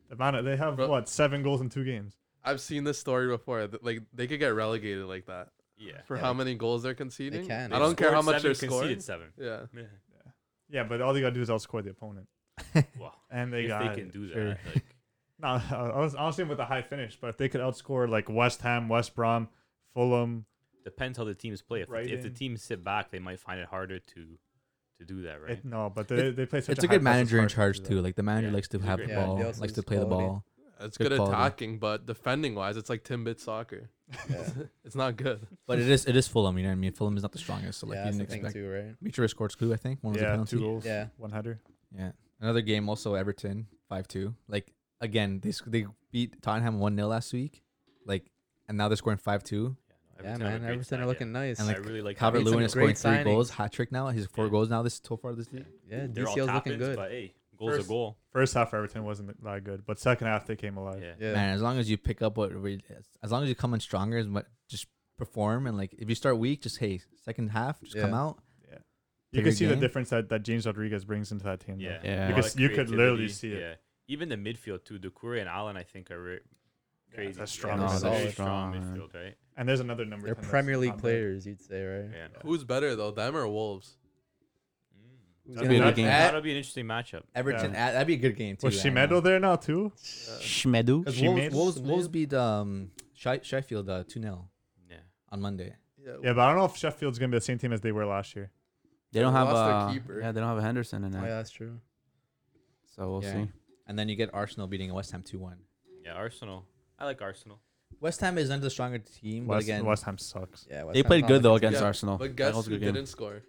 Speaker 2: The amount of, they have
Speaker 1: Bro-
Speaker 2: what seven goals in two games.
Speaker 1: I've seen this story before. th- Like they could get relegated like that
Speaker 6: Yeah,
Speaker 1: for
Speaker 4: Yeah,
Speaker 1: how
Speaker 4: like-
Speaker 1: many goals they're conceding.
Speaker 3: can.
Speaker 1: I
Speaker 3: They
Speaker 1: don't care how
Speaker 6: Scored
Speaker 1: much
Speaker 6: seven,
Speaker 1: they're scoring.
Speaker 6: Conceded seven.
Speaker 1: Yeah.
Speaker 6: Yeah.
Speaker 2: Yeah, but all they gotta do is outscore the opponent,
Speaker 6: Well,
Speaker 2: and they
Speaker 6: if
Speaker 2: got.
Speaker 6: they can do that, like,
Speaker 2: No, I was honestly with a high finish, but if they could outscore like West Ham, West Brom, Fulham,
Speaker 6: depends how the teams play. If, the-
Speaker 2: Right
Speaker 6: if the
Speaker 2: in.
Speaker 6: teams sit back, they might find it harder to to do that, right?
Speaker 2: it, no, but they, they play such
Speaker 4: it's a
Speaker 2: high
Speaker 4: good
Speaker 2: press,
Speaker 4: manager in
Speaker 2: hard to
Speaker 4: charge
Speaker 2: do that.
Speaker 4: too. Like the manager
Speaker 6: Yeah,
Speaker 4: likes to
Speaker 6: he's a
Speaker 4: have
Speaker 6: great
Speaker 4: the
Speaker 3: manager.
Speaker 4: ball,
Speaker 3: Yeah, he also
Speaker 4: likes to
Speaker 3: needs
Speaker 4: play the
Speaker 3: quality.
Speaker 4: ball.
Speaker 1: It's
Speaker 4: Good
Speaker 1: good,
Speaker 4: quality.
Speaker 1: attacking, but defending wise, it's like Timbit soccer.
Speaker 3: Yeah,
Speaker 1: It's not good.
Speaker 4: But it is it is Fulham. You know what I mean? Fulham is not the strongest, so like
Speaker 3: yeah
Speaker 4: you
Speaker 3: that's the
Speaker 4: didn't
Speaker 3: thing
Speaker 4: expect.
Speaker 3: too, right?
Speaker 4: Mitra scored two, I think. One was a
Speaker 2: Yeah,
Speaker 4: penalty.
Speaker 2: two goals,
Speaker 3: Yeah.
Speaker 2: one header.
Speaker 4: Yeah. Another game also Everton five two. Like again, they sc- they beat Tottenham one 0 last week. Like and now they're scoring five two.
Speaker 6: Yeah, no,
Speaker 3: Yeah,
Speaker 6: Everton have a
Speaker 3: man,
Speaker 6: great
Speaker 3: Everton
Speaker 6: side,
Speaker 3: are
Speaker 6: yeah.
Speaker 3: looking nice.
Speaker 4: And,
Speaker 6: I
Speaker 4: like,
Speaker 6: really like
Speaker 4: Calvert
Speaker 3: Calvert-Lewin
Speaker 4: Lewin
Speaker 3: some
Speaker 4: is scoring
Speaker 3: great
Speaker 4: three goals,
Speaker 3: signings.
Speaker 4: hat trick now. He's four
Speaker 6: Yeah.
Speaker 4: goals now. This so far this league.
Speaker 3: yeah,
Speaker 6: They're all
Speaker 3: DCL's
Speaker 6: top
Speaker 3: looking
Speaker 6: ends,
Speaker 3: good.
Speaker 6: but hey, goals
Speaker 2: First-
Speaker 6: a goal.
Speaker 2: First half Everton wasn't that good, but second half they came alive.
Speaker 6: Yeah.
Speaker 3: Yeah,
Speaker 4: Man, as long as you pick up what we, as- as long as you come in stronger, as mu- just perform and like if you start weak, just hey second half, just come
Speaker 3: Yeah.
Speaker 4: out.
Speaker 2: You
Speaker 4: Bigger
Speaker 2: can see the
Speaker 4: game.
Speaker 2: difference that, that James Rodriguez brings into that team. though.
Speaker 6: Yeah.
Speaker 5: Yeah.
Speaker 6: A lot
Speaker 5: You
Speaker 2: could-
Speaker 6: of
Speaker 2: you could literally
Speaker 6: creativity,
Speaker 2: see it.
Speaker 6: Yeah. Even the midfield too, Ducouré and Allen, I think are re- crazy.
Speaker 2: that's
Speaker 6: Yeah,
Speaker 2: strong
Speaker 6: they're
Speaker 2: midfield.
Speaker 6: very
Speaker 3: Solid.
Speaker 6: strong
Speaker 5: Strong, man.
Speaker 6: midfield, right?
Speaker 2: And there's another number.
Speaker 3: they're
Speaker 2: 10 that's
Speaker 3: Premier League
Speaker 2: not bad.
Speaker 3: players, you'd say, right?
Speaker 6: Yeah.
Speaker 1: Who's better though, them or Wolves?
Speaker 3: Who's
Speaker 2: That'd
Speaker 3: gonna
Speaker 2: be a
Speaker 3: win?
Speaker 2: good
Speaker 4: game.
Speaker 6: That'll be an interesting matchup.
Speaker 4: Everton,
Speaker 2: Yeah.
Speaker 4: uh, that'd be a good game too.
Speaker 2: Was
Speaker 4: I know.
Speaker 2: Shimedo there now too?
Speaker 3: Uh,
Speaker 5: Schmedu.
Speaker 4: Because
Speaker 2: She
Speaker 4: Wolves,
Speaker 2: made-
Speaker 4: Wolves, Wolves beat um, Shi- Sheffield uh, 2 0
Speaker 6: Yeah.
Speaker 4: on Monday.
Speaker 2: Yeah, but I don't know if Sheffield's gonna be the same team as they were last year.
Speaker 5: They don't have uh,
Speaker 1: lost their
Speaker 5: a
Speaker 1: keeper.
Speaker 5: yeah. They don't have a Henderson in
Speaker 3: Oh,
Speaker 5: there,
Speaker 3: yeah, that's true.
Speaker 5: so we'll
Speaker 4: Yeah.
Speaker 5: see.
Speaker 4: And then you get Arsenal beating West Ham 2 1.
Speaker 6: Yeah, Arsenal. I like Arsenal.
Speaker 4: West Ham is not the stronger team, but
Speaker 2: West,
Speaker 4: again,
Speaker 2: West Ham sucks.
Speaker 4: yeah, West
Speaker 5: They
Speaker 4: Ham's
Speaker 5: played
Speaker 4: not
Speaker 5: good
Speaker 4: like-
Speaker 5: though against
Speaker 1: Yeah,
Speaker 5: Arsenal.
Speaker 1: But
Speaker 5: that
Speaker 1: guess
Speaker 5: was a
Speaker 1: who
Speaker 5: good game.
Speaker 1: didn't score?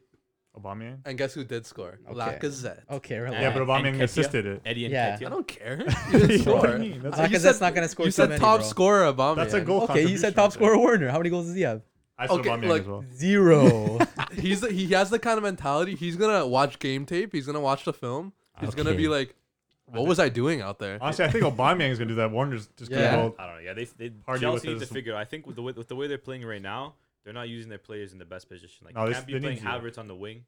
Speaker 2: Aubameyang.
Speaker 1: And guess who did score?
Speaker 4: Okay.
Speaker 1: Lacazette.
Speaker 3: Okay, relax.
Speaker 2: Yeah,
Speaker 6: Uh,
Speaker 2: but
Speaker 6: and
Speaker 2: Aubameyang
Speaker 6: Ketia.
Speaker 2: assisted it.
Speaker 6: Eddie and
Speaker 3: Yeah.
Speaker 1: I
Speaker 6: Ketia.
Speaker 1: don't care. He didn't
Speaker 2: You know what I
Speaker 1: score.
Speaker 2: mean? That's,
Speaker 1: Like,
Speaker 2: a,
Speaker 1: you
Speaker 3: Lacazette's
Speaker 1: said-
Speaker 3: not gonna score.
Speaker 1: you
Speaker 3: so
Speaker 1: said
Speaker 3: many,
Speaker 1: top
Speaker 3: bro.
Speaker 1: scorer Aubameyang.
Speaker 2: that's a goal.
Speaker 3: Okay, you said top
Speaker 2: contribution
Speaker 3: scorer Warner. How many goals does he have?
Speaker 2: right there. I said
Speaker 1: Okay,
Speaker 2: Aubameyang
Speaker 1: look,
Speaker 2: as well.
Speaker 3: Zero.
Speaker 1: He's the, he has the kind of mentality. He's gonna watch game tape. He's gonna watch the film. He's gonna be
Speaker 4: Okay.
Speaker 1: like, "What was I doing out there?"
Speaker 2: Honestly, I think Aubameyang is gonna do that. Warner's just
Speaker 3: Yeah.
Speaker 2: gonna go.
Speaker 6: I don't know. Yeah, they they
Speaker 2: Hardy
Speaker 6: Chelsea
Speaker 2: with
Speaker 6: needs to
Speaker 2: his-
Speaker 6: figure. out. I think with the way, with the way they're playing right now, they're not using their players in the best position. Like
Speaker 2: No,
Speaker 6: you
Speaker 2: this-
Speaker 6: can't
Speaker 2: they
Speaker 6: be
Speaker 2: need
Speaker 6: playing
Speaker 2: to.
Speaker 6: Havertz on the wing.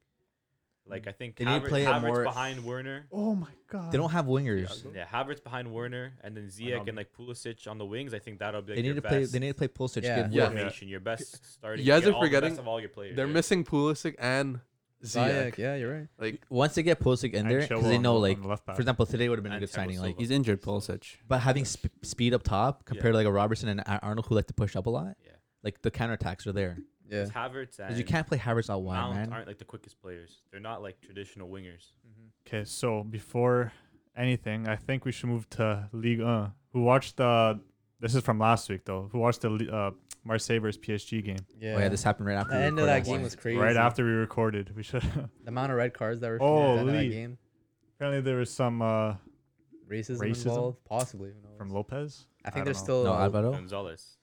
Speaker 6: Like I think
Speaker 4: They need to
Speaker 6: Havertz,
Speaker 4: play a
Speaker 6: Havertz
Speaker 4: more-
Speaker 6: behind Werner.
Speaker 2: Oh my god.
Speaker 4: They don't have wingers.
Speaker 6: Yeah, Havertz behind Werner, and then Ziyech and like Pulisic on the wings. I think that'll be like
Speaker 4: They
Speaker 6: your
Speaker 4: need to
Speaker 6: best
Speaker 4: play. They need to play Pulisic.
Speaker 3: Yeah.
Speaker 4: Give
Speaker 1: Yeah.
Speaker 4: Werner-
Speaker 6: formation, your best starting.
Speaker 1: You guys
Speaker 6: get
Speaker 1: are
Speaker 6: all the best
Speaker 1: forgetting
Speaker 6: of all your players.
Speaker 1: They're
Speaker 6: right?
Speaker 1: missing Pulisic and Ziyech.
Speaker 3: Ziyech, yeah, you're right.
Speaker 1: Like
Speaker 4: Once they get Pulisic in
Speaker 2: And
Speaker 4: there, because
Speaker 2: Chilwell
Speaker 4: they
Speaker 2: on
Speaker 4: know,
Speaker 2: the-
Speaker 4: like,
Speaker 2: on the left back.
Speaker 4: for example, today would have been a
Speaker 6: And
Speaker 4: good
Speaker 6: Thiago
Speaker 4: signing. Like,
Speaker 6: Silva.
Speaker 5: He's injured, Pulisic.
Speaker 4: but having sp- speed up top compared to like a Robertson and Ar- Arnold who like to push up a lot,
Speaker 6: Yeah.
Speaker 4: like the counterattacks are there.
Speaker 3: Yeah.
Speaker 6: 'Cause Havertz and
Speaker 4: Because you can't play Havertz out wide,
Speaker 6: Mount
Speaker 4: man.
Speaker 6: aren't like the quickest players. They're not like traditional wingers.
Speaker 2: Okay, so before anything, I think we should move to Ligue 1. Who watched the? This is from last week though. Who watched the Li- uh, Marseille versus PSG game
Speaker 3: Yeah.
Speaker 4: Oh yeah, this happened right after.
Speaker 3: the
Speaker 4: we
Speaker 3: end of that
Speaker 4: recorded.
Speaker 3: game was crazy.
Speaker 2: right after we recorded? We should.
Speaker 3: the amount of red cards that were
Speaker 2: Oh,
Speaker 3: oh, in that
Speaker 2: Lee.
Speaker 3: game.
Speaker 2: Apparently there was some uh,
Speaker 3: Racism,
Speaker 2: Racism?
Speaker 3: involved, possibly. Who knows?
Speaker 2: from Lopez.
Speaker 3: I
Speaker 2: I
Speaker 3: think they're
Speaker 2: don't know.
Speaker 3: still
Speaker 4: No,
Speaker 3: uh,
Speaker 4: Alvaro.
Speaker 6: Gonzalez.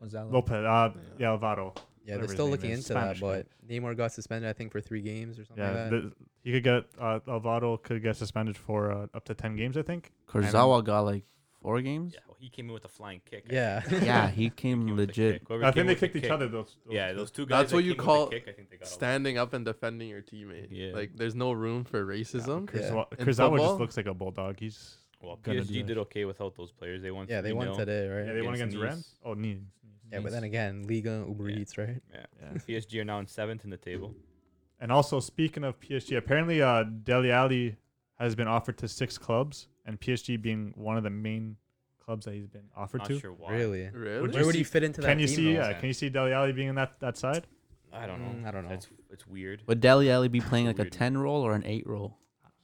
Speaker 4: Gonzalo.
Speaker 2: Lopez. Uh, yeah, Alvaro.
Speaker 3: yeah,
Speaker 2: whatever
Speaker 3: they're
Speaker 2: his
Speaker 3: still
Speaker 2: name
Speaker 3: looking
Speaker 2: is,
Speaker 3: into
Speaker 2: Spanish guy.
Speaker 3: that. But Neymar got suspended, I think, for three games or something
Speaker 2: Yeah,
Speaker 3: like that.
Speaker 2: th- he could get uh, Alvaro could get suspended for uh, up to ten games, I think.
Speaker 5: Kurzawa got like four games.
Speaker 6: Yeah, well, he came in with a flying kick. I
Speaker 3: yeah.
Speaker 6: think.
Speaker 5: Yeah, he came
Speaker 6: with the
Speaker 5: legit.
Speaker 6: kick. Whoever
Speaker 2: I
Speaker 6: came
Speaker 2: think they
Speaker 6: with the
Speaker 2: kicked each
Speaker 6: kick.
Speaker 2: other. Those, those
Speaker 6: Yeah,
Speaker 2: those-
Speaker 6: those two guys.
Speaker 1: That's
Speaker 6: that
Speaker 1: what you
Speaker 6: came with the
Speaker 1: call
Speaker 6: kick, I think they got a-
Speaker 1: standing up and defending your teammate.
Speaker 6: Yeah.
Speaker 1: Like there's no room for racism.
Speaker 3: Yeah.
Speaker 2: Kurzawa
Speaker 1: In
Speaker 2: Kurzawa
Speaker 1: football?
Speaker 2: just looks like a bulldog. He's
Speaker 6: Well,
Speaker 2: gonna do
Speaker 6: PSG
Speaker 2: that.
Speaker 6: did okay without those players. They won.
Speaker 3: yeah, they won
Speaker 6: 3-0.
Speaker 3: today, right?
Speaker 2: yeah,
Speaker 3: Yeah,
Speaker 2: they won
Speaker 6: Against
Speaker 2: against
Speaker 6: Nice.
Speaker 2: Rams. Oh, Nice.
Speaker 3: but then again, Liga, Uber
Speaker 6: Yeah.
Speaker 3: Eats, right?
Speaker 6: PSG are now in seventh in the table.
Speaker 2: And also, speaking of PSG, apparently uh, Deli Ali has been offered to six clubs, and PSG being one of the main clubs that he's been offered
Speaker 6: Not
Speaker 2: to.
Speaker 6: sure why.
Speaker 3: Really?
Speaker 1: Really?
Speaker 2: Would
Speaker 3: Where would
Speaker 2: see-
Speaker 3: he fit into that
Speaker 2: Can you
Speaker 3: team,
Speaker 2: see?
Speaker 3: though?
Speaker 2: Yeah, can you see Deli Ali being in that, that side?
Speaker 6: I don't know.
Speaker 3: Mm, I don't know.
Speaker 6: It's it's weird.
Speaker 5: Would Deli Alley be playing like a
Speaker 6: Weird.
Speaker 5: ten roll or an eight roll?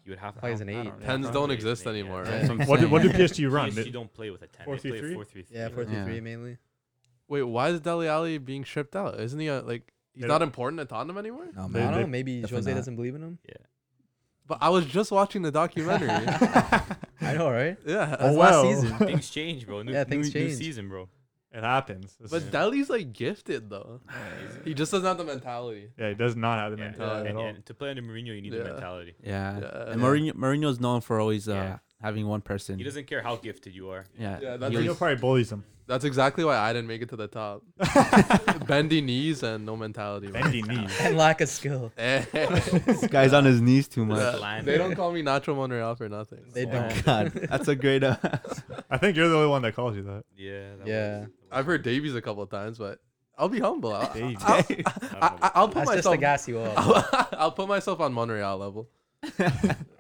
Speaker 6: You would have to
Speaker 3: Play as an eight.
Speaker 1: Tens don't exist anymore, right?
Speaker 5: That's I'm
Speaker 2: What do, what do
Speaker 5: saying.
Speaker 2: PSG run?
Speaker 6: PSG
Speaker 2: They-
Speaker 6: don't play with a ten. They play
Speaker 2: 4-3-3?
Speaker 6: four three three.
Speaker 3: Yeah, four three three
Speaker 5: Yeah.
Speaker 3: mainly.
Speaker 1: Wait, why is Deli Ali being shipped out? Isn't he uh like he's
Speaker 2: They
Speaker 1: not
Speaker 2: don't-
Speaker 1: important at Tottenham anymore?
Speaker 4: No,
Speaker 2: They-
Speaker 3: I
Speaker 4: man.
Speaker 3: don't
Speaker 2: they-
Speaker 3: know. Maybe
Speaker 4: definitely
Speaker 3: Jose
Speaker 4: not.
Speaker 3: doesn't believe in him.
Speaker 1: But I was just watching the documentary.
Speaker 3: I know, right?
Speaker 1: yeah.
Speaker 3: That's
Speaker 2: well.
Speaker 3: last season.
Speaker 6: Things change, bro. New,
Speaker 3: Yeah, things
Speaker 6: new,
Speaker 3: change.
Speaker 6: New season, bro.
Speaker 2: It happens. This
Speaker 1: But
Speaker 2: is-
Speaker 1: Deli's like gifted though. He just doesn't have the mentality.
Speaker 2: yeah, he does not have the
Speaker 6: Yeah,
Speaker 2: mentality
Speaker 6: and,
Speaker 2: at all.
Speaker 6: and to play under Mourinho, you need
Speaker 1: Yeah.
Speaker 6: the mentality.
Speaker 5: Yeah.
Speaker 1: Yeah.
Speaker 5: And Mourinho, Mourinho's known for always uh,
Speaker 6: Yeah.
Speaker 5: having one person.
Speaker 6: He doesn't care how gifted you are.
Speaker 5: Yeah.
Speaker 1: Yeah,
Speaker 5: he
Speaker 1: that's-
Speaker 2: Mourinho
Speaker 5: was-
Speaker 2: probably bullies him.
Speaker 1: That's exactly why I didn't make it to the top. Bendy knees and no mentality. man.
Speaker 2: Bendy knees.
Speaker 3: and lack of skill.
Speaker 5: this guy's on his knees too much.
Speaker 1: Yeah, they don't call me Nacho Monreal for nothing.
Speaker 3: They
Speaker 6: Oh,
Speaker 3: don't.
Speaker 4: God.
Speaker 5: That's a great. Uh,
Speaker 2: I think you're the only one that calls you that.
Speaker 6: Yeah. That
Speaker 3: Yeah.
Speaker 6: Was,
Speaker 1: I've heard Davies a couple of times, but I'll be humble. I'll,
Speaker 2: Davies.
Speaker 1: I'll, I, I'll put
Speaker 3: That's just
Speaker 1: myself.
Speaker 3: to gas you up. All
Speaker 1: I'll, I'll put myself on Monreal level.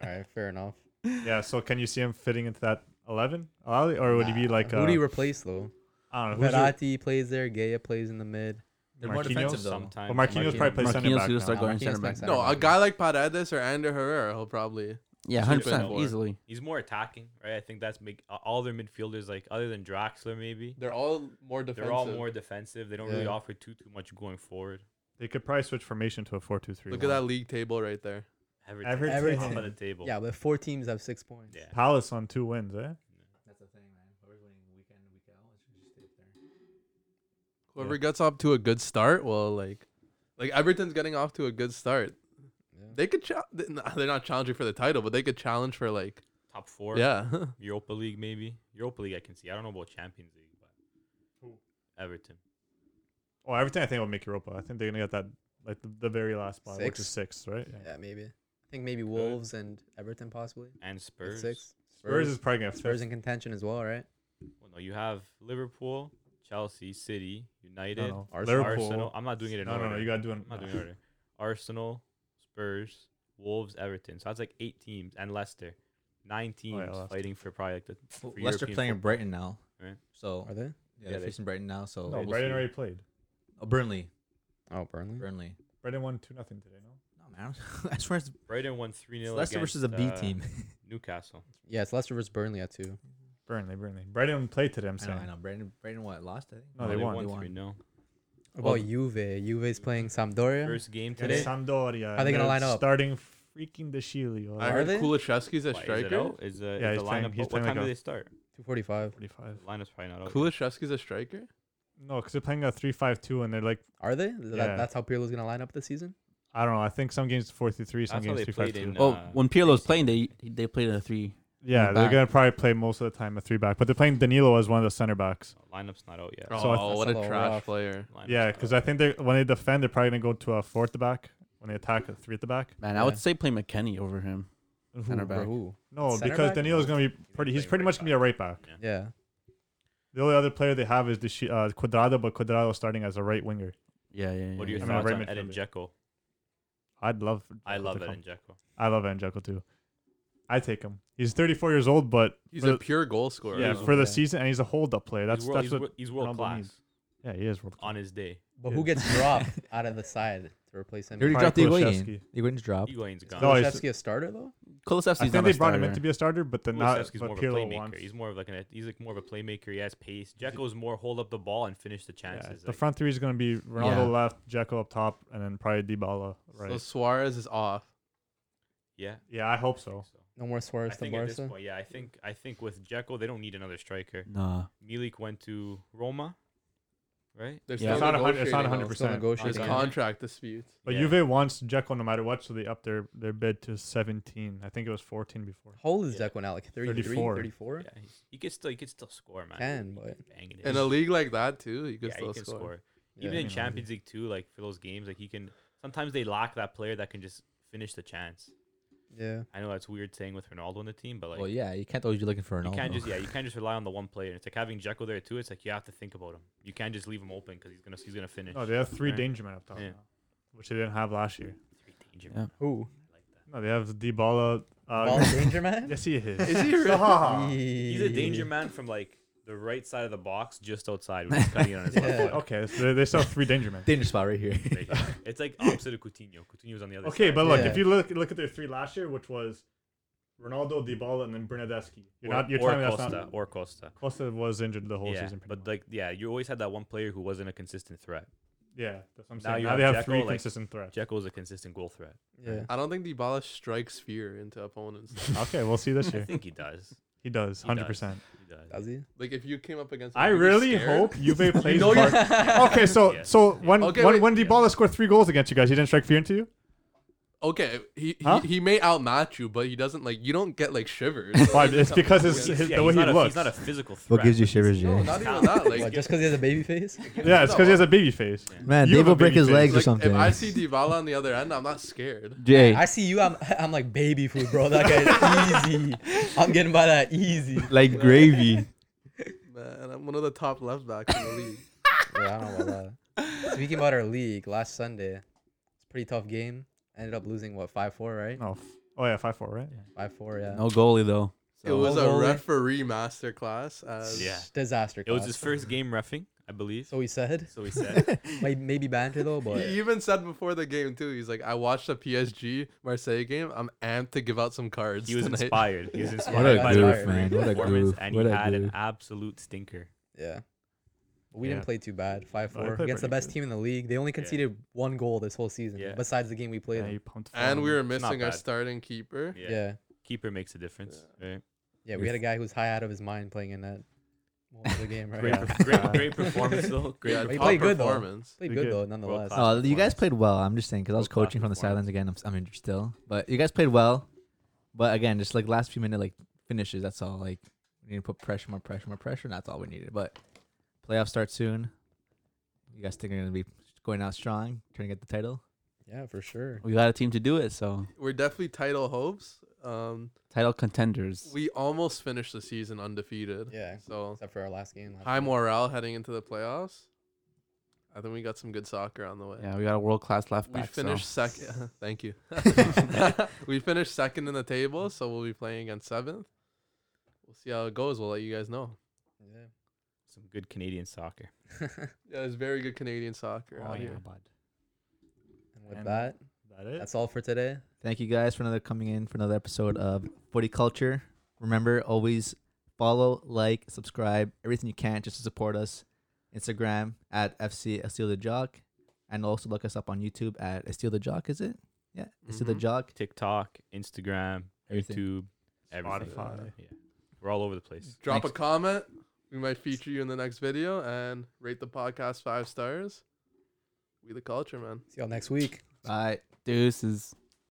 Speaker 3: right, fair enough.
Speaker 2: Yeah, so can you see him fitting into that 11? Ali? Or would he be like,
Speaker 3: who
Speaker 2: uh,
Speaker 3: do you replace though?
Speaker 2: I don't know, who's your-
Speaker 3: Verratti plays there. Gaya plays in the mid.
Speaker 4: They're more defensive though.
Speaker 6: Sometimes.
Speaker 2: Well, Marquinhos probably plays center
Speaker 5: Marquinhos
Speaker 2: back
Speaker 5: could
Speaker 2: now.
Speaker 5: start going
Speaker 3: Marquinhos
Speaker 5: center
Speaker 3: plays
Speaker 5: back.
Speaker 3: center
Speaker 1: No, a
Speaker 3: back.
Speaker 1: guy like Paredes or Ander Herrera, he'll probably.
Speaker 5: Yeah,
Speaker 1: He's good
Speaker 5: hundred percent
Speaker 1: for-
Speaker 5: easily.
Speaker 6: He's more attacking, right? I think that's make uh, all their midfielders like other than Draxler maybe.
Speaker 1: They're all more defensive.
Speaker 6: They're all more defensive. They don't really
Speaker 3: Yeah.
Speaker 6: offer too too much going forward.
Speaker 2: They could probably switch formation to a 4 2 3.
Speaker 1: Look at that league table right there.
Speaker 6: Everton,
Speaker 2: Everton.
Speaker 6: top of the table.
Speaker 3: Yeah, but four teams have six points.
Speaker 6: Yeah.
Speaker 2: Palace on two wins, eh?
Speaker 4: That's the thing, man. Whoever's winning week in, week out, let's just stay up there.
Speaker 1: Whoever
Speaker 2: Yeah.
Speaker 1: gets off to a good start, well, like, like Everton's getting off to a good start.
Speaker 3: Yeah.
Speaker 1: They could. Cha- they- nah, they're not challenging for the title, but they could challenge for like.
Speaker 6: Top four.
Speaker 1: yeah.
Speaker 6: Europa League maybe. Europa League I can see. I don't know about Champions League, but Everton.
Speaker 2: Oh, everything I think will make Europa. I think they're going to get that, like the, the very last spot, which is sixth, right? Yeah.
Speaker 3: Yeah, maybe. I think maybe Wolves and Everton possibly.
Speaker 6: And Spurs.
Speaker 3: Spurs. Six.
Speaker 2: Spurs is probably going to
Speaker 3: Spurs
Speaker 2: fifth.
Speaker 3: in contention as well, right?
Speaker 6: Well, no, you have Liverpool, Chelsea, City, United,
Speaker 2: No, no.
Speaker 3: Arsenal.
Speaker 2: Liverpool.
Speaker 6: Arsenal. I'm not doing it in
Speaker 2: no,
Speaker 6: order.
Speaker 2: no, no. You got to do it.
Speaker 6: I'm not doing it in order. Arsenal, Spurs, Wolves, Everton. So that's like eight teams and Leicester. Nine teams
Speaker 2: Leicester.
Speaker 6: fighting for probably like the for
Speaker 4: Leicester
Speaker 6: European
Speaker 4: playing
Speaker 6: foot-
Speaker 4: Brighton now.
Speaker 6: Right.
Speaker 4: So
Speaker 3: Are they?
Speaker 4: yeah, they're
Speaker 6: they-
Speaker 4: facing Brighton now. So
Speaker 2: No,
Speaker 4: we'll
Speaker 2: Brighton
Speaker 4: see.
Speaker 2: already played.
Speaker 4: Oh, Burnley.
Speaker 3: Oh, Burnley.
Speaker 4: Burnley.
Speaker 2: Brighton won 2 nothing today, no?
Speaker 4: No, man. I swear it's
Speaker 6: Brighton won 3 0.
Speaker 4: Leicester versus a B team.
Speaker 6: uh, Newcastle.
Speaker 3: Yeah, it's Leicester versus Burnley at two.
Speaker 2: Burnley, Burnley. Brighton played today. I'm
Speaker 4: I know,
Speaker 2: saying.
Speaker 4: I know. Brandon, Brandon what lost? I think.
Speaker 2: No, they won.
Speaker 4: They won.
Speaker 6: 3-0.
Speaker 3: What about Oh, Juve? Juve's playing Sampdoria.
Speaker 6: First game
Speaker 2: And
Speaker 6: today.
Speaker 2: Sampdoria.
Speaker 3: How they gonna
Speaker 2: they're
Speaker 3: line up?
Speaker 2: Starting freaking the Shilio.
Speaker 1: I
Speaker 3: Are
Speaker 1: heard
Speaker 3: they?
Speaker 1: Kulishevsky's a
Speaker 6: Why, Is, it
Speaker 1: striker.
Speaker 6: out? is, uh,
Speaker 2: Yeah,
Speaker 6: is
Speaker 2: he's
Speaker 6: the
Speaker 2: playing-
Speaker 6: lineup? out?
Speaker 2: he's
Speaker 6: what
Speaker 2: playing
Speaker 6: time
Speaker 2: like
Speaker 6: do
Speaker 2: a-
Speaker 6: they start?
Speaker 3: 245.
Speaker 2: 45.
Speaker 6: The lineup's probably
Speaker 1: Oh.
Speaker 6: not out. yet.
Speaker 1: Kulishevsky's a striker.
Speaker 2: No, because they're playing a 3 5 2, and they're like,
Speaker 3: Are they? Th- that-
Speaker 2: Yeah.
Speaker 3: that's how Pirlo's gonna line up this season.
Speaker 2: I don't know. I think some games 4 3 3, some
Speaker 6: That's how
Speaker 2: games
Speaker 6: they
Speaker 2: 3 5
Speaker 6: played
Speaker 2: 2.
Speaker 6: in.
Speaker 5: Oh,
Speaker 6: uh,
Speaker 5: when Pirlo was playing, they they played a three.
Speaker 2: yeah,
Speaker 5: the
Speaker 2: they're
Speaker 5: back.
Speaker 2: going to probably play most of the time a three back, but they're playing Danilo as one of the center backs.
Speaker 6: lineup's not out yet.
Speaker 1: Oh,
Speaker 2: So I-
Speaker 1: what a
Speaker 3: That's a
Speaker 1: trash
Speaker 3: little rough.
Speaker 1: player.
Speaker 6: Lineup's
Speaker 2: Yeah,
Speaker 6: not
Speaker 2: because
Speaker 6: out
Speaker 2: I think they when they defend, they're probably going to go to a fourth to back. When they attack, a three at the back.
Speaker 5: Man,
Speaker 3: Yeah.
Speaker 5: I would say play McKenny over him.
Speaker 2: Who?
Speaker 5: Center back.
Speaker 3: Ooh.
Speaker 2: No,
Speaker 3: Center
Speaker 2: because
Speaker 3: back?
Speaker 2: Danilo's going to be pretty. He's
Speaker 6: playing
Speaker 2: pretty
Speaker 6: right
Speaker 2: much going to be a right back.
Speaker 3: Yeah.
Speaker 2: The only other player they have is the Shi- uh, Quadrado, but Quadrado starting as a right winger.
Speaker 5: Yeah, yeah. yeah
Speaker 6: yet. What are your
Speaker 5: yeah.
Speaker 2: I mean,
Speaker 6: thoughts on
Speaker 2: Raymond
Speaker 6: Edin Dzeko?
Speaker 2: I'd love.
Speaker 6: I
Speaker 2: Dzeko
Speaker 6: love
Speaker 2: to come.
Speaker 6: Edin Dzeko.
Speaker 2: I love Van Jekyll too. I take him. He's 34 years old, but
Speaker 1: He's
Speaker 2: for
Speaker 1: a
Speaker 2: the-
Speaker 1: pure goal scorer.
Speaker 2: yeah,
Speaker 1: Yeah.
Speaker 2: for the
Speaker 3: Yeah.
Speaker 2: season, and he's a hold-up player. That's
Speaker 6: he's world,
Speaker 2: that's
Speaker 6: he's,
Speaker 2: what.
Speaker 6: wor- he's world
Speaker 2: Ronaldo
Speaker 6: class
Speaker 2: needs. Yeah, he is world.
Speaker 6: on his day.
Speaker 3: But who
Speaker 2: Yeah.
Speaker 3: gets dropped out of the side to replace him?
Speaker 4: They already
Speaker 2: Probably
Speaker 4: dropped
Speaker 2: Kulusevski.
Speaker 4: Iguain. Iguain's dropped.
Speaker 6: Higuain's gone.
Speaker 2: No,
Speaker 3: No,
Speaker 2: he's-
Speaker 3: a starter though?
Speaker 5: Kulusevski's
Speaker 2: I
Speaker 5: not
Speaker 2: think they
Speaker 5: a
Speaker 2: brought him in
Speaker 5: starter.
Speaker 2: to be a starter, but then not.
Speaker 6: Kulusevski's
Speaker 2: But
Speaker 6: more of a
Speaker 2: Pirlo
Speaker 6: playmaker.
Speaker 2: wants.
Speaker 6: He's more of like an he's like more of a playmaker. He has pace. Dzeko's more hold up the ball and finish the
Speaker 2: Yeah,
Speaker 6: chances.
Speaker 2: the
Speaker 6: like,
Speaker 2: front three is going to be Ronaldo
Speaker 5: Yeah.
Speaker 2: left, Jekyll up top, and then probably Dybala right.
Speaker 1: So Suarez is off.
Speaker 6: yeah.
Speaker 2: yeah, I hope so.
Speaker 6: So,
Speaker 3: No more
Speaker 6: I
Speaker 3: Suarez to
Speaker 6: think at this
Speaker 3: Barca.
Speaker 6: point, yeah, I think I think with Dzeko they don't need another striker.
Speaker 5: Nah.
Speaker 6: Milik went to Roma, right?
Speaker 1: They're
Speaker 5: Yeah.
Speaker 1: still
Speaker 5: It's
Speaker 2: not a hundred- it's
Speaker 1: negotiating,
Speaker 2: not a
Speaker 1: though.
Speaker 2: hundred
Speaker 3: Still
Speaker 2: percent.
Speaker 1: There's
Speaker 3: negotiating.
Speaker 6: Yeah.
Speaker 1: contract disputes.
Speaker 2: But
Speaker 6: Yeah.
Speaker 2: Juve wants Jekyll no matter what, so they upped their their bid to 17. I think it was 14 before.
Speaker 3: How old is
Speaker 6: Yeah.
Speaker 3: Declan now? Like 33,
Speaker 2: 34.
Speaker 3: 34?
Speaker 6: Yeah, he's, he could still he could still score, man.
Speaker 3: Can,
Speaker 6: He
Speaker 3: but-
Speaker 6: could bang it
Speaker 1: In a league like that too, you
Speaker 6: yeah,
Speaker 1: could still
Speaker 6: he can
Speaker 1: score.
Speaker 6: score.
Speaker 3: Yeah.
Speaker 6: Even
Speaker 2: I mean,
Speaker 6: in Champions League too, like for those games, like he can. Sometimes they lack that player that can just finish the chance.
Speaker 3: Yeah.
Speaker 6: I know that's weird saying with Ronaldo on the team, but like
Speaker 4: Well, yeah, you can't always be looking for an.
Speaker 6: You can't just yeah, you can't just rely on the one player. It's like having Jekyll there too. It's like you have to think about him. You can't just leave him open because he's gonna he's gonna finish.
Speaker 2: No, they have three
Speaker 6: Right.
Speaker 2: danger men up top,
Speaker 6: Yeah.
Speaker 2: now, which they didn't have last year.
Speaker 6: Three danger.
Speaker 5: Yeah.
Speaker 3: Who?
Speaker 2: No, they have Dybala. Uh,
Speaker 3: Ball danger man?
Speaker 2: yes, he is.
Speaker 1: Is he really?
Speaker 6: He's a danger man from like the right side of the box, just outside, which is cutting in on his
Speaker 3: Yeah.
Speaker 6: left foot.
Speaker 2: Okay, so they, they still have three danger men.
Speaker 4: danger spot right here.
Speaker 6: Right here. It's like opposite of Coutinho. Coutinho's on the other
Speaker 2: Okay,
Speaker 6: side.
Speaker 2: but look,
Speaker 3: Yeah.
Speaker 2: if you look look at their three last year, which was Ronaldo, Dybala, and then Bernadeschi. You're
Speaker 6: or,
Speaker 2: not. You're
Speaker 6: or
Speaker 2: telling me that's
Speaker 6: Costa
Speaker 2: not.
Speaker 6: or Costa.
Speaker 2: Costa was injured the whole
Speaker 6: yeah,
Speaker 2: season.
Speaker 6: but
Speaker 2: much.
Speaker 6: like yeah, you always had that one player who wasn't a consistent threat.
Speaker 2: yeah, that's what I'm
Speaker 6: now
Speaker 2: saying.
Speaker 6: you
Speaker 2: Now,
Speaker 6: have
Speaker 2: they have
Speaker 6: Dzeko,
Speaker 2: three
Speaker 6: like-
Speaker 2: consistent threats.
Speaker 6: Jekyll's a consistent goal threat.
Speaker 3: Yeah.
Speaker 1: I don't think Dybala strikes fear into opponents.
Speaker 2: okay, we'll see this
Speaker 6: I
Speaker 2: year.
Speaker 6: think he does.
Speaker 2: He does,
Speaker 6: He does.
Speaker 2: hundred percent.
Speaker 6: He does.
Speaker 3: Does he?
Speaker 1: like if you came up against, him,
Speaker 2: I
Speaker 1: you'd be
Speaker 2: really
Speaker 1: scared.
Speaker 2: hope Juve plays.
Speaker 1: know
Speaker 2: Bar- okay, so
Speaker 6: Yes.
Speaker 2: so when
Speaker 1: Okay,
Speaker 2: when,
Speaker 1: wait.
Speaker 2: when Dybala scored three goals against you guys, he didn't strike fear into you.
Speaker 1: Okay, he,
Speaker 2: Huh?
Speaker 1: he he may outmatch you, but he doesn't like you don't get like shivers.
Speaker 2: But it's because his,
Speaker 6: Yeah,
Speaker 2: his,
Speaker 6: yeah,
Speaker 2: the way
Speaker 6: he's
Speaker 2: he
Speaker 6: not a-
Speaker 2: looks.
Speaker 6: He's not a physical threat.
Speaker 4: What gives you
Speaker 6: but he's-
Speaker 4: shivers, Jay?
Speaker 1: no, not even that.
Speaker 3: What,
Speaker 1: Like
Speaker 3: just because he has a baby face?
Speaker 2: yeah, it's because he has a baby face.
Speaker 4: Man,
Speaker 2: You
Speaker 4: Dave
Speaker 2: have a
Speaker 4: will break
Speaker 2: baby
Speaker 4: his
Speaker 2: face.
Speaker 4: legs or
Speaker 1: Like,
Speaker 4: something.
Speaker 1: if I see Dybala on the other end, I'm not scared.
Speaker 4: Jay,
Speaker 3: I see you. I'm, I'm like baby food, bro. That guy's easy. I'm getting by that easy.
Speaker 4: like gravy.
Speaker 1: Man, I'm one of the top left backs in the league.
Speaker 3: Yeah, I don't know about that. Speaking about our league, last Sunday, it's a pretty tough game. Ended up losing what five four, right?
Speaker 2: No, f- oh yeah, five four, right?
Speaker 3: Five four, yeah.
Speaker 5: No goalie though.
Speaker 1: It was a
Speaker 3: Goalie.
Speaker 1: referee masterclass. As
Speaker 6: Yeah.
Speaker 3: Disaster.
Speaker 6: It was
Speaker 3: class.
Speaker 6: his first game refing, I believe.
Speaker 3: So he said.
Speaker 6: So he said.
Speaker 3: May- Maybe banter though, but
Speaker 1: He even said before the game too. He's like, "I watched a PSG Marseille game. I'm amped to give out some cards."
Speaker 6: He was
Speaker 1: tonight."
Speaker 6: inspired. He was inspired.
Speaker 4: What a
Speaker 6: by
Speaker 3: goof,
Speaker 6: that
Speaker 4: man. What a
Speaker 6: performance,
Speaker 4: goof.
Speaker 6: And
Speaker 4: What
Speaker 6: he
Speaker 4: a
Speaker 6: had an
Speaker 4: goof.
Speaker 6: absolute stinker.
Speaker 3: yeah. But we
Speaker 2: Yeah.
Speaker 3: didn't play too bad. Five
Speaker 2: No, they
Speaker 3: four
Speaker 2: played
Speaker 3: against the
Speaker 2: pretty
Speaker 3: best
Speaker 2: good.
Speaker 3: team in the league. They only conceded one goal this whole season,
Speaker 6: Yeah.
Speaker 3: besides the game we played.
Speaker 2: Yeah,
Speaker 3: them.
Speaker 2: you pumped.
Speaker 1: And we
Speaker 2: forward.
Speaker 1: were missing our
Speaker 6: bad.
Speaker 1: starting keeper.
Speaker 3: Yeah.
Speaker 6: Yeah.
Speaker 3: yeah,
Speaker 6: Keeper makes a difference. Right?
Speaker 3: We had a guy who was high out of his mind playing in that one of the game, right?
Speaker 6: Great,
Speaker 2: Yeah.
Speaker 6: perf- great, great performance though. Great.
Speaker 1: Yeah,
Speaker 6: performance.
Speaker 3: he
Speaker 1: top
Speaker 3: played good, though.
Speaker 1: performance.
Speaker 3: Played
Speaker 2: They
Speaker 3: good
Speaker 2: did.
Speaker 3: though, nonetheless.
Speaker 6: class.
Speaker 4: Oh, you guys
Speaker 6: performance.
Speaker 4: played well. I'm just saying because I was
Speaker 6: World-class
Speaker 4: coaching from the
Speaker 6: performance.
Speaker 4: sidelines again. I'm, I'm injured still, but you guys played well. But again, just like last few minute like finishes. That's all. Like we need to put pressure, more pressure, more pressure. And that's all we needed. But playoff starts soon. You guys think you're gonna be going out strong, trying to get the title?
Speaker 3: Yeah, for sure.
Speaker 5: We got a team to do it, so
Speaker 1: We're definitely title hopes. Um,
Speaker 5: title contenders.
Speaker 1: we almost finished the season undefeated.
Speaker 3: Yeah,
Speaker 1: So
Speaker 3: except for our last game. last
Speaker 1: high
Speaker 3: week.
Speaker 1: morale heading into the playoffs. I think we got some good soccer on the way.
Speaker 5: yeah, we got a world class left
Speaker 1: We
Speaker 5: back. so-
Speaker 1: finished second. Thank you. we finished second in the table, so we'll be playing against seventh. We'll see how it goes. We'll let you guys know.
Speaker 3: Yeah.
Speaker 6: Some good Canadian soccer.
Speaker 1: Yeah, there's very good Canadian soccer
Speaker 2: Oh,
Speaker 1: out
Speaker 2: yeah,
Speaker 1: here.
Speaker 2: bud.
Speaker 3: and with
Speaker 2: And
Speaker 3: that,
Speaker 2: that it?
Speaker 3: That's all for today.
Speaker 4: Thank you guys for another coming in for another episode of Footy Culture. Remember, always follow, like, subscribe, everything you can just to support us. Instagram at FC Steal the Jock, and also look us up on YouTube at Steal the Jock. Is it? Yeah, Steal the
Speaker 1: Mhm.
Speaker 4: Jock.
Speaker 6: TikTok, Instagram,
Speaker 4: Everything.
Speaker 6: YouTube, everything.
Speaker 2: Spotify.
Speaker 6: Yeah. We're all over the place.
Speaker 1: Drop
Speaker 4: Thanks.
Speaker 1: a comment. We might feature you in the next video and rate the podcast five stars. We the culture, man.
Speaker 3: See y'all next week.
Speaker 4: Bye.
Speaker 5: Deuces.